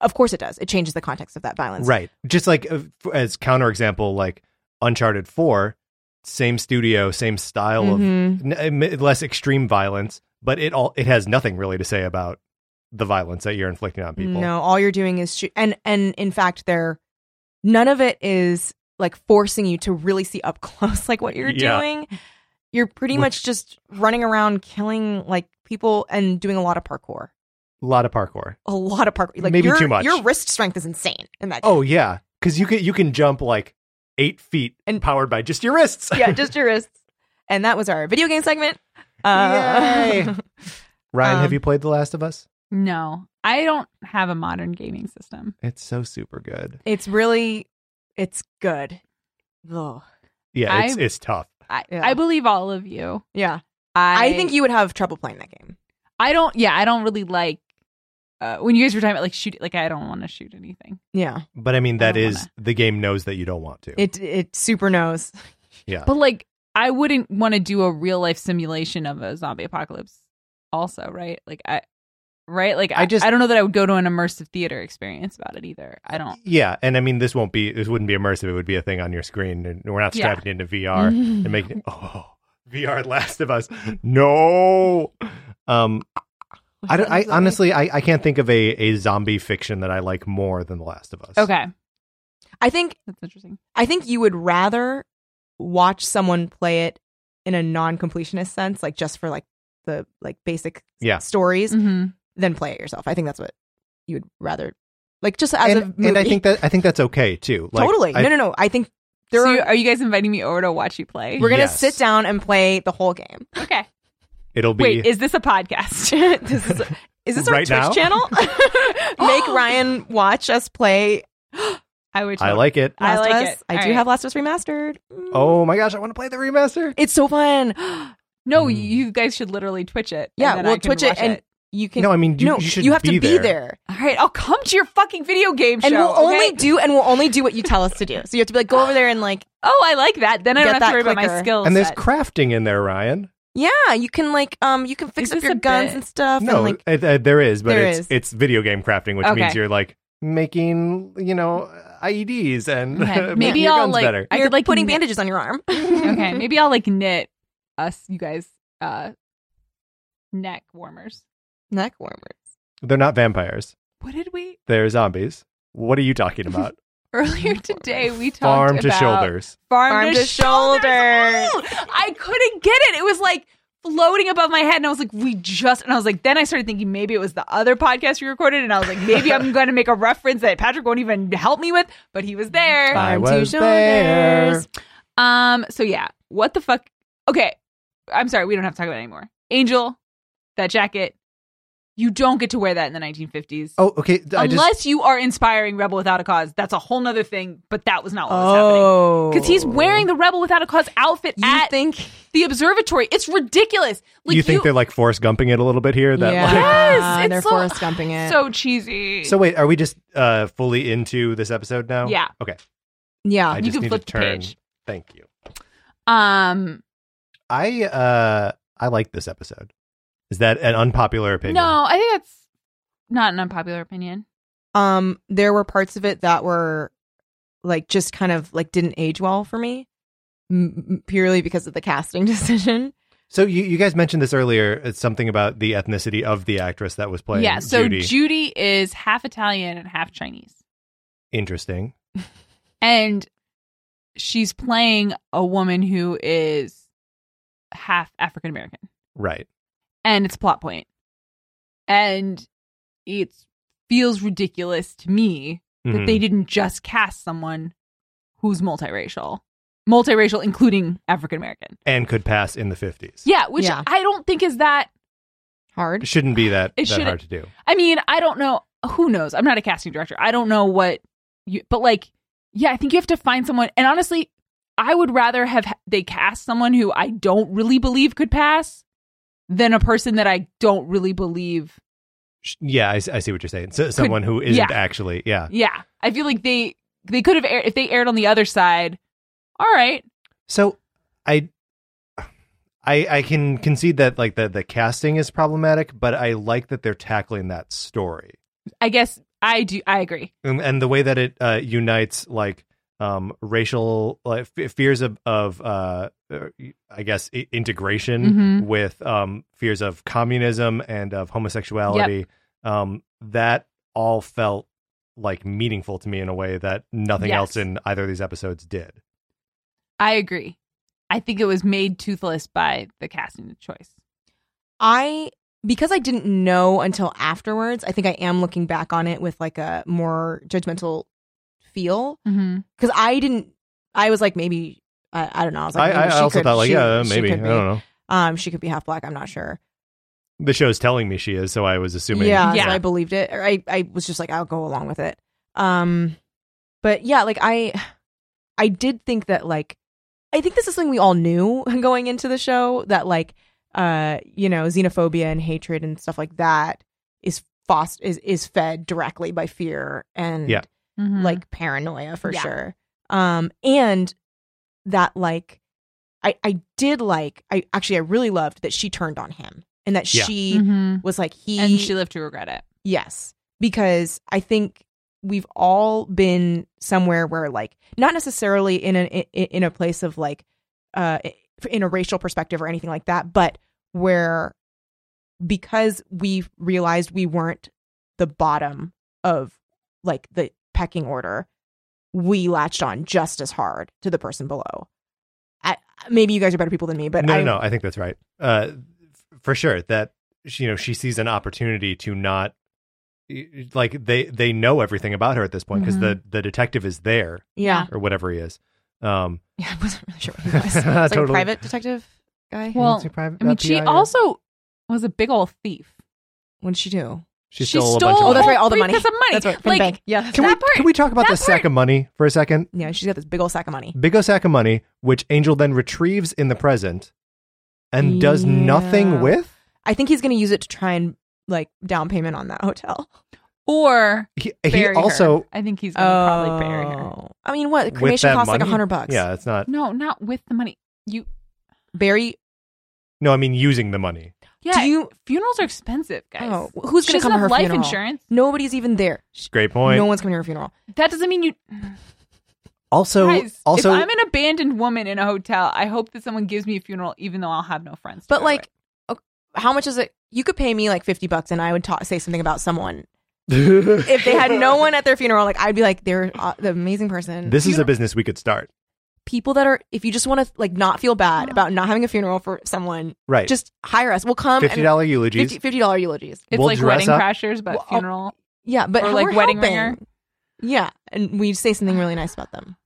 S6: Of course, it does. It changes the context of that violence.
S4: right just like uh, f- as counterexample like uncharted 4 same studio same style
S6: Mhm.
S4: of n- eh, m- less extreme violence but it all it has nothing really to say about the violence that you're inflicting on people
S6: No, all you're doing is shoot, and and in fact, there, none of it is like forcing you to really see up close like what you're
S4: Yeah.
S6: doing. You're pretty
S4: Which-
S6: much just running around killing like people and doing a lot of parkour.
S4: a lot of parkour
S6: A lot of parkour. Like
S4: Maybe
S6: your,
S4: too much.
S6: Your wrist strength is insane in that. game.
S4: Oh yeah, because you can you can jump like eight feet
S6: And-
S4: and powered by just your wrists.
S6: yeah, just your wrists. And that was our video game segment. Uh,
S4: Yay. Ryan,
S6: Um,
S4: have you played The Last of Us?
S5: No, I don't have a modern gaming system.
S4: It's so super good.
S6: it's really, it's good. Ugh.
S4: Yeah, it's
S5: I-
S4: it's tough.
S5: I,
S6: Yeah.
S5: I believe all of you.
S6: Yeah,
S5: I,
S6: I, think you would have trouble playing that game.
S5: I don't. Yeah, I don't really like uh, when you guys were talking about like shoot. Like I don't want to shoot anything.
S6: Yeah,
S4: But I mean, that
S5: don't
S4: is
S5: wanna.
S4: the game knows that you don't want to.
S6: it it super knows.
S4: yeah,
S5: But like I wouldn't want to do a real life simulation of a zombie apocalypse. Also, right? Like I. Right, like I,
S4: I just-
S5: I don't know that I would go to an immersive theater experience about it either. I don't.
S4: yeah, and I mean, this won't be this wouldn't be immersive. It would be a thing on your screen, and we're not
S5: Yeah.
S4: strapping into VR
S6: Mm-hmm.
S4: and making it, oh VR Last of Us. No, um, I, don't- I honestly I, I can't think of a a zombie fiction that I like more than The Last of Us.
S5: Okay,
S6: I think
S5: that's interesting.
S6: I think you would rather watch someone play it in a non-completionist sense, like just for like the like basic
S4: Yeah.
S6: stories,
S5: Mm-hmm.
S6: than play it yourself. I think that's what you would rather like just as a
S4: and,
S6: movie.
S4: and I think that I think that's okay too. Like,
S6: totally
S4: I-
S6: no no no. I think there
S5: so
S6: are
S5: you, are you guys inviting me over to watch you play?
S6: We're gonna
S4: Yes.
S6: sit down and play the whole game.
S5: Okay.
S4: it'll be
S5: Wait, is this a podcast?
S6: this is is this our
S4: Right
S6: Twitch
S4: now?
S6: channel? Make Ryan watch us play.
S5: I would.
S4: I
S5: totally-
S4: like it.
S5: I
S6: Last
S5: like
S6: of Us.
S5: it.
S6: I
S5: All
S6: do
S5: right.
S6: have Last of Us remastered.
S4: Oh my gosh, I want to play the remaster.
S6: It's so fun.
S5: No,
S4: Mm.
S5: you guys should literally Twitch it. and
S6: yeah,
S5: then I
S6: we'll
S5: can
S6: Twitch it
S5: watch
S6: and You can.
S4: No, I mean, you-
S6: no,
S4: you should
S6: have
S4: be
S6: to be
S4: there.
S6: there.
S5: All right, I'll come to your fucking video game show.
S6: And we'll only
S5: okay?
S6: do and we'll only do what you tell us to do. So you have to be like, go over there and like,
S5: Oh, I like that. Then I
S6: Get
S5: don't have
S6: that
S5: to worry about my
S6: quicker.
S5: skills.
S4: and there's crafting in there, Ryan.
S6: yeah, you can like, um, you can fix
S5: Is
S6: up
S5: this
S6: your
S5: a
S6: guns
S5: bit?
S6: and stuff.
S4: No,
S6: and like,
S4: uh, uh, there is, but
S6: There
S4: it's
S6: is.
S4: it's video game crafting, which means
S5: Okay.
S4: you're like making, you know, IEDs and
S5: Okay.
S4: making
S5: Maybe
S4: your
S5: I'll
S4: guns
S5: like
S4: better.
S5: I
S6: you're
S5: could like
S6: putting
S5: knit-
S6: bandages on your arm.
S5: okay, maybe I'll like knit us, you guys, uh, neck warmers.
S6: Neck warmers.
S4: They're not vampires.
S5: What did we
S4: They're zombies. What are you talking about?
S5: earlier today? We talked
S4: Farm to
S5: about
S4: shoulders.
S5: Farm,
S6: Farm
S5: to,
S6: to
S5: shoulders.
S6: shoulders.
S5: Ooh, I couldn't get it. It was like floating above my head, and I was like, "We just." And I was like, then I started thinking maybe it was the other podcast we recorded, and I was like, maybe I'm going to make a reference that Patrick won't even help me with, but he was there.
S4: I
S6: Farm to
S4: was there.
S6: shoulders.
S5: Um. So yeah, what the fuck? Okay, I'm sorry. We don't have to talk about it anymore. Angel, that jacket. You don't get to wear that in the 1950s.
S4: Oh, okay. th- I
S5: Unless
S4: just
S5: you are inspiring Rebel Without a Cause, that's a whole nother thing. But that was not what was happening
S6: Oh,
S5: because he's wearing the Rebel Without a Cause outfit
S6: You
S5: at
S6: think?
S5: the observatory. It's ridiculous. Like
S4: you think they're like force gumping it a little bit here. That
S6: yeah, Ah,
S4: like,
S5: Yes,
S6: they're
S5: it's so-
S6: forest gumping it.
S5: so cheesy.
S4: so wait, are we just uh fully into this episode now?
S5: Yeah.
S4: Okay.
S6: yeah,
S4: I
S5: you
S4: just
S5: can
S4: need to
S5: flip the
S4: turn.
S5: page.
S4: Thank you.
S5: um,
S4: I uh I like this episode. Is that an unpopular opinion?
S5: no, I think that's not an unpopular opinion.
S6: um there were parts of it that were like just kind of like didn't age well for me m- m- purely because of the casting decision
S4: So you, you guys mentioned this earlier. It's something about the ethnicity of the actress that was playing.
S5: yeah. So
S4: Judy.
S5: Judy is half Italian and half Chinese.
S4: Interesting.
S5: and she's playing a woman who is half African American,
S4: Right.
S5: and it's a plot point, and it feels ridiculous to me that
S4: Mhm.
S5: they didn't just cast someone who's multiracial, multiracial including African American.
S4: and could pass in the fifties.
S5: Yeah, which
S6: Yeah.
S5: I don't think is that.
S6: hard
S4: It shouldn't be that,
S5: It
S4: that
S5: shouldn't-
S4: hard to do.
S5: I mean, I don't know. Who knows? I'm not a casting director. I don't know what you, but like, yeah, I think you have to find someone. And honestly, I would rather have ha- they cast someone who I don't really believe could pass than a person that I don't really believe.
S4: Sh- Yeah, I, s- I see what you're saying. So, someone who isn't
S5: yeah.
S4: actually. Yeah.
S5: Yeah. I feel like they, they could have, air- if they aired on the other side, all right.
S4: So I I I can concede that like the the casting is problematic, but I like that they're tackling that story.
S5: I guess I do. I agree.
S4: and, Um, and the way that it uh, unites like um, racial like, f- fears of of uh, uh, I guess I- integration
S6: Mm-hmm.
S5: Mhm.
S4: with um, fears of communism and of homosexuality. Um, that all felt like meaningful to me in a way that nothing
S5: Yes.
S4: else in either of these episodes did.
S5: I agree. I think it was made toothless by the casting choice.
S6: i because i didn't know until afterwards i think i am looking back on it with like a more judgmental feel
S5: Mm-hmm.
S6: because i didn't i was like maybe i, I don't know i was
S4: I,
S6: like
S4: I
S6: maybe she
S4: also
S6: could-
S4: thought like
S6: she-
S4: yeah
S6: she
S4: maybe I
S6: could
S4: don't
S6: be.
S4: know.
S6: um she could be half black i'm not sure
S4: The show's telling me she is, so I was assuming.
S6: Yeah, so
S5: Yeah.
S6: I believed it. Or I, I was just like, I'll go along with it. Um, but yeah, like I, I did think that like, I think this is something we all knew going into the show that like, uh, you know, xenophobia and hatred and stuff like that is fost is is fed directly by fear and
S4: Yeah.
S6: like paranoia for
S5: Hmm. Yeah.
S6: sure. Um, and that like, I I did like I actually I really loved that she turned on him and that
S4: Yeah.
S6: she
S5: hmm
S6: was like he
S5: and she lived to regret it.
S6: Yes, because I think we've all been somewhere where like not necessarily in a in in a place of like uh in a racial perspective or anything like that, but where because we realized we weren't the bottom of like the pecking order, we latched on just as hard to the person below. I, maybe you guys are better people than me, but
S4: no,
S6: I,
S4: no, no, I think that's right. Uh, f- for sure that she, you know she sees an opportunity to not y- like they they know everything about her at this point because the the detective is there
S6: Mm-hmm. yeah,
S4: or whatever he is. Um,
S6: yeah, I wasn't really sure what he was. It's like a
S4: Totally.
S6: private detective guy.
S5: Well, I mean, she also was a big old thief.
S6: what did she do?
S4: she,
S5: she
S4: stole, a bunch of money.
S5: stole- Oh,
S6: Oh, that's right.
S5: whole
S6: All the money.
S5: briefcase of money.
S6: That's right. From
S5: Like,
S6: the bank. Yeah.
S4: Can we
S5: that part-
S4: can we talk about
S5: that
S4: the sack
S5: part-
S4: of money for a second?
S6: Yeah. She's got this big old sack of money.
S4: Big O sack of money, which Angel then retrieves in the present and does nothing
S6: Yeah.
S4: with.
S6: I think he's going to use it to try and like down payment on that hotel.
S5: Or
S4: He,
S5: bury
S4: he
S5: her.
S4: also
S5: I think he's gonna probably bury her.
S6: Oh. I mean, what
S4: with
S6: cremation
S4: that
S6: costs like a
S4: money-
S6: hundred bucks.
S4: Yeah, it's not.
S5: No, not with the money. You
S6: bury.
S4: No, I mean using the money.
S5: yeah.
S6: Do you?
S5: funerals are expensive, guys.
S6: Oh, who's
S5: She
S6: gonna
S5: doesn't
S6: come to her
S5: have life
S6: funeral?
S5: insurance.
S6: Nobody's even there.
S4: Great point.
S6: No one's coming to her funeral.
S5: That doesn't mean you.
S4: also,
S5: guys,
S4: also,
S5: if I'm an abandoned woman in a hotel, I hope that someone gives me a funeral, even though I'll have no friends. to
S6: But
S5: go
S6: like,
S5: with.
S6: o- how much is it? You could pay me like fifty bucks, and I would talk, say something about someone. if they had no one at their funeral, like I'd be like, they're uh, the amazing person.
S4: this is a business we could start.
S6: people that are. If you just want to like not feel
S5: Mm.
S6: bad about not having a funeral for someone,
S4: Right.
S6: just hire us. We'll come. and-
S4: fifty dollar eulogies.
S6: 50 dollar eulogies.
S5: it's
S4: we'll
S5: like
S4: dress
S5: wedding
S4: up-
S5: crashers, but
S6: Well, I'll-
S5: funeral.
S6: Yeah, but
S5: Or,
S6: how
S5: like,
S6: we're
S5: wedding
S6: helping.
S5: ringer.
S6: Yeah, and we say something really nice about them.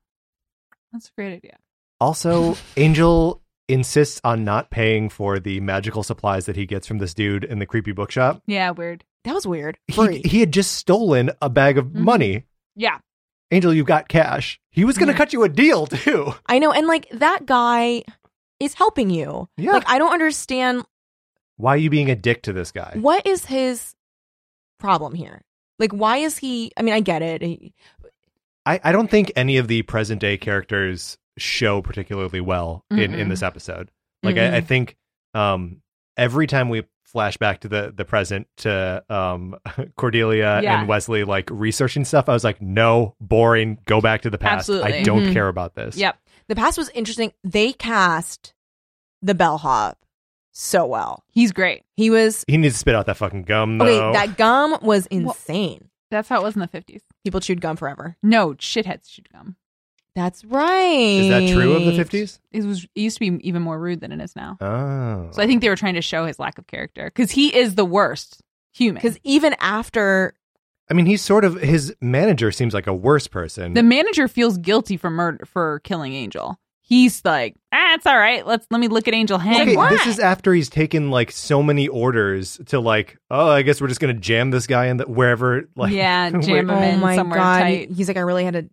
S5: That's a great idea.
S4: Also, Angel insists on not paying for the magical supplies that he gets from this dude in the creepy bookshop.
S5: Yeah, weird.
S6: That was weird.
S4: He,
S6: Free.
S4: he had just stolen a bag of money.
S5: Yeah,
S4: Angel, you got cash. He was going to cut you a deal too.
S6: I know, and like that guy is helping you.
S4: Yeah.
S6: Like I don't understand
S4: Why are you being a dick to this guy?
S6: what is his problem here. Like why is he? I mean, I get it. He-
S4: I, I don't think any of the present day characters show particularly well in, in
S5: Mm-mm.
S4: this episode. Like I, I think um, every time we flash back to the the present to um, Cordelia
S5: Yeah.
S4: and Wesley like researching stuff, I was like, no, boring. Go back to the past. I
S5: Absolutely. Mm-hmm.
S4: don't
S6: Mhm.
S4: care about this.
S5: yep.
S6: The past was interesting. They cast the bellhop so well.
S5: He's great.
S6: He was
S4: He needs to spit out that fucking gum though.
S6: okay. That gum was
S5: Well-
S6: insane.
S5: That's how it was in the fifties.
S6: People chewed gum forever.
S5: No, shitheads should come.
S6: That's right.
S4: Is that true of the fifties?
S5: It was. It used to be even more rude than it is now.
S4: Oh.
S5: So I think they were trying to show his lack of character because he is the worst human.
S6: Because even after
S4: I mean he's sort of his manager seems like a worse person.
S5: The manager feels guilty for murder for killing Angel. He's like, ah, it's all right. Let's let me look at Angel hang.
S4: Okay,
S5: What?
S4: this is after he's taken like so many orders to like, oh, I guess we're just gonna jam this guy in the wherever, like,
S5: yeah,
S4: where-
S5: jam him
S6: Oh
S5: in somewhere tight.
S6: He's like, I really had to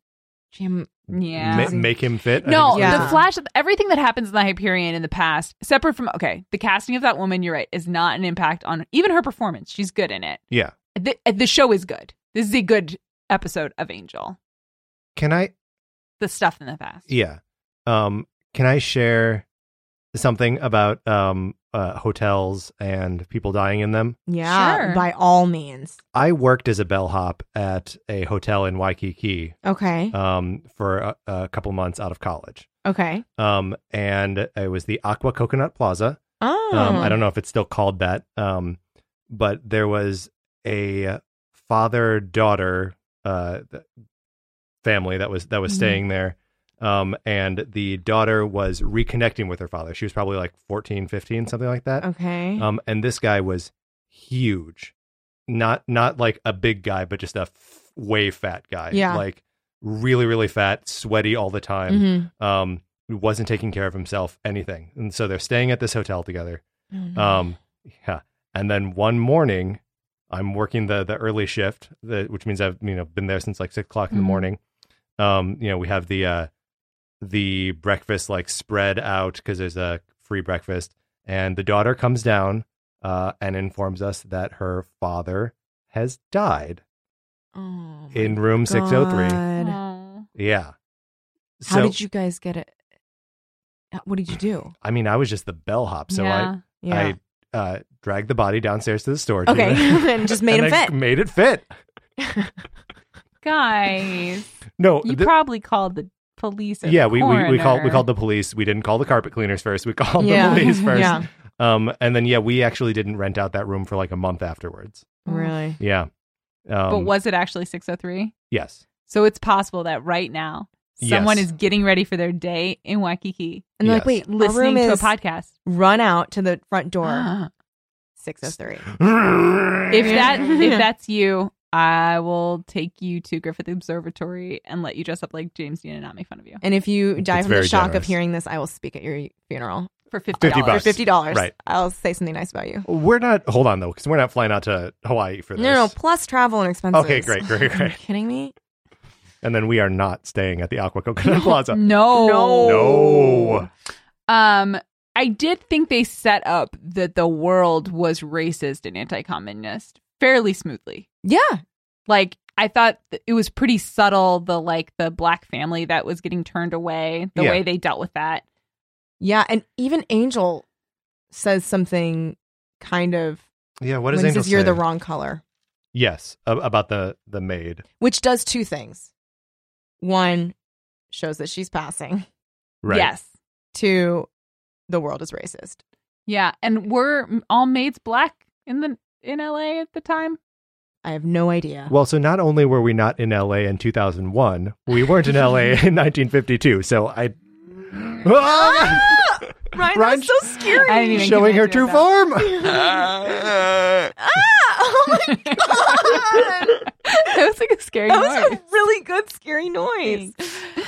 S6: jam.
S5: Yeah.
S4: ma- make him fit. I
S5: No,
S4: think
S6: Yeah.
S4: is
S5: the flash, everything that happens in the Hyperion in the past, separate from okay, the casting of that woman, you're right, is not an impact on even her performance. She's good in it.
S4: what- yeah.
S5: The, the show is good. This is a good episode of Angel.
S4: Can I?
S5: The stuff in the past.
S4: Yeah. Um, can I share something about um uh, hotels and people dying in them?
S6: Yeah,
S5: Sure.
S6: by all means.
S4: I worked as a bellhop at a hotel in Waikiki
S6: Okay.
S4: um for a, a couple months out of college.
S6: okay.
S4: Um, and it was the Aqua Coconut Plaza.
S6: Oh,
S4: Um, I don't know if it's still called that, um, but there was a father daughter uh, th- family that was that was
S6: Mm-hmm.
S5: Mhm.
S4: staying there, um, and the daughter was reconnecting with her father. She was probably like 14, 15, something like that.
S6: Okay.
S4: Um, and this guy was huge, not not like a big guy, but just a f- way fat guy.
S6: Yeah.
S4: like really really fat, sweaty all the time
S6: Mhm.
S4: um wasn't taking care of himself anything and so they're staying at this hotel together
S6: Oh, no.
S4: um yeah and then one morning i'm working the the early shift the, which means i've you know been there since like six o'clock in the
S6: Mm-hmm.
S5: Mhm.
S4: morning um you know we have the uh the breakfast like spread out because there's a free breakfast and the daughter comes down uh and informs us that her father has died
S6: Oh, my
S4: in room 603
S6: God.
S5: Aw.
S4: yeah
S6: How did you guys get it? Uh, What did you do?
S4: i mean i was just the bellhop so i
S5: yeah.
S6: Yeah.
S4: I uh, dragged the body downstairs to the store.
S6: okay.
S4: Tina.
S6: and just made
S4: And
S6: him
S4: I
S6: fit.
S4: Made it fit.
S5: Guys,
S4: No.
S5: you
S4: the-
S5: probably called the police. Or
S4: yeah,
S5: the
S4: we, we, we called we
S5: coroner.
S4: called the police. We didn't call the carpet cleaners first. We called
S6: Yeah.
S4: the police first.
S6: Yeah.
S4: Um, and then yeah, we actually didn't rent out that room for like a month afterwards.
S6: Really?
S4: Yeah. Um,
S5: But was it actually 603?
S4: yes.
S5: So it's possible that right now someone
S4: Yes.
S5: is getting ready for their day in Waikiki,
S6: And they're like,
S4: Yes.
S6: wait, our
S5: listening
S6: room
S5: to a
S6: is-
S5: podcast.
S6: Run out to the front door, 603.
S5: if that
S6: Yeah.
S5: if that's you, I will take you to Griffith Observatory and let you dress up like James Dean and not make fun of you
S6: And if you die
S4: That's
S6: from the
S4: very
S6: shock of
S4: generous.
S6: hearing this, I will speak at your funeral
S5: for fifty
S4: 50
S6: for
S5: dollars.
S4: bucks.
S6: fifty dollars.
S4: Right.
S6: I'll say something nice about you.
S4: We're not. Hold on though, because we're not flying out to Hawaii for this.
S6: No, no, plus travel and expenses.
S4: Okay, great, great,
S6: Are you
S4: great.
S6: kidding me?
S4: And then we are not staying at the Aqua Coconut Plaza.
S5: No,
S4: No.
S5: Um, I did think they set up that the world was racist and anti-communist fairly smoothly.
S6: Yeah.
S5: Like I thought th- it was pretty subtle the like the black family that was getting turned away, the
S4: Yeah.
S5: way they dealt with that.
S6: Yeah. And even Angel says something kind of
S4: Yeah, what does
S6: when he
S4: Angel
S6: says you're the
S4: say?
S6: wrong color.
S4: Yes, a- about the the maid.
S6: Which does two things. One shows that she's passing.
S5: Yes.
S6: Two, the world is racist.
S5: Yeah, and were m- all maids black in the in LA at the time?
S6: I have no idea.
S4: Well, so not only were we not in LA in 2001, we weren't in LA in 1952. So I
S6: Ah! Ryan,
S4: Ryan-
S6: that's so scary.
S5: I didn't even
S4: showing her
S5: connect
S4: true
S5: with that.
S4: form.
S6: Ah, oh my god.
S5: that was like a scary
S6: That was
S5: noise.
S6: a really good scary noise.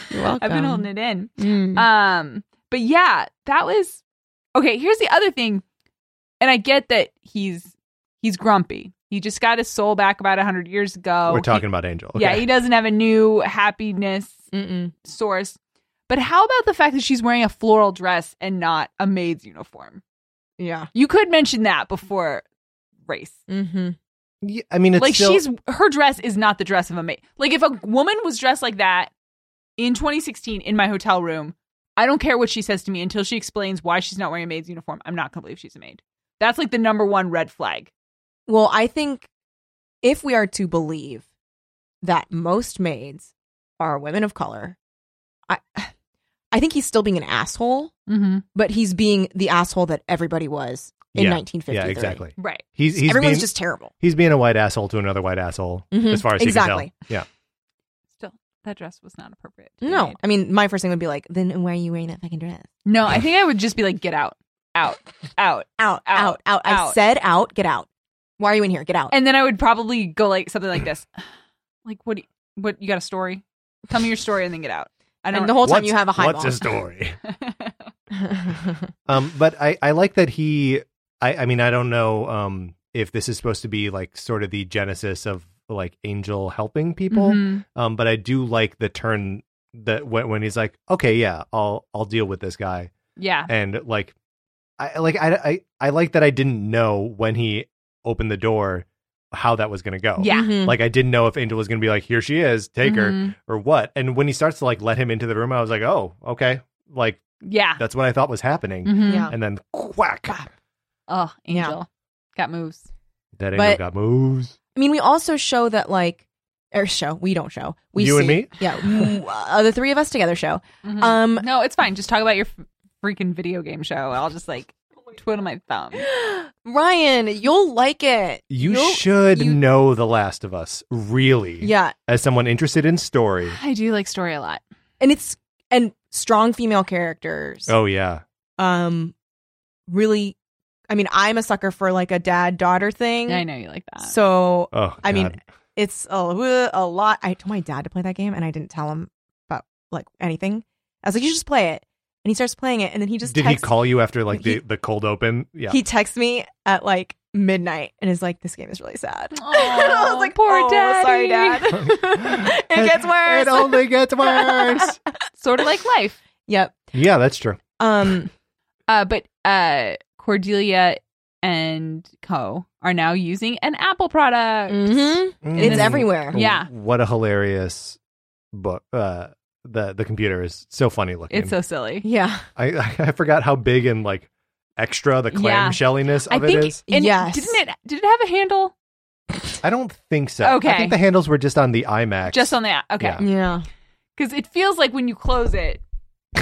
S6: You're
S5: I've been holding it in.
S4: Mm-hmm.
S6: Mm.
S5: Um, but yeah, that was okay. Here's the other thing, and I get that he's he's grumpy. He just got his soul back about hundred years ago.
S6: Oh,
S4: We're
S5: He-
S4: talking about Angel.
S5: Yeah,
S4: okay. Mm.
S5: he doesn't have a new happiness
S6: Mm-mm.
S5: source. But how about the fact that she's wearing a floral dress and not a maid's uniform?
S6: Yeah.
S5: You could mention that before race.
S6: Mm-hmm.
S4: Yeah, I mean, it's
S5: like
S4: still-
S5: she's her dress is not the dress of a maid. Like if a woman was dressed like that in 2016 in my hotel room, I don't care what she says to me until she explains why she's not wearing a maid's uniform. I'm not gonna believe she's a maid. That's like the number one red flag.
S6: Well, I think if we are to believe that most maids are women of color, I I think he's still being an asshole,
S5: Mm-hmm.
S6: but he's being the asshole that everybody was in
S4: Yeah.
S6: 1953.
S4: yeah, exactly.
S5: Right.
S4: He's he's
S6: Everyone's
S4: being,
S6: just terrible.
S4: he's being a white asshole to another white asshole
S6: Mhm,
S4: as far as he
S6: exactly.
S4: can tell. Yeah.
S5: Still, that dress was not appropriate. to be a
S6: No,
S5: maid.
S6: I mean, my first thing would be like, then why are you wearing that fucking dress?
S5: No, I think I would just be like, get out. Out. Out.
S6: Out, out, out. I
S5: out.
S6: said out, get out. Why are you in here? Get out.
S5: And then I would probably go like something like this. Like what do you, what you got a story? Tell me your story and then get out. I
S6: And,
S5: don't
S6: the whole time
S4: What's-
S6: you have a highball.
S4: What's his story?
S6: mm
S4: Um, but I, I like that he. I, I mean, I don't know um, if this is supposed to be like sort of the genesis of like Angel helping people.
S6: Mm-hmm.
S5: Mhm.
S4: Um, but I do like the turn that when, when he's like, okay, yeah, I'll I'll deal with this guy,
S5: Yeah.
S4: and like, I like I I, I like that I didn't know when he opened the door how that was gonna go.
S5: Yeah.
S6: Mm-hmm.
S4: Like I didn't know if Angel was gonna be like, here she is, take her
S5: Mhm.
S4: or what. And when he starts to like let him into the room, I was like, oh, okay, like
S5: Yeah.
S4: that's what I thought was happening.
S5: Mhm.
S6: Yeah.
S4: And then quack.
S5: Oh,
S6: Yeah.
S5: Angel got moves.
S4: That
S6: But-
S4: angel got moves.
S6: I mean, we also show that, like, or show, we don't show. We
S4: You and
S6: see-
S4: me?
S6: Yeah. mm, uh, the three of us together show.
S5: Mm-hmm.
S6: Um,
S5: no, it's fine. Just talk about your f- freaking video game show. I'll just like twiddle my thumb.
S6: Ryan, you'll like it.
S4: You
S6: You'll-
S4: should
S6: you-
S4: know The Last of Us, really.
S6: Yeah.
S4: As someone interested in story.
S5: I do like story a lot.
S6: And it's, and strong female characters.
S4: Oh yeah.
S6: Um, really, I mean, I'm a sucker for like a dad daughter thing.
S5: I know you like that.
S6: So
S4: Oh,
S6: I mean,
S4: God.
S6: it's a, a lot. I told my dad to play that game, and I didn't tell him about like anything. I was like, "You should just play it," and he starts playing it, and then he just
S4: did
S6: texts,
S4: he call you after like the,
S6: He-
S4: the cold open? Yeah.
S6: He texts me at like midnight and is like, "This game is really sad." I
S5: Aw,
S6: was like,
S5: poor
S6: "Oh, sorry, dad.
S5: daddy."
S6: it gets worse."
S4: It only gets worse.
S5: sort of like life.
S6: yep.
S4: yeah, that's true.
S6: Um.
S5: Uh, but uh, Cordelia and Co are now using an Apple product.
S4: Mm-hmm.
S6: mhm. It's
S5: then-
S6: everywhere.
S5: Yeah.
S4: Mm. What a hilarious book. Uh, the the computer is so funny looking.
S5: It's so silly.
S6: Yeah.
S4: I I forgot how big and like extra the
S5: Yeah.
S4: clamshelliness
S5: I
S4: of
S5: think
S4: it is.
S5: and
S6: Yes.
S5: didn't it did it have a handle?
S4: I don't think so.
S5: Okay.
S4: I think the handles were just on the iMac.
S5: Just on that. Okay.
S4: Yeah.
S6: Yeah.
S5: Because it feels like when you close it.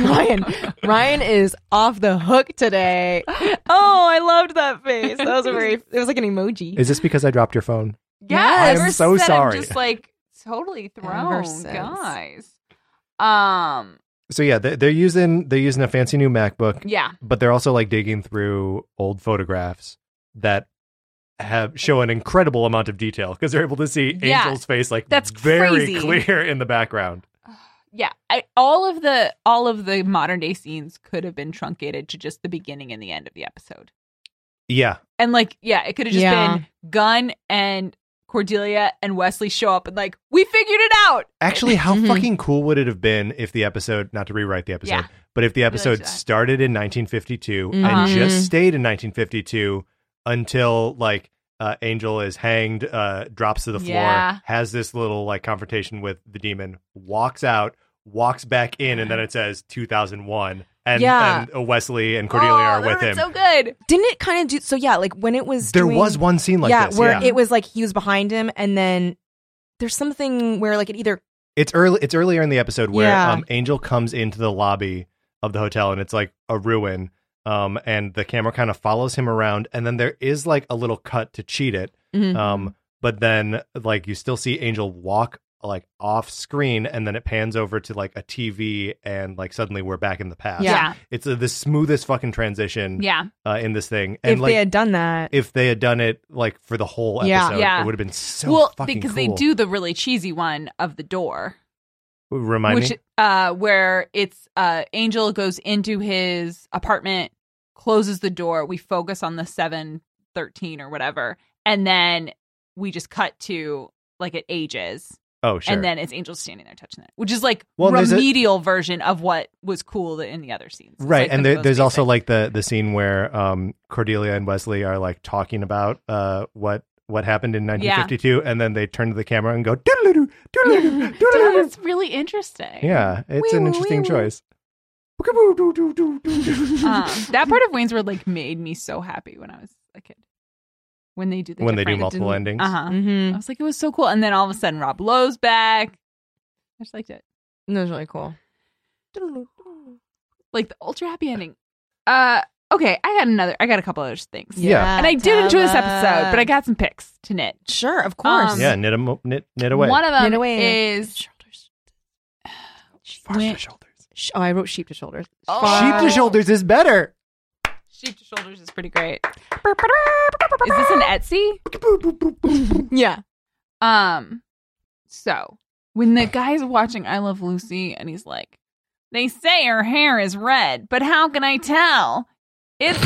S6: Ryan, Ryan is off the hook today. Oh, I loved that face. That was a very. It was like an emoji.
S4: Is this because I dropped your phone?
S5: Yeah,
S4: I'm
S5: ever
S4: so
S5: since
S4: sorry.
S5: I'm just like totally
S6: Ever
S5: thrown,
S6: since.
S5: guys. Um,
S4: So yeah, they- they're using they're using a fancy new MacBook,
S5: yeah,
S4: but they're also like digging through old photographs that have show an incredible amount of detail because they're able to see
S5: Yeah.
S4: Angel's face like
S5: That's
S4: very
S5: crazy.
S4: clear in the background.
S5: yeah. I, all of the all of the modern day scenes could have been truncated to just the beginning and the end of the episode,
S4: Yeah,
S5: and like, yeah, it could have just
S6: Yeah.
S5: been gun and Cordelia and Wesley show up and like, we figured it out.
S4: Actually, how
S6: Mhm.
S4: fucking cool would it have been if the episode, not to rewrite the episode,
S5: Mm-hmm. Yeah.
S4: but if the
S5: that.
S4: episode started in 1952
S5: Uh-huh.
S4: and just stayed in 1952 until like uh, Angel is hanged, uh, drops to the floor,
S5: Yeah.
S4: has this little like confrontation with the demon, walks out, walks back in, and then it says 2001. And,
S6: Yeah.
S4: and uh, Wesley and Cordelia
S5: Oh,
S4: are with
S5: that would've
S4: him.
S5: been So good.
S6: Didn't it kind of do so? Yeah, like when it was
S4: there
S6: doing-
S4: was one scene like
S6: yeah,
S4: this.
S6: where
S4: yeah.
S6: it was like he was behind him, and then there's something where like it either
S4: It's early. It's earlier in the episode where
S6: Yeah.
S4: um, Angel comes into the lobby of the hotel, and it's like a ruin. Um, and the camera kind of follows him around, and then there is like a little cut to cheat it.
S6: Mhm.
S5: Mm-hmm.
S4: Um, but then like you still see Angel walk like off screen, and then it pans over to like a TV, and like suddenly we're back in the past.
S5: Yeah.
S4: it's uh, the smoothest fucking transition
S5: Yeah.
S4: uh, in this thing, and
S6: if
S4: like
S6: they had done that,
S4: if they had done it like for the whole
S6: Yeah.
S4: episode,
S5: Yeah.
S4: it would have been so
S5: well,
S4: fucking
S5: because they
S4: cool.
S5: do the really cheesy one of the door.
S4: remind me.
S5: which uh where it's uh angel goes into his apartment closes the door we focus on the 713 or whatever and then we just cut to like it ages
S4: oh sure.
S5: and then it's angel standing there touching it which is like
S4: Well, there's a-
S5: remedial version of what was cool in the other scenes It's
S4: right
S5: like
S4: and
S5: the
S4: there,
S5: most
S4: there's also
S5: basic.
S4: like the the scene where um cordelia and wesley are like talking about uh what what happened in 1952 and then they turn to the camera and go "Doodle-doo, doodle-doo, doodle-doo."
S5: that's really interesting
S4: yeah it's an interesting choice
S5: um, that part of Wayne's World like made me so happy when I was a kid. When they do the
S4: When they do
S5: different-
S4: multiple endings.
S5: uh-huh.
S6: Mhm.
S5: I was like, it was so cool. And then all of a sudden, Rob Lowe's back. I just liked it.
S6: that was really cool.
S5: Like the ultra happy ending. Uh, okay, I got another. I got a couple other things.
S4: Yeah.
S5: and I did enjoy this
S6: tell
S5: episode, but I
S6: us.
S5: got some picks to knit.
S6: sure, of course.
S5: Um,
S4: yeah knit 'em up- knit, knit away
S5: One of
S6: Knit
S5: them
S6: away.
S5: is
S4: Far
S5: Knit-
S4: to shoulders
S6: Sh- Oh, I wrote sheep to shoulders.
S4: sheep to shoulders is better
S5: Sheep to shoulders is pretty great. Is this an Etsy?
S6: Yeah.
S5: Um, so when the guy's watching I Love Lucy and he's like, they say her hair is red, but how can I tell? It's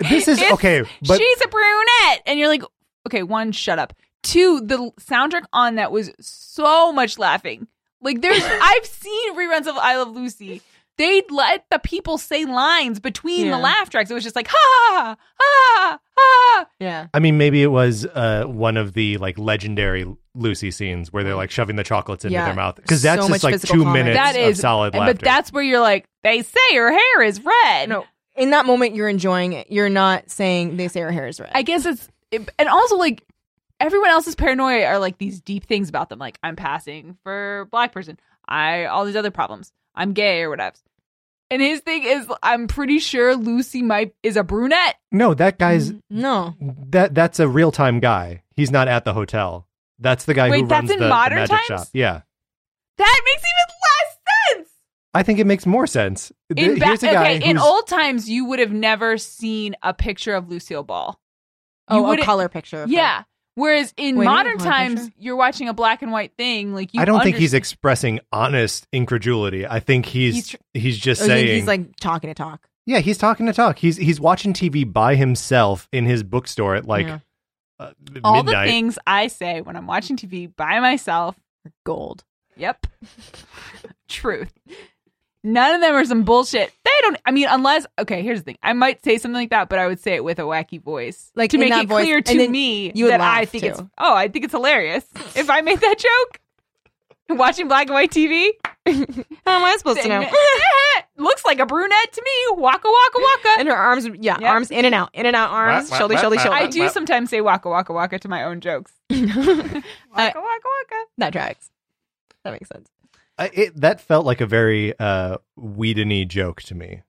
S4: this is
S5: It's-
S4: okay but
S5: she's a brunette, and you're like, okay, one, shut up. Two, the l- soundtrack on that was so much laughing. Like there's, I've seen reruns of I Love Lucy. They let the people say lines between
S6: Yeah.
S5: the laugh tracks. It was just like ha ha ha ha.
S6: Yeah.
S4: I mean, maybe it was uh, one of the like legendary Lucy scenes where they're like shoving the chocolates into
S6: Yeah.
S4: their mouth because that's
S6: So
S4: just
S6: much
S4: like
S6: physical
S4: two
S6: comedy.
S4: minutes
S5: That
S4: of
S5: is-
S4: solid
S5: And-
S4: laughter.
S5: But that's where you're like, they say her hair is red.
S6: No. In that moment, you're enjoying it. You're not saying they say her hair is red.
S5: I guess it's, it- and also like everyone else's paranoia are like these deep things about them. Like I'm passing for black person. I all these other problems. I'm gay or whatever. And his thing is, I'm pretty sure Lucy might is a brunette.
S4: no, that guy's
S5: Mm-hmm.
S6: no.
S4: that that's a real time guy. He's not at the hotel. That's the guy who
S5: Wait,
S4: runs
S5: that's in
S4: the, the
S5: modern
S4: magic
S5: times?
S4: shop. Yeah,
S5: That makes even less sense.
S4: I think it makes more sense.
S5: In
S4: Th-
S5: ba-
S4: Here's a guy
S5: okay, in
S4: who's-
S5: old times, you would have never seen a picture of Lucille Ball. You
S6: Oh, a
S5: wouldn't-
S6: color picture. of her.
S5: Yeah. Whereas in
S6: Wait,
S5: modern
S6: hold on,
S5: times,
S6: picture?
S5: you're watching a black and white thing. Like you
S4: I don't think
S5: understand-
S4: he's expressing honest incredulity. I think he's
S5: He's
S4: he's,
S5: tr-
S4: just
S6: Oh, you think
S4: saying
S6: he's like talking to talk.
S4: yeah, he's talking to talk. He's he's watching TV by himself in his bookstore at like
S6: Yeah.
S4: uh,
S5: all
S4: midnight.
S5: the things I say when I'm watching TV by myself.
S6: Gold.
S5: Yep. Truth. None of them are some bullshit. They don't. I mean, unless okay. Here's the thing. I might say something like that, but I would say it with a wacky voice,
S6: Like,
S5: to
S6: in
S5: make
S6: that
S5: it
S6: voice,
S5: clear
S6: and
S5: to
S6: then
S5: me
S6: you would
S5: that I
S6: laugh,
S5: think
S6: too.
S5: it's. Oh, I think it's hilarious if I made that joke. Watching black and white TV
S6: How am I supposed to know?
S5: looks like a brunette to me. Waka waka waka.
S6: And her arms, yeah,
S5: Yeah.
S6: arms in and out, in and out, arms,
S4: Wah, wah,
S6: shoulder,
S4: wah,
S6: shoulder,
S4: wah.
S6: shoulder.
S5: I do sometimes say waka waka waka to my own jokes. Uh, Waka waka waka.
S6: that tracks. That makes sense.
S4: I, it, that felt like a very uh, Whedon-y joke to me.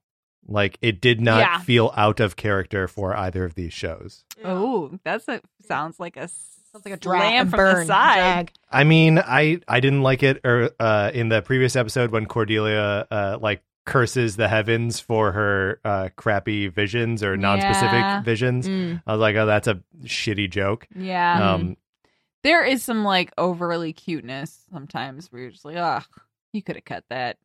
S4: Like it did not
S5: Yeah.
S4: feel out of character for either of these shows.
S5: Oh, that's a sounds like a sounds like a
S6: Dra-
S5: slam from
S6: burn,
S5: the side.
S6: drag.
S4: I mean, I I didn't like it or uh, in the previous episode when Cordelia uh, like curses the heavens for her uh, crappy visions or non-specific
S5: Yeah.
S4: visions.
S6: Mm.
S4: I was like, oh, that's a shitty joke.
S5: Yeah,
S4: Um,
S5: there is some like overly cuteness sometimes where you're just like, ah, you could have cut that.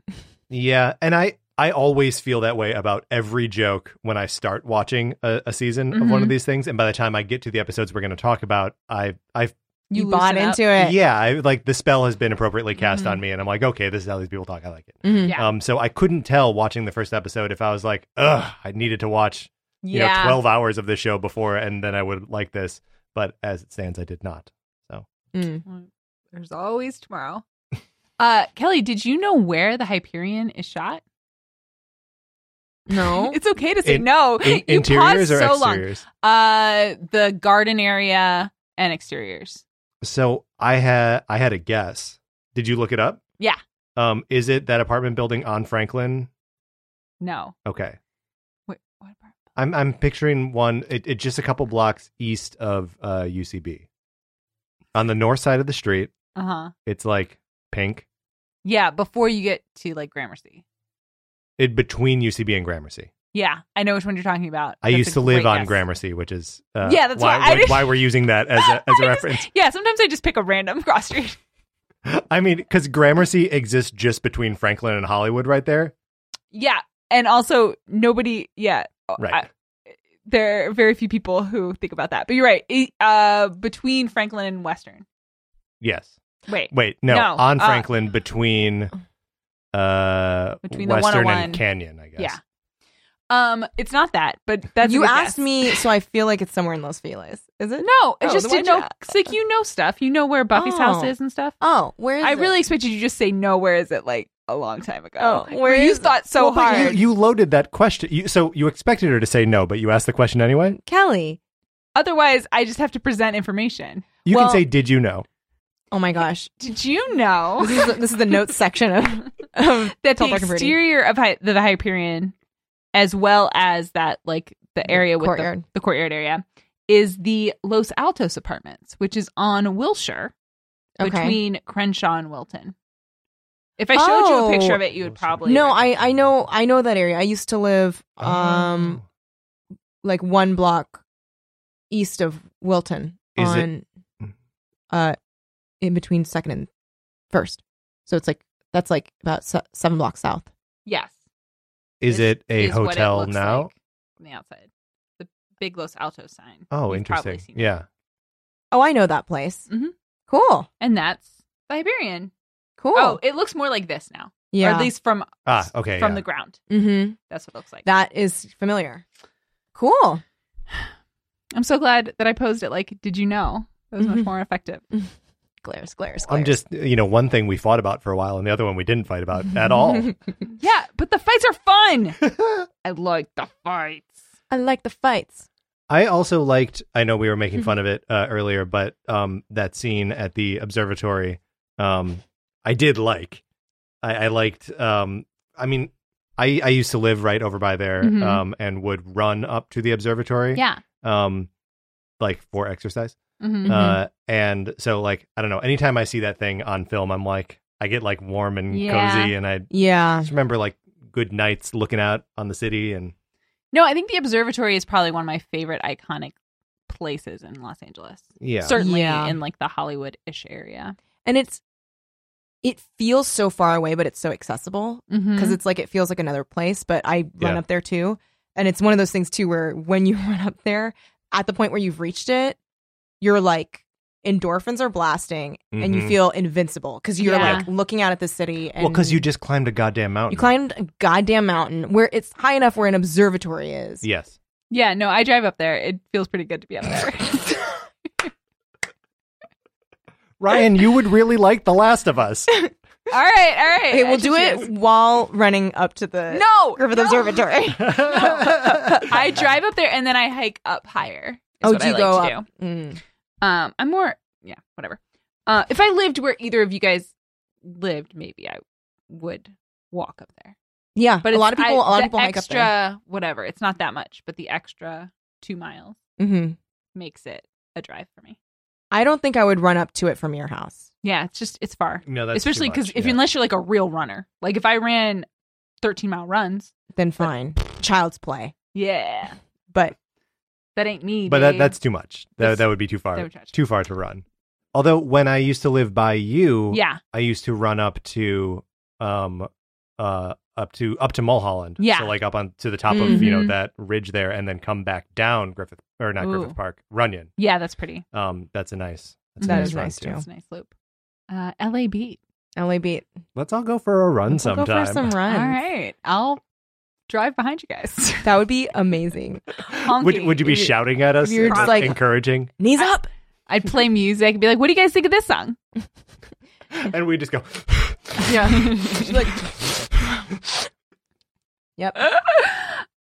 S4: yeah, and I I always feel that way about every joke when I start watching a, a season of one
S5: Mhm.
S4: of these things, and by the time I get to the episodes we're going to talk about, I I
S6: You, bought
S5: loosen up.
S6: into it.
S4: yeah, I, like the spell has been appropriately cast
S5: Mhm.
S4: on me, and I'm like, okay, this is how these people talk. I like it.
S6: Mhm.
S5: Yeah.
S4: Um, so I couldn't tell watching the first episode if I was like, ugh, I needed to watch you
S5: Yeah.
S4: know 12 hours of this show before, and then I would like this. But as it stands, I did not.
S6: Mm.
S5: There's always tomorrow. Uh, Kelly, did you know where the Hyperion is shot?
S6: No.
S5: It's okay to say
S4: In-
S5: no.
S4: In-
S5: you
S4: interiors
S5: paused
S4: or
S5: so long.
S4: exteriors?
S5: Uh, the garden area and exteriors.
S4: So I had I had a guess. Did you look it up?
S5: Yeah.
S4: Um, is it that apartment building on Franklin?
S5: No.
S4: Okay.
S5: Wait, what part?
S4: I'm I'm picturing one. It, it just a couple blocks east of uh, UCB, on the north side of the street.
S5: Uh huh.
S4: It's like pink.
S5: Yeah, before you get to like Gramercy.
S4: It between UCB and Gramercy.
S5: Yeah, I know which one you're talking about.
S4: I
S5: That's
S4: used
S5: a
S4: to live
S5: great
S4: on
S5: guess.
S4: Gramercy, which is uh,
S5: Yeah, that's
S4: why
S5: why I
S4: like,
S5: just-
S4: why we're using that as a as a reference.
S5: Yeah, sometimes I just pick a random cross street.
S4: I mean, because Gramercy exists just between Franklin and Hollywood, right there.
S5: Yeah, and also nobody. Yeah, Oh,
S4: Right.
S5: I- there are very few people who think about that. But you're right. It- uh, between Franklin and Western.
S4: yes.
S5: Wait.
S4: Wait, no,
S5: No,
S4: on
S5: uh,
S4: Franklin between uh
S5: Between the
S4: Western
S5: 101.
S4: and Canyon, I guess.
S5: Yeah. Um, it's not that, but that's a
S6: you
S5: good
S6: asked
S5: guess.
S6: me, so I feel like it's somewhere in Los Feliz. Is it?
S5: No, I
S6: Oh,
S5: just
S6: then
S5: didn't
S6: why'd
S5: know.
S6: you
S5: It's like you know stuff. You know where Buffy's
S6: Oh.
S5: house is and stuff.
S6: Oh, where is
S5: I
S6: it?
S5: really expected you to just say no. Where is it? Like a long time ago.
S6: Oh, where
S5: you
S6: is it?
S5: thought so
S6: Well, but
S5: hard.
S4: You, you loaded that question. You, so you expected her to say no, but you asked the question anyway.
S6: Kelly.
S5: Otherwise, I just have to present information.
S4: You
S6: Well-
S4: can say, "Did you know?"
S6: Oh my gosh.
S5: Did you know
S6: This is the, this is the notes section of, of
S5: that the
S6: Tall, Dark, and Pretty.
S5: exterior of Hy- the, the Hyperion, as well as that like the area with
S6: courtyard.
S5: The, the courtyard area, is the Los Altos Apartments, which is on Wilshire
S6: Okay.
S5: between Crenshaw and Wilton. If I showed you a picture of it, you would
S4: Wilshire.
S5: probably
S6: No, I I know I know that area. I used to live
S4: Oh.
S6: um like one block east of Wilton
S4: Is it-
S6: on uh in between second and first. So it's like that's like about se- seven blocks south.
S5: yes.
S4: is it a
S5: is what
S4: hotel
S5: looks
S4: now?
S5: like on the outside, the big Los Altos sign.
S4: Oh,
S5: You've probably
S4: interesting.
S5: seen it.
S4: Yeah,
S6: Oh, I know that place.
S5: Mhm.
S6: Cool.
S5: and that's the Hyperion.
S6: Cool.
S5: Oh, it looks more like this now,
S6: yeah.
S5: or at least from
S4: Ah, okay,
S5: from
S4: yeah.
S5: the ground.
S6: mm-hmm.
S5: That's what it looks like.
S6: That is familiar. Cool.
S5: I'm so glad that I posed it like, did you know? That was much
S6: Mhm.
S5: more effective.
S6: Glares, glares, glares.
S4: I'm just you know one thing we fought about for a while, and the other one we didn't fight about at all.
S5: Yeah, but the fights are fun. I like the fights.
S6: I like the fights.
S4: I also liked. I know we were making fun of it uh, earlier, but um, that scene at the observatory, um, I did like. I, I liked. Um, I mean, I I used to live right over by there,
S5: Mhm.
S4: um, and would run up to the observatory,
S5: Yeah.
S4: um, like for exercise.
S5: hmm
S4: Uh, and so, like, I don't know. Anytime I see that thing on film, I'm like, I get like warm and
S5: Yeah.
S4: cozy, and I
S6: Yeah.
S4: just remember like good nights looking out on the city and
S5: No, I think the observatory is probably one of my favorite iconic places in Los Angeles.
S4: yeah.
S5: Certainly
S6: Yeah.
S5: in like the Hollywood ish area.
S6: And it's it feels so far away, but it's so accessible
S5: Mm-hmm.
S6: because it's like it feels like another place. But I run
S4: Yeah.
S6: up there too, and it's one of those things too where when you run up there, at the point where you've reached it, you're like endorphins are blasting, and you
S4: Mhm.
S6: feel invincible because you're
S5: Yeah.
S6: like looking out at the city. And
S4: well, because you just climbed a goddamn mountain.
S6: you climbed a goddamn mountain where it's high enough where an observatory is.
S4: Yes.
S5: Yeah, no, I drive up there. It feels pretty good to be up there.
S4: Ryan, you would really like The Last of Us.
S5: all right, all right.
S6: Okay,
S5: I
S6: we'll do
S5: should
S6: it
S5: choose.
S6: while running up to the
S5: No,
S6: Griffith
S5: no.
S6: Observatory.
S5: I drive up there and then I hike up higher. is
S6: oh,
S5: what
S6: do
S5: I
S6: you
S5: like
S6: go
S5: to do.
S6: up? Mm.
S5: Um, I'm more yeah, whatever. Uh, if I lived where either of you guys lived, maybe I would walk up there.
S6: Yeah,
S5: But
S6: a
S5: it's-
S6: lot of people,
S5: I-
S6: a lot
S5: the
S6: of people hike
S5: extra,
S6: up
S5: Whatever, it's not that much, but the extra two miles
S6: there. hmm
S5: makes it a drive for me.
S6: I don't think I would run up to it from your house.
S5: Yeah, it's just it's far,
S4: No, that's
S5: especially
S4: because
S5: because if unless you're like a real runner, like if I ran thirteen mile runs,
S6: Then fine, child's play.
S5: yeah,
S6: But
S5: that ain't me.
S4: but that,
S5: babe.
S4: that's too much. That,
S5: That's-
S4: that would be too
S5: that
S4: far.
S5: would judge.
S4: Too far to run. Although when I used to live by you,
S5: yeah,
S4: I used to run up to um uh, uh up to up to Mulholland.
S5: Yeah.
S4: So like up on to the top of you know
S5: Mhm.
S4: that ridge there, and then come back down Griffith or not
S5: Ooh.
S4: Griffith Park, Runyon.
S5: Yeah, that's pretty.
S4: Um, that's a nice. That's a
S6: That
S4: nice
S6: is
S4: run
S6: nice,
S4: too.
S6: too.
S5: That's a nice loop. Uh, LA Beat.
S6: LA beat.
S4: Let's all go for a run
S6: Let's all
S4: sometime.
S6: Go for some
S5: All
S6: runs.
S5: right, I'll drive behind you guys.
S6: That would be amazing.
S4: Would, would you be
S5: Honky.
S4: shouting at us?
S6: You're just like-
S4: encouraging,
S6: Knees up.
S5: I'd play music and be like, "What do you guys think of this song?"
S4: and we just go.
S6: Yeah. like, yep.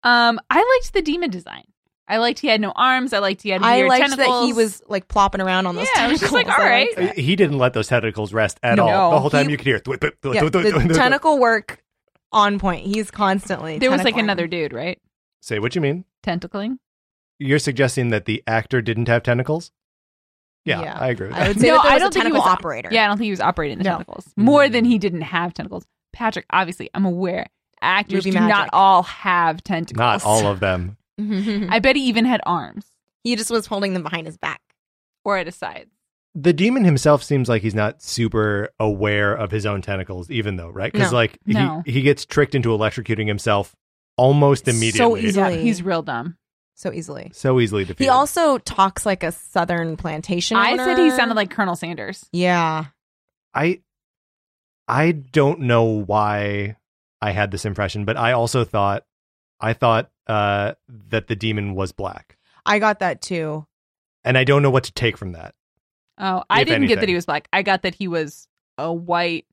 S5: um, I liked the demon design. I liked he had no arms. I liked he had
S6: I
S5: weird
S6: liked
S5: tentacles.
S6: that he was like plopping around on those
S5: Yeah, I was just
S6: tentacles.
S5: like, all
S6: I
S5: right.
S6: liked that.
S4: he didn't let those tentacles rest at
S6: No.
S4: all. The whole time
S6: He-
S4: you could hear. "Thwip, thwip, thwip,
S6: Yeah,
S4: thwip, thwip, thwip,
S6: the
S4: thwip."
S6: tentacle work on point. He's constantly.
S5: there was like
S6: tentacling.
S5: another dude, right?
S4: Say what you mean.
S5: Tentacling.
S4: You're suggesting that the actor didn't have tentacles? Yeah,
S6: Yeah.
S4: I agree with that.
S6: I would say
S5: No,
S6: that there
S5: I
S6: was
S5: don't
S6: a
S5: think he
S6: tentacle
S5: was-
S6: operator.
S5: Yeah, I don't think he was operating the
S6: No. Mm.
S5: tentacles more than he didn't have tentacles. Patrick, obviously, I'm aware actors
S6: Movie
S5: do not
S6: magic.
S5: all have tentacles.
S4: Not all of them.
S6: Yeah.
S5: I bet he even had arms
S6: he just was holding them behind his back.
S5: or at his sides.
S4: The demon himself seems like he's not super aware of his own tentacles, even though, right? Because
S6: No.
S4: like
S5: No.
S4: he, he gets tricked into electrocuting himself almost immediately,
S6: So easily.
S5: Yeah, he's real dumb.
S6: So easily.
S4: so easily defeated.
S6: He also talks like a southern plantation.
S5: I
S6: owner.
S5: said he sounded like Colonel Sanders.
S6: Yeah.
S4: I I don't know why I had this impression, but I also thought I thought uh, that the demon was black,
S6: I got that too.
S4: and I don't know what to take from that.
S5: Oh, I
S4: If
S5: didn't get that
S4: anything.
S5: he was black. I got that he was a white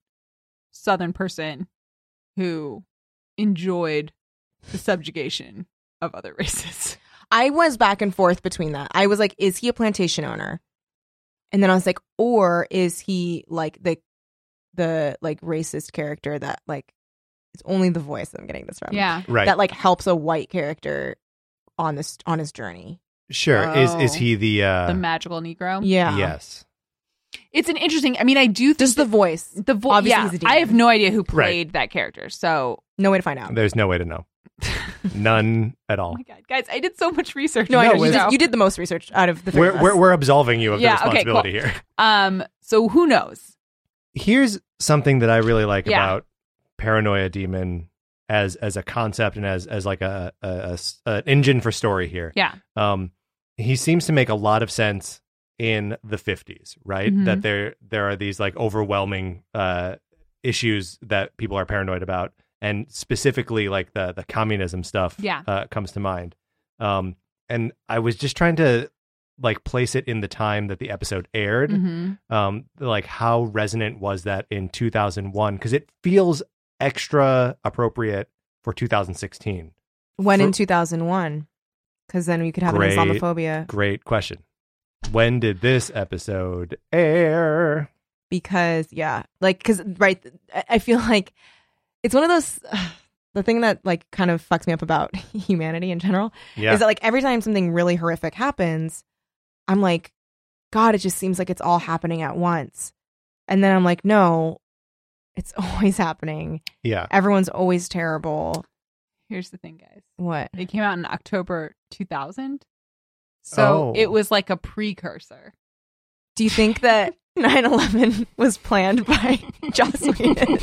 S5: Southern person who enjoyed the subjugation of other races.
S6: I was back and forth between that. I was like, is he a plantation owner? And then I was like, or is he like the the like racist character that like it's only the voice that I'm getting this from.
S5: Yeah.
S4: Right?
S6: That like helps a white character on this on his journey.
S4: sure.
S5: Oh.
S4: Is is he the uh,
S5: The magical Negro.
S6: Yeah.
S4: yes?
S5: It's an interesting. I mean, I do.
S6: Just the voice.
S5: The voice.
S6: Obviously,
S5: Yeah,
S6: he's a demon.
S5: I have no idea who
S4: Right.
S5: played that character. So,
S6: No way to find out.
S4: There's no way to know. None at
S5: oh
S4: all.
S5: my god, guys, I did so much research.
S6: No, I
S5: for
S6: know.
S5: this
S6: You
S5: show.
S6: did, you did the most research out of the 3
S4: We're,
S6: of us.
S4: we're, we're absolving you of
S5: Yeah,
S4: the
S5: okay, cool.
S4: responsibility here.
S5: um. So who knows?
S4: Here's something that I really like
S5: Yeah.
S4: about paranoia demon as as a concept and as as like a, a- a s- an engine for story here.
S5: Yeah.
S4: Um, he seems to make a lot of sense in the 50s, right?
S5: Mhm.
S4: That there there are these like overwhelming uh issues that people are paranoid about and specifically like the the communism stuff
S5: Yeah.
S4: uh, comes to mind. Um and I was just trying to like place it in the time that the episode aired
S5: Mm-hmm.
S4: um like how resonant was that in 2001 because it feels extra appropriate for 2016
S6: when in
S4: for-
S6: 2001 because then we could have
S4: Great.
S6: an islamophobia
S4: great question when did this episode air
S6: because yeah like because right I- i feel like it's one of those the thing that like kind of fucks me up about humanity in general
S4: yeah
S6: is that like every time something really horrific happens i'm like god it just seems like it's all happening at once and then i'm like no it's always happening
S4: yeah
S6: everyone's always terrible
S5: Here's the thing, guys.
S6: what
S5: It came out in October 2000. So
S4: Oh.
S5: it was like a precursor.
S6: do you think that 9-11 was planned by joss whedon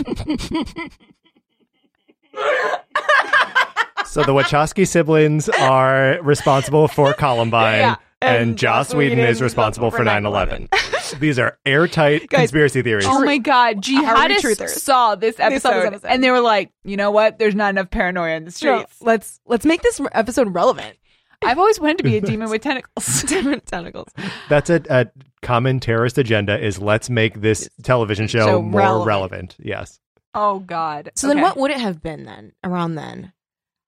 S4: so the wachowski siblings are responsible for columbine
S6: Yeah,
S4: and,
S6: and
S4: joss
S6: Joss
S4: whedon
S6: Whedon
S4: is responsible for 9-11 these are airtight
S6: Guys,
S4: conspiracy theories
S5: Oh my God. Jihadists saw
S6: truthers.
S5: this
S6: saw this
S5: episode
S6: episode.
S5: and they were like, you know what? There's not enough paranoia in the
S6: No,
S5: streets.
S6: let's let's make this episode relevant.
S5: I've always wanted to be a demon with tentacles.
S6: Different tentacles.
S4: that's a, a common terrorist agenda is let's make this television show
S6: So
S4: more
S6: relevant.
S4: relevant yes
S5: Oh God.
S6: So
S5: Okay.
S6: then, what would it have been then? Around then,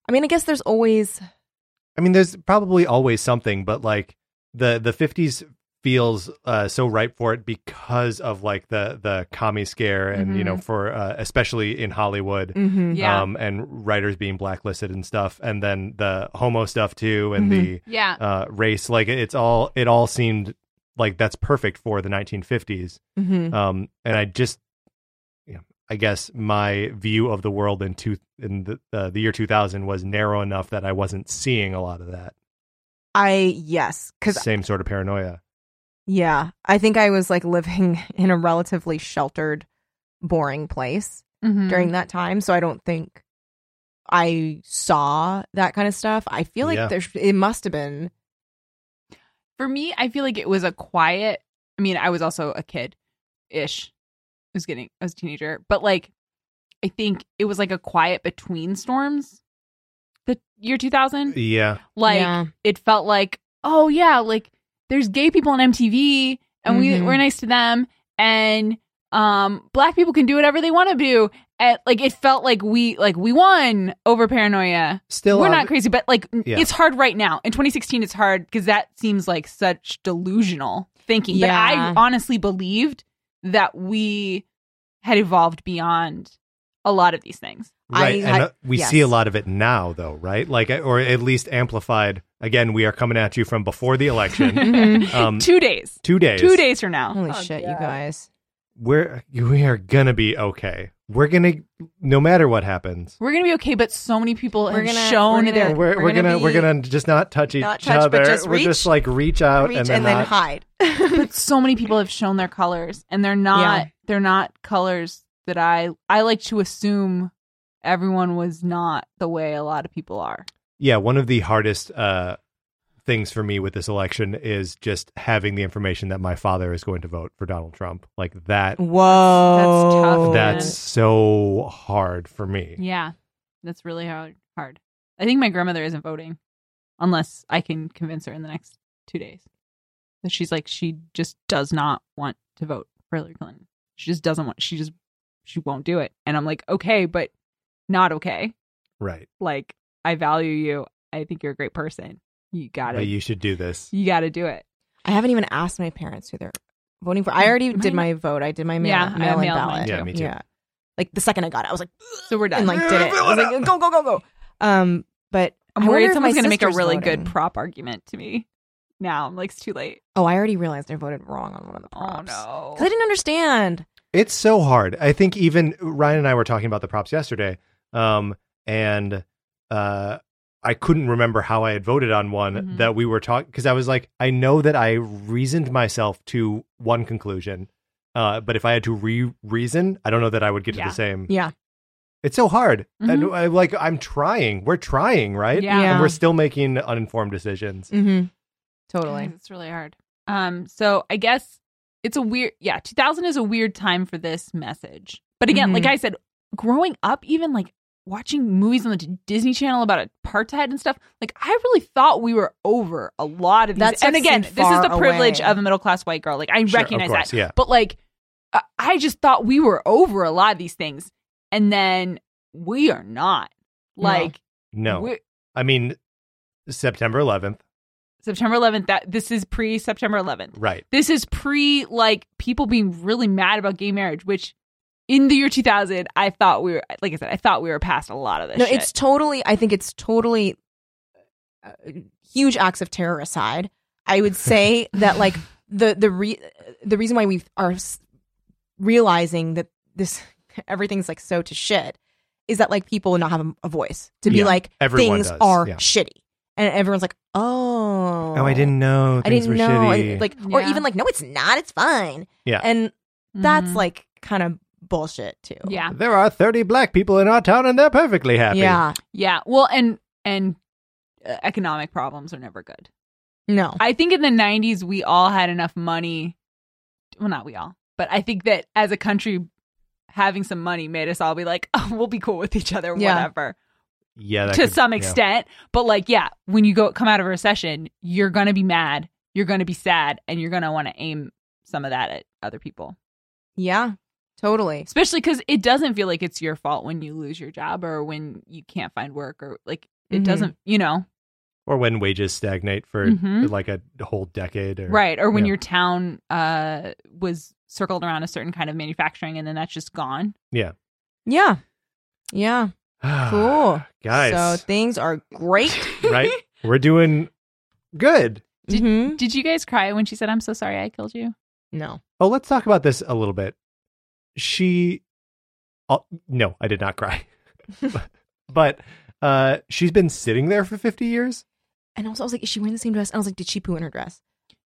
S6: I mean, I guess there's always
S4: I mean, there's probably always something, but like the the fifties feels uh, so ripe for it because of like the the commie scare, and you know, for uh, especially in Hollywood,
S6: Mm-hmm. Mm,
S5: Yeah.
S4: um, and writers being blacklisted and stuff, and then the homo stuff too, and
S5: yeah.
S4: the uh, race. Like it's all it all seemed like that's perfect for the 1950s.
S6: Mhm.
S4: Um, and I just, you know, I guess my view of the world in two in the uh, the year 2000 was narrow enough that I wasn't seeing a lot of that
S6: I yes, because
S4: same sort of paranoia.
S6: yeah, I think I was like living in a relatively sheltered, boring place
S5: Mhm.
S6: Mm-hmm. during that time, so I don't think I saw that kind of stuff. I feel like
S4: Yeah.
S6: there's it must have been
S5: For me, I feel like it was a quiet. I mean, I was also a kid ish. I was getting, I was a teenager, but like, I think it was like a quiet between storms. The year 2000,
S4: Yeah.
S5: like
S6: Yeah.
S5: it felt like, oh yeah, like there's gay people on MTV, and we
S4: Mm-hmm.
S6: Mhm.
S5: we're nice to them, and um, black people can do whatever they want to do. And, like it felt like we like we won over paranoia
S4: Still,
S5: we're
S4: uh,
S5: not crazy, but like
S4: Yeah.
S5: it's hard right now. In 2016, it's hard because that seems like such delusional thinking.
S6: Yeah.
S5: But I honestly believed that we had evolved beyond a lot of these things.
S4: Right. and
S6: I- I-
S4: uh, we
S6: yes.
S4: see a lot of it now, though, right? Like, or at least amplified. Again, we are coming at you from before the election. um,
S5: two days,
S4: two days.
S5: two days from now.
S6: holy shit, you guys.
S4: We're, we are going to be okay. We're going to, no matter what happens.
S5: We're gonna be okay, but so many people
S6: We're
S5: have
S6: gonna-
S5: shown
S6: we're
S5: their
S6: gonna-
S4: We're, we're,
S6: gonna
S4: gonna, we're
S6: be-
S4: gonna just not touch each
S6: Not touch, but
S4: other.
S6: just
S4: we're
S6: reach-
S4: just like reach out
S6: Reach
S4: and then, not-
S6: hide.
S5: but so many people have shown their colors and they're not
S6: Yeah.
S5: they're not colors that I I like to assume everyone was not the way a lot of people are.
S4: Yeah, one of the hardest uh, things for me with this election is just having the information that my father is going to vote for Donald Trump. Like that.
S6: Whoa.
S5: Oh, man.
S4: That's so hard for me.
S5: Yeah, that's really hard. Hard. I think my grandmother isn't voting, unless I can convince her in the next two days. That she's like she just does not want to vote for Hillary Clinton. She just doesn't want. She just she won't do it. And I'm like, okay, but not okay.
S4: Right.
S5: Like I value you. I think you're a great person. You got
S4: But
S5: to
S4: you should do this.
S5: You got to do it.
S6: I haven't even asked my parents who they're voting for. I already
S5: Mine-
S6: did my vote. I did my mail,
S5: Yeah, I
S6: mail in
S5: mailed mine
S6: ballot.
S4: too. Yeah, me too.
S6: Yeah. Like the second I got it, I was like,
S5: So we're done.
S6: and like did it. I was like, go, go, go, go. Um, but
S5: I'm
S6: I wonder
S5: worried
S6: if
S5: someone's
S6: my
S5: gonna make a
S6: sister's
S5: really good
S6: voting.
S5: prop argument to me. Now I'm like, it's too late.
S6: oh, I already realized I voted wrong on one of the props.
S5: Oh
S6: 'Cause I
S5: no.
S6: didn't understand.
S4: It's so hard. I think even Ryan and I were talking about the props yesterday, um, and uh, I couldn't remember how I had voted on one
S5: Mhm.
S4: that we were talking because I was like, I know that I reasoned myself to one conclusion, uh, but if I had to re reason, I don't know that I would get
S5: Yeah.
S4: to the same.
S6: Yeah.
S4: It's so hard,
S5: Mhm.
S4: and I, like I'm trying. We're trying, right?
S5: Yeah.
S4: And we're still making uninformed decisions.
S6: Mm-hmm.
S5: Guys, It's really hard. Um, so I guess it's a weird yeah, 2000 is a weird time for this message. But again,
S6: Mhm.
S5: like I said, growing up even like watching movies on the D- Disney Channel about apartheid and stuff, like I really thought we were over a lot of these.
S6: That stuff
S5: and again,
S6: seemed
S5: this is
S6: far
S5: the privilege
S6: away.
S5: of a middle-class white girl. Like I
S4: Sure, of
S5: recognize
S4: course,
S5: that.
S4: yeah.
S5: But like I- I just thought we were over a lot of these things and then we are not.
S6: No.
S5: Like
S4: No,
S5: we're-
S4: I mean September 11th,
S5: September 11th that this is pre September 11th.
S4: right?
S5: This is pre like people being really mad about gay marriage, which in the year 2000, I thought we were like I said, I thought we were past a lot of this.
S6: No,
S5: shit.
S6: it's totally. I think it's totally uh, huge acts of terroricide. I would say that like the the re- the reason why we are s- realizing that this everything's like so to shit is that like people not have a, a voice to be
S4: Yeah,
S6: like
S4: everyone
S6: things
S4: does,
S6: are
S4: yeah.
S6: shitty, and everyone's like, oh,
S4: Oh, I didn't know.
S6: I
S4: things
S6: didn't
S4: were
S6: know,
S4: Shitty.
S6: and, like, or
S5: Yeah.
S6: even like, no, it's not, it's fine,
S4: Yeah.
S6: and that's
S5: Mhm.
S6: like kind of bullshit too,
S5: yeah,
S4: There are 30 black people in our town and they're perfectly happy.
S6: yeah,
S5: yeah. Well, and and uh, economic problems are never good.
S6: no,
S5: I think in the 90s we all had enough money. Well, not we all, but I think that as a country. Having some money made us all be like, oh, we'll be cool with each other,
S6: Yeah.
S5: whatever,
S4: Yeah. that
S5: to
S4: could-
S5: some
S4: yeah.
S5: extent. But like, yeah, when you go come out of a recession, you're gonna be mad, you're gonna be sad, and you're gonna want to aim some of that at other people.
S6: yeah, totally,
S5: especially because it doesn't feel like it's your fault when you lose your job or when you can't find work or like it
S6: Mhm.
S5: doesn't you know
S4: Or when wages stagnate for
S6: Mm-hmm.
S5: Mhm.
S4: like a whole decade. Or,
S5: right or when
S4: yeah.
S5: your town uh was circled around a certain kind of manufacturing and then that's just gone
S6: yeah, yeah. Cool.
S4: Ah, Guys,
S6: So things are great.
S4: right? We're doing good.
S5: Did-
S4: Hmm?
S6: Mhm.
S5: did you guys cry when she said i'm so sorry i killed you
S6: No.
S4: Oh, let's talk about this a little bit. She. Oh, no, I did not cry. but uh, she's been sitting there for 50 years.
S6: And also, I was like, is she wearing the same dress? And I was like, did she poo in her dress?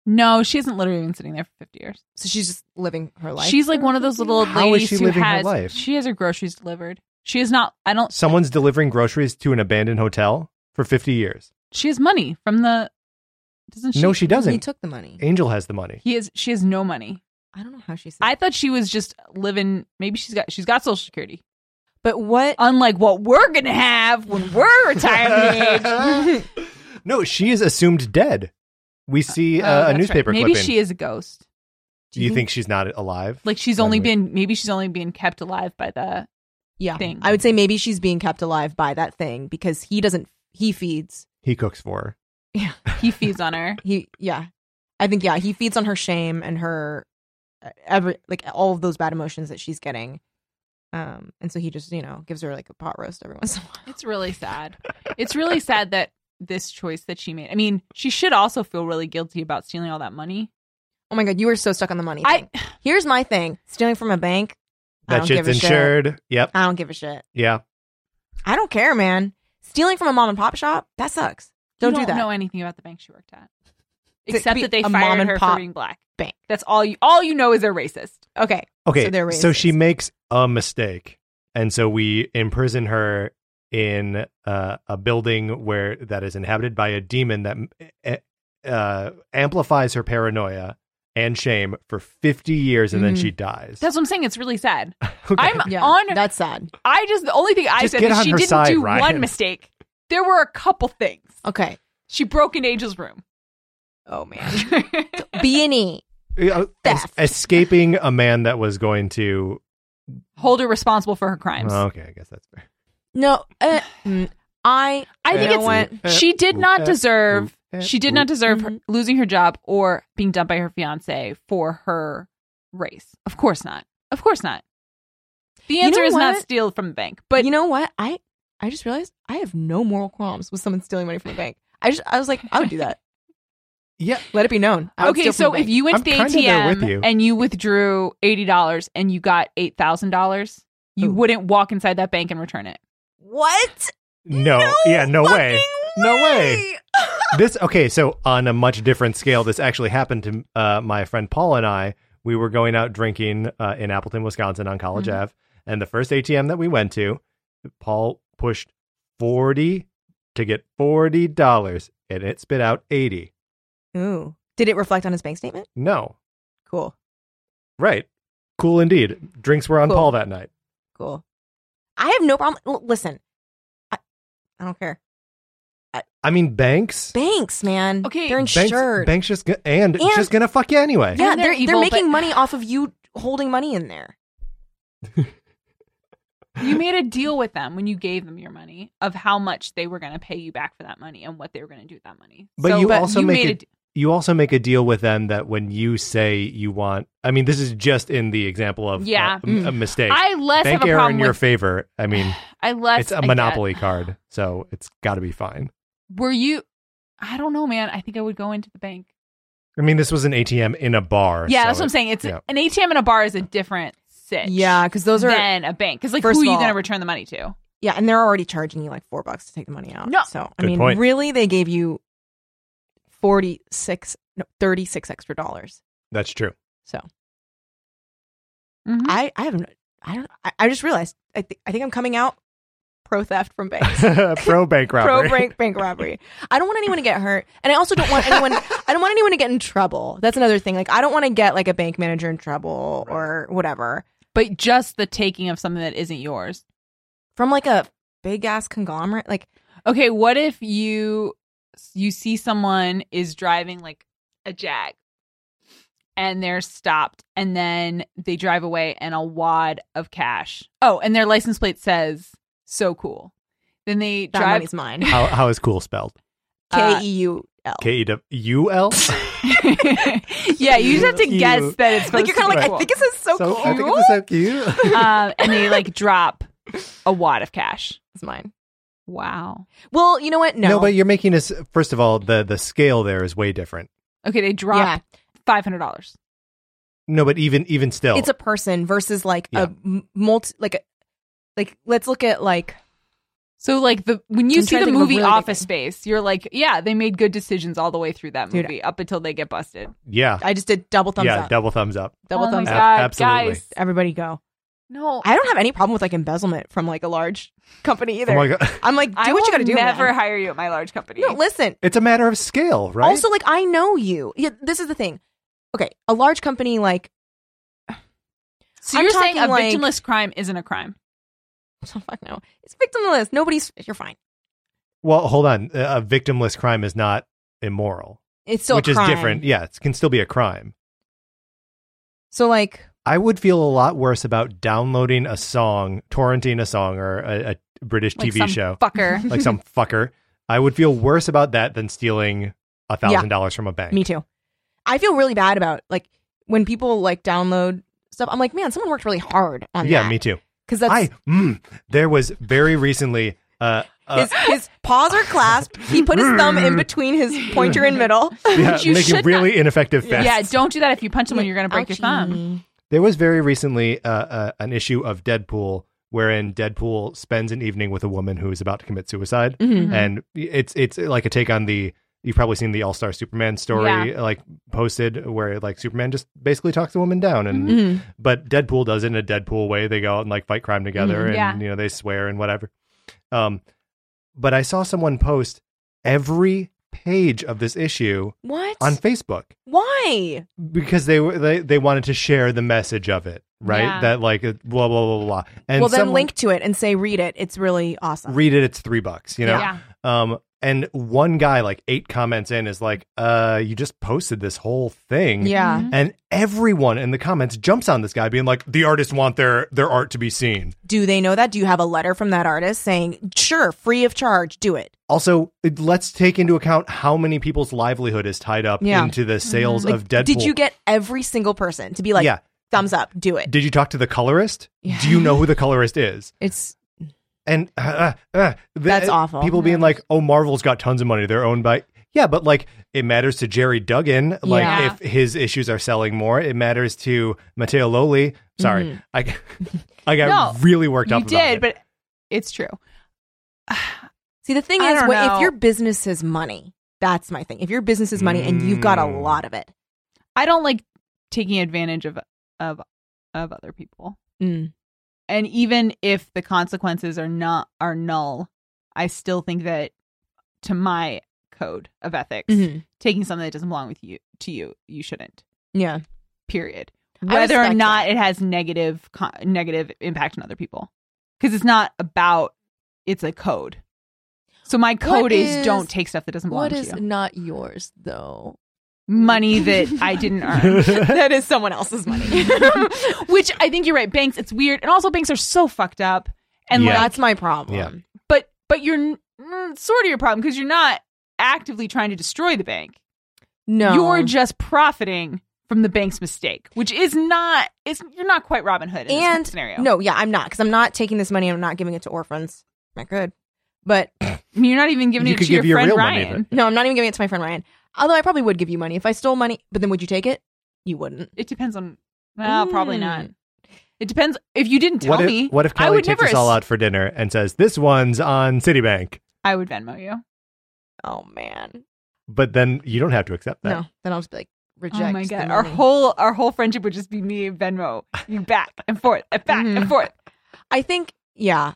S5: no she hasn't literally been sitting there for 50 years
S6: So she's just living her life.
S5: she's like one of those little old
S4: How is
S5: ladies
S4: she
S5: who
S4: living her
S5: has
S4: life?
S5: she has her groceries delivered She is not. I don't.
S4: Someone's delivering groceries to an abandoned hotel for 50 years.
S5: She has money from the. Doesn't she?
S4: no, she
S6: He
S4: doesn't.
S6: took the money.
S4: Angel has the money.
S5: He is. She has no money.
S6: I don't know how she said.
S5: I thought she was just living. Maybe she's got. She's got Social Security.
S6: but what?
S5: Unlike what we're gonna have when we're retirement
S4: uh,
S5: age.
S4: Oh, no, she is assumed dead. We see
S5: Oh,
S4: uh, a
S5: that's
S4: newspaper
S5: right. Maybe
S4: clipping.
S5: she is a ghost.
S4: Do you think she's not alive?
S5: Like she's
S4: When
S5: only
S4: we-
S5: been. Maybe she's only being kept alive by the.
S6: Yeah,
S5: thing.
S6: I would say maybe she's being kept alive by that thing because he doesn't. He feeds.
S4: He cooks for her.
S5: He feeds on her.
S6: He yeah, I think yeah. He feeds on her shame and her uh, every like all of those bad emotions that she's getting. Um, and so he just you know gives her like a pot roast every once in a while.
S5: It's really sad. It's really sad that this choice that she made. I mean, she should also feel really guilty about stealing all that money.
S6: Oh my god, you were so stuck on the money.
S5: I
S6: thing. here's my thing: stealing from a bank. I
S4: That
S6: don't
S4: shit's
S6: give a shit.
S4: insured. Yep.
S6: I don't give a shit.
S4: Yeah.
S6: I don't care, man. Stealing from a mom and pop shop that sucks. Don't,
S5: you
S6: do that.
S5: Know anything about the bank she worked at?
S6: It could
S5: Except
S6: be
S5: that they
S6: a
S5: fired
S6: mom and
S5: her
S6: pop
S5: for being black.
S6: bank.
S5: That's all you. All you know is they're racist.
S6: Okay,
S4: Okay.
S6: So they're
S4: so she
S6: racist.
S4: makes a mistake. And so we imprison her in uh, a building where that is inhabited by a demon that uh, uh, amplifies her paranoia and shame for 50 years and then
S6: Mhm.
S4: she dies. uh,
S5: That's what I'm saying. It's really sad.
S4: Okay.
S5: I'm
S6: yeah,
S5: on.
S6: that's sad.
S5: I just the only thing I
S4: Just
S5: said
S4: get
S5: is
S4: on
S5: she
S4: her
S5: didn't
S4: side,
S5: do
S4: Ryan.
S5: one mistake. There were a couple things.
S6: Okay.
S5: She broke in Angel's room.
S6: Oh man, beanie.
S4: Yeah, uh, es-
S6: Theft.
S4: escaping a man that was going to.
S5: Hold her responsible for her crimes.
S4: Oh, okay, I guess that's fair.
S6: No, uh, mm, I.
S5: I think
S6: You know
S5: it's
S4: what?
S5: she did not
S4: Eh,
S5: deserve
S4: eh,
S5: she did not
S4: eh.
S5: deserve her- losing her job or being dumped by her fiance for her race. Of course not. Of course not. The
S6: You
S5: answer
S6: know
S5: is not
S6: what?
S5: steal from the bank,
S6: But
S5: but
S6: you know what? I I just realized I have no moral qualms with someone stealing money from a bank. I just I was like, I would do that.
S4: Yeah.
S6: Let it be known. I would
S5: okay.
S6: steal from
S5: So
S6: the
S5: if
S6: bank.
S5: you
S4: I'm
S5: went to
S4: kinda
S5: the
S4: there with
S5: ATM
S4: you.
S5: and you withdrew eighty dollars and you got eight thousand dollars, you
S6: Ooh.
S5: wouldn't walk inside that bank and return it.
S6: what?
S4: No. yeah, no way. No way. This okay, so on a much different scale, this actually happened to uh, my friend Paul and I. We were going out drinking uh, in Appleton, Wisconsin on College
S5: Mhm.
S4: Ave, and the first ATM that we went to, Paul pushed 40 to get $40 and it spit out 80.
S6: Ooh. Did it reflect on his bank statement?
S4: No.
S6: Cool.
S4: Right. Cool indeed. Drinks were on
S6: Cool.
S4: Paul that night.
S6: Cool. I have no problem. L- listen, I, I don't care.
S4: I mean banks.
S6: Banks, man.
S5: Okay.
S6: They're
S4: Banks,
S6: insured.
S4: banks just go- and,
S6: And-
S4: just gonna fuck you anyway.
S6: Yeah,
S5: And they're
S6: they're, they're,
S5: evil,
S6: making
S5: but-
S6: money off of you holding money in there.
S5: You made a deal with them when you gave them your money of how much they were going to pay you back for that money and what they were going to do with that money.
S4: But
S5: So
S4: you also make
S5: made
S4: it- You also make a deal with them that when you say you want, I mean, this is just in the example of uh,
S5: Yeah.
S4: a, a mistake.
S5: I less
S4: Bank
S5: have a
S4: error
S5: problem
S4: in your
S5: with
S4: favor. I mean,
S5: I less
S4: it's
S5: I
S4: a
S5: get-
S4: monopoly card, so it's got to be fine.
S5: Were you? I don't know, man. I think I would go into the bank.
S4: I mean, this was an ATM in a bar.
S5: Yeah,
S4: so
S5: that's what I'm
S4: it-
S5: saying. It's
S4: yeah.
S5: an ATM and a bar is a different sitch.
S6: Yeah, because those are.
S5: than a bank. Because like,
S6: First
S5: who are
S6: of
S5: you
S6: all-
S5: going to return the money to?
S6: yeah, and they're already charging you like four bucks to take the money out.
S5: No.
S6: So, I
S4: Good
S6: mean,
S4: point.
S6: really, they gave you 46, no, 36 extra dollars.
S4: That's true.
S6: So,
S5: Mhm.
S6: I, I haven't, I don't, I, I just realized, I, th- I think I'm coming out pro theft from banks.
S4: Pro bank robbery.
S6: Pro bank, bank robbery. I don't want anyone to get hurt, and I also don't want anyone. I don't want anyone to get in trouble. That's another thing. Like I don't want to get like a bank manager in trouble or whatever
S5: But just the taking of something that isn't yours.
S6: from like a big ass conglomerate. Like
S5: Okay, what if you you see someone is driving like a jag and they're stopped and then they drive away and a wad of cash. Oh, and their license plate says so cool. Then they
S6: that
S5: drive
S6: money's mine.
S4: How, how is cool spelled?
S5: Uh,
S6: K e u l.
S4: K E W U L?
S5: yeah, you just have to
S4: Cute.
S5: guess that it's
S6: Like you're kind of like I think it says so,
S4: So
S6: cool.
S4: I think it's so cute.
S5: it's um, and they like drop a wad of cash.
S6: it's mine.
S5: Wow.
S6: Well, you know what? No,
S4: No. but you're making this. First of all, the the scale there is way different.
S5: Okay, they drop
S6: Yeah.
S5: five hundred dollars.
S4: No, but even even still,
S6: it's a person versus like
S4: Yeah.
S6: a m- multi like a like. Let's look at like
S5: So like the when you
S6: I'm
S5: see
S6: trying to
S5: the
S6: think of a
S5: movie
S6: really big
S5: Office
S6: thing.
S5: Space, you're like, yeah, they made good decisions all the way through that
S6: Dude,
S5: movie up until they get busted.
S4: yeah,
S6: I just did double thumbs
S4: yeah,
S6: up.
S4: double thumbs up.
S6: double
S5: Oh my
S6: thumbs
S4: A-
S6: up.
S5: God,
S4: absolutely.
S5: guys.
S6: Everybody go.
S5: No,
S6: I don't have any problem with like embezzlement from like a large company either.
S4: Oh my God.
S6: I'm like, do
S5: I
S6: what you
S5: will
S6: got to do.
S5: Never
S6: man.
S5: hire you at my large company.
S6: no, listen.
S4: It's a matter of scale, right?
S6: Also, like I know you. Yeah, this is the thing. Okay, a large company like
S5: so
S6: I'm
S5: you're saying a
S6: talking, like-
S5: victimless oh, crime isn't a crime?
S6: fuck no, it's victimless. Nobody's. You're fine.
S4: well, hold on. A victimless crime is not immoral,
S6: It's still a
S4: which is
S6: crime.
S4: different. Yeah, it can still be a crime.
S6: So like,
S4: I would feel a lot worse about downloading a song, torrenting a song or a, a British
S5: Like
S4: TV
S5: some
S4: show,
S5: fucker.
S4: like some fucker. I would feel worse about that than stealing a thousand dollars from a bank.
S6: me too. I feel really bad about like when people like download stuff. I'm like, man, someone worked really hard on
S4: Yeah,
S6: that.
S4: me too.
S6: Because that's
S4: I mm, there was very recently. Uh, uh,
S6: his, his paws are clasped. He put his thumb in between his pointer and middle.
S4: yeah,
S5: But you
S4: making
S5: should
S4: really ineffective fists.
S5: yeah, don't do that. If you punch someone, you're going to break your thumb.
S4: There was very recently uh, uh, an issue of Deadpool wherein Deadpool spends an evening with a woman who is about to commit suicide,
S6: Mhm.
S4: and it's it's like a take on the you've probably seen the All Star Superman story like posted where like Superman just basically talks the woman down, and
S6: Mhm.
S4: but Deadpool does it in a Deadpool way. They go out and like fight crime together, and
S5: Yeah.
S4: you know they swear and whatever. Um, but I saw someone post every page of this issue
S6: What?
S4: on Facebook
S6: Why?
S4: because they were they, they wanted to share the message of it, right?
S5: Yeah.
S4: That like it- blah blah blah blah. blah. And
S6: well, then
S4: someone-
S6: link to it and say, read it. It's really awesome.
S4: read it. It's three bucks, you know.
S5: Yeah.
S4: Um, and one guy like eight comments in is like, "Uh, you just posted this whole thing."
S6: yeah.
S5: Mm-hmm.
S4: And everyone in the comments jumps on this guy, being like, "The artists want their their art to be seen."
S6: Do they know that? Do you have a letter from that artist saying, sure, free of charge, do it?
S4: Also, it- let's take into account how many people's livelihood is tied up
S6: Yeah. Mm-hmm.
S4: into the sales
S6: Like,
S4: of Deadpool.
S6: Did you get every single person to be like,
S4: yeah.
S6: thumbs up, do it?
S4: Did you talk to the colorist?
S6: Yeah.
S4: Do you know who the colorist is?
S6: It's
S4: and uh, uh, uh, the-
S6: That's awful.
S4: People being like, "Oh, Marvel's got tons of money; they're owned by." Yeah, but like it matters to Jerry Duggan. Like
S6: Yeah.
S4: if his issues are selling more, it matters to Matteo Loli. Sorry,
S6: Mm-hmm.
S4: I I got
S5: No,
S4: really worked
S5: You
S4: up. about
S5: did,
S4: it.
S5: but it's true.
S6: see the thing
S5: I
S6: is,
S5: don't
S6: what,
S5: know.
S6: if your business is money, that's my thing. If your business is money and you've got a
S4: Mm.
S6: lot of it,
S5: I don't like taking advantage of of of other people.
S6: Mm.
S5: And even if the consequences are not are null, I still think that to my code of ethics,
S7: Mm-hmm.
S5: taking something that doesn't belong with you to you, you shouldn't.
S6: yeah,
S5: Period.
S6: I
S5: Whether or
S6: respect
S5: not
S6: that.
S5: it has negative co- negative impact on other people. Cuz it's not about it's a code. So my code is,
S7: is-
S5: don't take stuff that doesn't belong
S7: What
S5: to
S7: is
S5: you.
S7: not yours, though?
S5: Money that I didn't earn.
S6: that is someone else's money.
S5: Which I think you're right. Banks, it's weird, and also banks are so fucked up. And
S4: Yeah.
S5: like,
S6: That's my problem.
S4: Yeah.
S5: but but you're n- mm, sort of your problem because you're not actively trying to destroy the bank.
S6: No,
S5: You're just profiting from the bank's mistake, which is not. It's you're not quite Robin Hood in this
S6: and
S5: scenario.
S6: no, yeah, I'm not because I'm not taking this money. and I'm not giving it to orphans. I could, but
S5: I mean, you're not even giving
S4: You
S5: it
S4: could
S5: to
S4: give your
S5: your friend
S4: real money,
S5: Ryan.
S6: no, I'm not even giving it to my friend Ryan. Although I probably would give you money if I stole money, but then would you take it? You wouldn't.
S5: It depends on. Well, probably
S6: Mm.
S5: not. It depends if you didn't tell
S4: what if,
S5: me.
S4: What if
S5: I
S4: Kelly
S5: would
S4: takes
S5: never
S4: us all
S5: ass-
S4: out for dinner and says, "This one's on Citibank,"
S5: I would Venmo you.
S6: Oh man,
S4: but then you don't have to accept that.
S6: no. Then I'll just be like reject.
S5: Oh my
S6: the
S5: god, our
S6: money.
S5: whole our whole friendship would just be me and Venmo, you back and forth, and back and
S6: Mhm.
S5: forth.
S6: I think, yeah.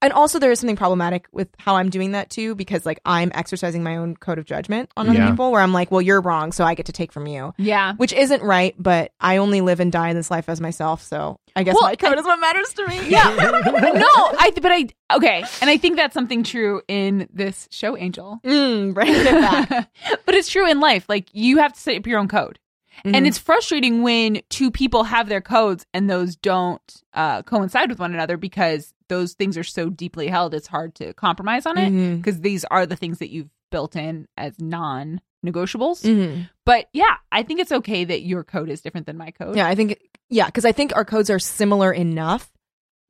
S6: And also, there is something problematic with how I'm doing that too, because like I'm exercising my own code of judgment on other
S4: Yeah.
S6: people, where I'm like, well, you're wrong, so I get to take from you,
S5: Yeah.
S6: which isn't right. But I only live and die in this life as myself, so I guess
S5: Well,
S6: my code
S5: I-
S6: is what matters to me.
S5: Yeah. no, I but I okay, and I think that's something true in this show Angel.
S6: Mm, bringing it back.
S5: but it's true in life. Like you have to set up your own code. And
S6: Mhm.
S5: it's frustrating when two people have their codes and those don't uh, coincide with one another because those things are so deeply held it's hard to compromise on it
S6: Mhm.
S5: because these are the things that you've built in as non-negotiables.
S6: Mhm.
S5: But yeah, I think it's okay that your code is different than my code.
S6: Yeah, I think, yeah, because I think our codes are similar enough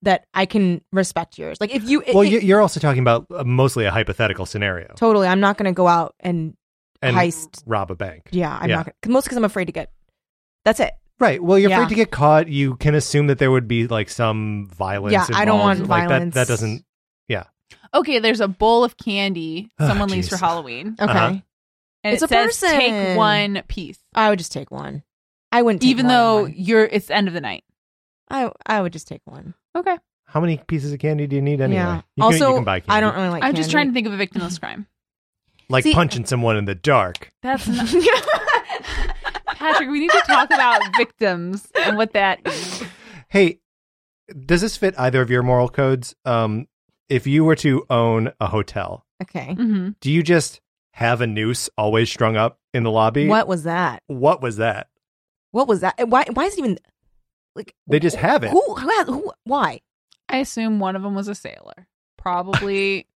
S6: that I can respect yours. Like if you, it-
S4: Well,
S6: it-
S4: you- you're also talking about uh, mostly a hypothetical scenario
S6: totally, I'm not going to go out and,
S4: and
S6: heist.
S4: rob a bank.
S6: Yeah, I'm
S4: Yeah.
S6: not gonna, cause mostly because I'm afraid to get. That's it.
S4: Right. Well, you're
S6: Yeah.
S4: afraid to get caught. You can assume that there would be like some violence.
S6: Yeah, I don't
S4: involved.
S6: want
S4: Like,
S6: violence.
S4: That, that doesn't.
S5: Okay, there's a bowl of candy
S4: Ah,
S5: someone leaves for
S4: Jesus.
S5: Halloween.
S6: Okay.
S4: Uh-huh.
S5: And
S6: It's
S5: it
S6: a
S5: says take
S6: person.
S5: one piece.
S6: I would just take one. I wouldn't, take
S5: even
S6: more than
S5: though
S6: one.
S5: you're it's the end of the night.
S6: I I would just take one.
S5: Okay.
S4: How many pieces of candy do you need anyway?
S6: Yeah.
S4: You can,
S6: also,
S4: you can buy candy.
S6: I don't really like.
S5: I'm just trying to
S6: candy.
S5: think of a victimless crime.
S4: like
S6: See-
S4: punching someone in the dark.
S5: That's not. Patrick, we need to talk about victims and what that is.
S4: Hey, does this fit either of your moral codes? Um, if you were to own a hotel,
S6: Okay.
S5: Mhm.
S4: do you just have a noose always strung up in the lobby?
S6: What was that?
S4: What was that?
S6: What was that? Why? Why is it even like
S4: They just have it.
S6: Who? Who? has- who why?
S5: I assume one of them was a sailor. Probably.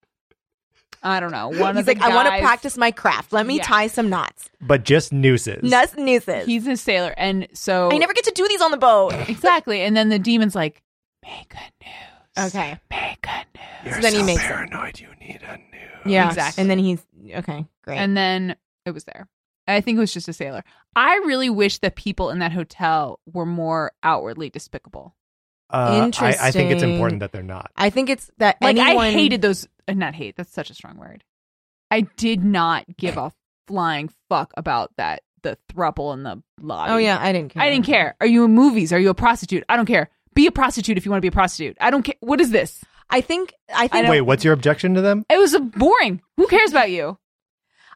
S5: I don't know. One of
S6: He's
S5: the
S6: like, I want to
S5: guys-
S6: practice my craft. Let me
S5: Yeah.
S6: tie some knots.
S4: But just nooses.
S6: Nuts nooses.
S5: He's a sailor, and so
S6: I never get to do these on the boat.
S5: exactly. And then the demon's like, "Make good news.
S6: Okay.
S5: Make good news."
S4: You're
S6: So then he makes it.
S4: paranoid. You need a noose.
S6: Yeah.
S5: Exactly.
S6: And then he's okay. Great.
S5: And then it was there. I think it was just a sailor. I really wish that people in that hotel were more outwardly despicable.
S4: Uh, I, I think it's
S6: Interesting.
S4: important that they're not.
S6: I think it's that
S5: Like I
S6: anyone-
S5: hated those. uh, Not hate. That's such a strong word. I did not give a flying fuck about that. The thruple in the lobby.
S6: Oh yeah, I didn't. care.
S5: I didn't care. Are you in movies? Are you a prostitute? I don't care. Be a prostitute if you want to be a prostitute. I don't care. What is this?
S6: I think. I think.
S4: Wait, what's your objection to them?
S5: It was a boring. Who cares about you?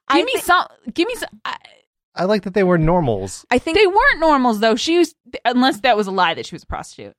S6: I
S5: Give me
S6: thi-
S5: some. Give me some. I,
S4: I like that they were normals.
S6: I think
S5: they weren't normals though. She was unless that was a lie that she was a prostitute.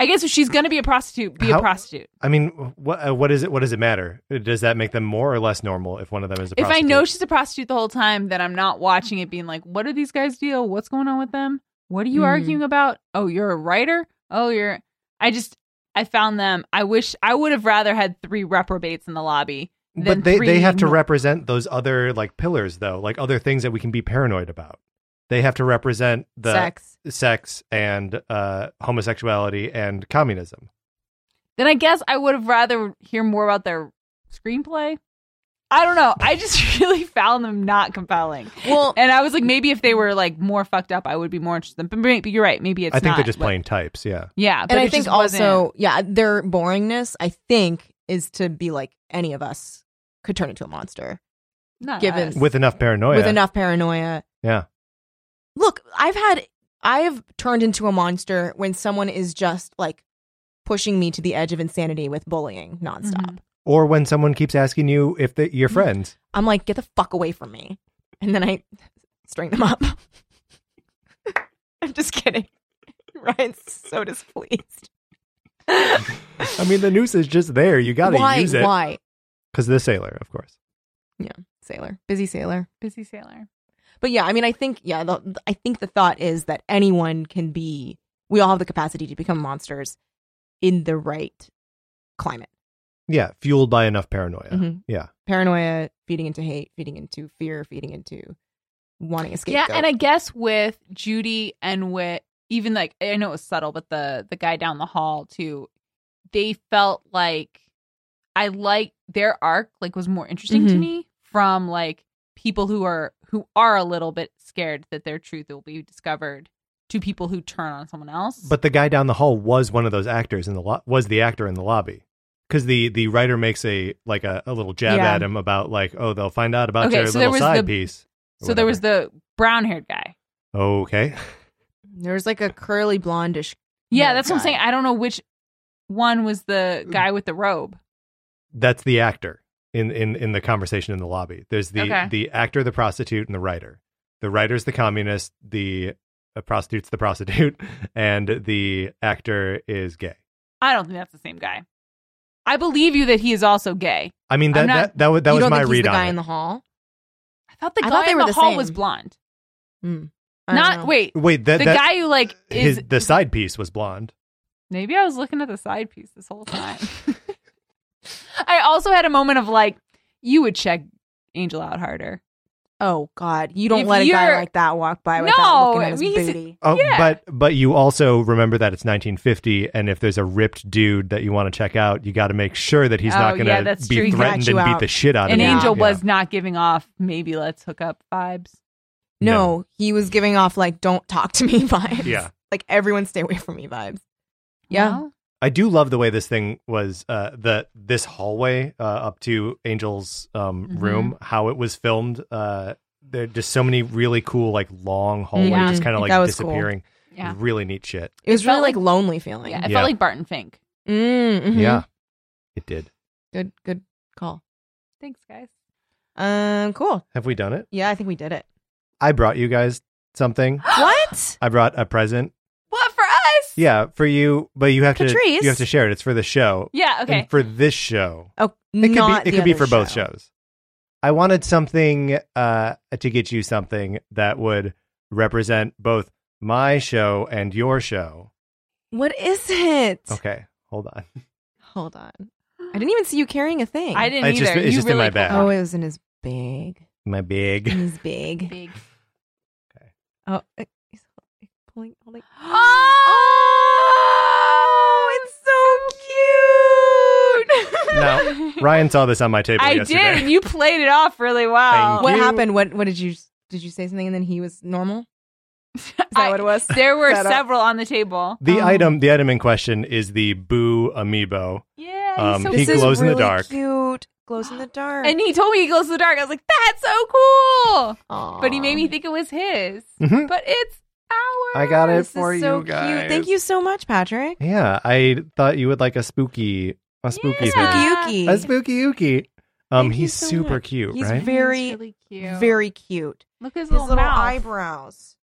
S5: I guess if she's gonna be a prostitute, be
S4: How-
S5: a prostitute.
S4: I mean, what uh, what is it? What does it matter? Does that make them more or less normal if one of them is a
S5: If I
S4: prostitute?
S5: know she's a prostitute the whole time, then I'm not watching it being like, what are these guys deal? What's going on with them? What are you
S4: Hmm.
S6: Mm.
S5: arguing about? Oh, you're a writer? Oh, you're I just I found them. I wish I would have rather had three reprobates in the lobby. than
S4: but they,
S5: three
S4: they have to
S5: nor-
S4: represent those other like pillars though, like other things that we can be paranoid about. They have to represent the
S6: sex.
S4: sex and uh, homosexuality and communism.
S5: Then I guess I would have rather hear more about their screenplay. I don't know. I just really found them not compelling.
S6: Well,
S5: And I was like, maybe if they were like more fucked up, I would be more interested. But maybe you're right. Maybe it's.
S4: I think
S5: not,
S4: they're just
S5: but-
S4: plain types. Yeah.
S5: Yeah, but
S6: and I
S5: it
S6: think
S5: just wasn't-
S6: also, yeah, their boringness. I think is to be like any of us could turn into a monster
S5: not
S6: given-
S5: us.
S4: With enough paranoia.
S6: with enough paranoia.
S4: Yeah.
S6: Look, I've had. I've turned into a monster when someone is just like pushing me to the edge of insanity with bullying nonstop.
S5: Mhm.
S4: Or when someone keeps asking you if they,
S5: Mm-hmm.
S4: you're friends.
S6: I'm like, get the fuck away from me. And then I string them up. I'm just kidding. Ryan's so displeased.
S4: I mean, the noose is just there. You got
S6: why?
S4: to use it.
S6: Why?
S4: Because the sailor, of course.
S6: Sailor. Busy sailor.
S5: busy sailor.
S6: But yeah, I mean, I think, yeah, the, I think the thought is that anyone can be, we all have the capacity to become monsters in the right climate.
S4: Yeah. Fueled by enough paranoia.
S5: Mm-hmm.
S6: Mhm.
S4: Yeah.
S6: Paranoia, feeding into hate, feeding into fear, feeding into wanting escape.
S5: Yeah, and I guess with Judy and with even like I know it was subtle, but the the guy down the hall too, they felt like I like their arc like was more interesting to
S6: Mhm.
S5: me from like people who are who are a little bit scared that their truth will be discovered to people who turn on someone else.
S4: But the guy down the hall was one of those actors in the lo- was the actor in the lobby. Because the, the writer makes a like a, a little jab
S6: Yeah.
S4: at him about like oh they'll find out about
S5: Okay,
S4: your
S5: so there
S4: little
S5: was
S4: side
S5: the-
S4: piece. or
S5: so there was the brown haired guy.
S4: whatever. okay
S6: There's like a curly blondish.
S5: Yeah,
S6: hair
S5: that's what I'm
S6: guy.
S5: saying. I don't know which one was the guy with the robe.
S4: that's the actor in in in the conversation in the lobby. There's the
S5: Okay.
S4: the actor, the prostitute, and the writer. The writer's the communist. The uh, prostitute's the prostitute, and the actor is gay.
S5: I don't think that's the same guy. I believe you that he is also gay.
S4: I mean that
S5: I'm not-
S4: that, that, wa- that
S6: you
S4: was
S6: don't
S4: my
S6: think he's
S4: read
S6: the
S4: on
S6: guy
S4: it.
S6: in the hall.
S5: I thought the
S6: I
S5: guy
S6: thought they
S5: in
S6: were
S5: the,
S6: the
S5: hall
S6: same.
S5: was blonde.
S6: I don't
S5: Not
S6: know.
S5: wait.
S4: Wait, that,
S5: the
S4: that
S5: guy who like is
S4: his, the side piece was blonde.
S5: maybe I was looking at the side piece this whole time. I also had a moment of like, you would check Angel out harder.
S6: Oh God, you don't
S5: If
S6: let a guy
S5: you're-
S6: like that walk by
S5: No,
S6: without looking at his
S5: he's-
S6: booty.
S4: Oh,
S5: Yeah.
S4: but but you also remember that it's 1950, and if there's a ripped dude that you want to check out, you got to make sure that he's
S5: Oh,
S4: not going to
S5: yeah, that's
S4: be
S5: true. He got
S4: threatened
S6: you
S4: and beat
S6: out.
S4: the shit out
S5: And
S4: of you.
S5: Angel
S4: Yeah.
S5: was not giving off maybe let's hook up vibes.
S6: No, he was giving off like "don't talk to me" vibes.
S4: Yeah.
S6: like everyone stay away from me vibes. Yeah,
S5: Well,
S4: I do love the way this thing was uh the this hallway uh, up to Angel's um
S5: Mhm.
S4: room how it was filmed uh there are just so many really cool like long hallway
S5: Yeah.
S4: just kind of like
S6: That was cool.
S4: disappearing
S5: Yeah.
S4: Really neat shit.
S6: It was
S5: It
S6: really
S5: felt
S6: like,
S5: like-
S6: lonely feeling.
S5: Yeah, it
S4: Yeah.
S5: felt like Barton Fink.
S6: Mm, mhm.
S5: Mm-hmm.
S4: Yeah. It did.
S6: Good good call.
S5: Thanks, guys.
S6: Um cool.
S4: Have we done it?
S6: Yeah, I think we did it.
S4: I brought you guys something.
S6: what?
S4: I brought a present.
S5: What for us?
S4: Yeah, for you, but you have
S6: Patrice?
S4: to you have to share it. It's for the show.
S5: Yeah. Okay.
S4: And for this show.
S6: Oh,
S4: It could
S6: not
S4: be it
S6: the
S4: could be
S6: other
S4: for both
S6: show.
S4: shows. I wanted something uh to get you something that would represent both my show and your show.
S6: What is it?
S4: Okay, hold on.
S6: Hold on. I didn't even see you carrying a thing.
S5: I didn't
S4: It's
S5: either.
S4: just- it's
S5: you
S4: just in
S5: really
S4: my bag.
S6: Oh, it was in his bag.
S4: My
S6: In
S4: big
S6: his bag.
S5: Big.
S6: Oh, uh, he's pulling. Holding.
S5: Oh, it's so cute.
S4: No, Ryan saw this on my table
S5: I did,
S4: yesterday.
S5: and you played it off really well.
S4: Thank
S6: What
S4: You-
S6: happened? What What did you Did you say something and then he was normal?
S5: Is
S6: that what it was?
S5: There were
S6: Set up.
S5: several on the table.
S4: The
S6: Oh.
S4: item the item in question is the Boo Amiibo.
S5: Yeah,
S4: Um,
S5: he's so
S4: He
S6: this
S5: cute.
S6: is
S4: glows in
S6: really
S4: the dark.
S6: Cute. Glows in the dark.
S5: and he told me he glows in the dark. I was like, "That's so cool!"
S6: Aw.
S5: But he made me think it was his.
S4: Mhm.
S5: But it's ours.
S4: I got it
S6: Oh, This
S4: for
S6: is
S4: you
S6: so
S4: guys.
S6: cute. Thank you so much, Patrick.
S4: Yeah, I thought you would like a spooky a spooky
S5: Yeah.
S6: Spooky
S4: thing. A spooky ookie. Um
S6: Thank you
S4: he's
S6: so
S4: super
S6: much.
S4: cute,
S6: He's
S4: right?
S6: ve- very,
S5: He's really cute.
S6: Very cute.
S5: Look at his,
S6: His little
S5: mouth.
S6: eyebrows.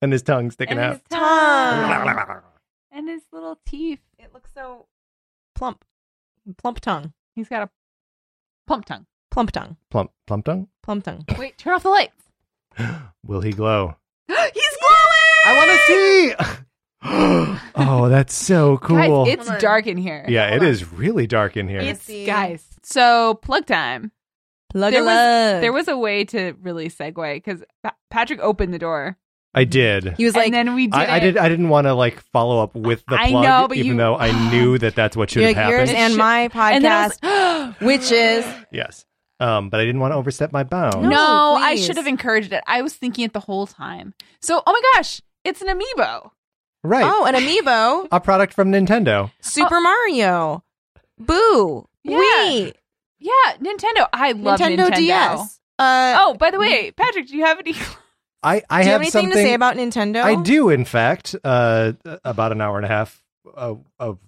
S4: and his tongue sticking
S5: and his
S4: out.
S5: tongue.
S6: tongue.
S5: and his little teeth.
S6: It looks so plump. Plump tongue.
S5: He's got a plump tongue.
S6: Plump tongue.
S4: Plump plump tongue?
S6: Plump tongue.
S5: Wait, turn off the lights.
S4: Will he glow?
S5: He's glowing.
S4: I want to see. oh, that's so cool.
S5: Guys, it's
S6: Hold on.
S5: dark in here.
S4: yeah, it is really dark in here.
S6: It's-
S5: It's
S6: See?
S5: guys. So plug time.
S6: Plug
S5: There
S6: a
S5: was-
S6: lug.
S5: There was a way to really segue because pa- Patrick opened the door,
S4: I did.
S6: He was like,
S5: and then we did.
S4: I, I
S5: it.
S4: did. I didn't want to like follow up with the
S5: I
S4: plug,
S5: know, but
S4: even
S5: you-
S4: though I knew that that's what should
S6: you're
S4: have
S6: like yours
S4: happened.
S5: It
S6: and
S5: should-
S6: my
S5: And then I
S6: podcast,
S5: was like,
S6: which is
S4: yes, um, but I didn't want to overstep my bounds.
S5: no,
S6: No,
S5: I
S6: please.
S5: should have encouraged it. I was thinking it the whole time. So, oh my gosh, it's an amiibo.
S4: Right,
S6: oh an amiibo,
S4: a product from Nintendo.
S6: Super Mario, Boo,
S5: Yeah.
S6: Wii,
S5: Yeah, Nintendo. I love
S6: Nintendo,
S5: Nintendo.
S6: DS. Uh,
S5: Oh, by the way, Patrick, do you have any?
S4: I I
S6: do you have
S4: have,
S6: anything
S4: something
S6: to say about Nintendo?
S4: I do, in fact, uh, about an hour and a half of, of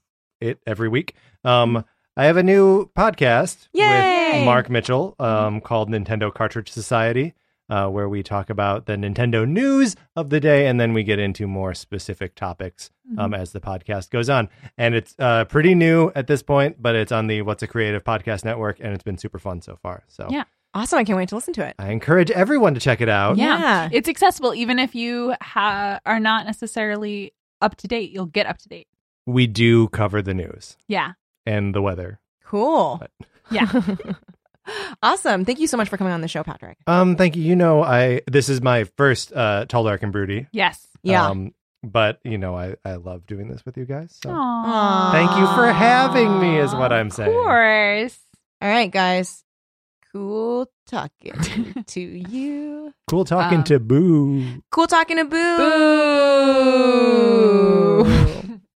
S4: it every week. Um, I have a new podcast
S6: Yay!
S4: with Mark Mitchell um, called Nintendo Cartridge Society, uh, where we talk about the Nintendo news of the day, and then we get into more specific topics um, as the podcast goes on. And it's uh, pretty new at this point, but it's on the What's a Creative Podcast Network, and it's been super fun so far. So
S5: Yeah.
S6: Awesome! I can't wait to listen to it.
S4: I encourage everyone to check it out.
S6: Yeah.
S5: it's accessible even if you ha- are not necessarily up to date. You'll get up to date.
S4: We do cover the news
S5: Yeah,
S4: and the weather.
S6: Cool.
S4: But-
S5: Yeah.
S6: awesome! Thank you so much for coming on the show, Patrick.
S4: Um, thank you. You know, I this is my first uh tall, dark, and broody.
S5: yes.
S6: Yeah.
S4: Um, but you know, I I love doing this with you guys. So
S5: Aw.
S4: thank you for having me. Is what I'm
S5: Of
S4: saying.
S5: course.
S6: All right, guys. Cool talking to you.
S4: Cool talking
S5: Um,
S4: to Boo.
S6: Cool talking to Boo.
S5: Boo.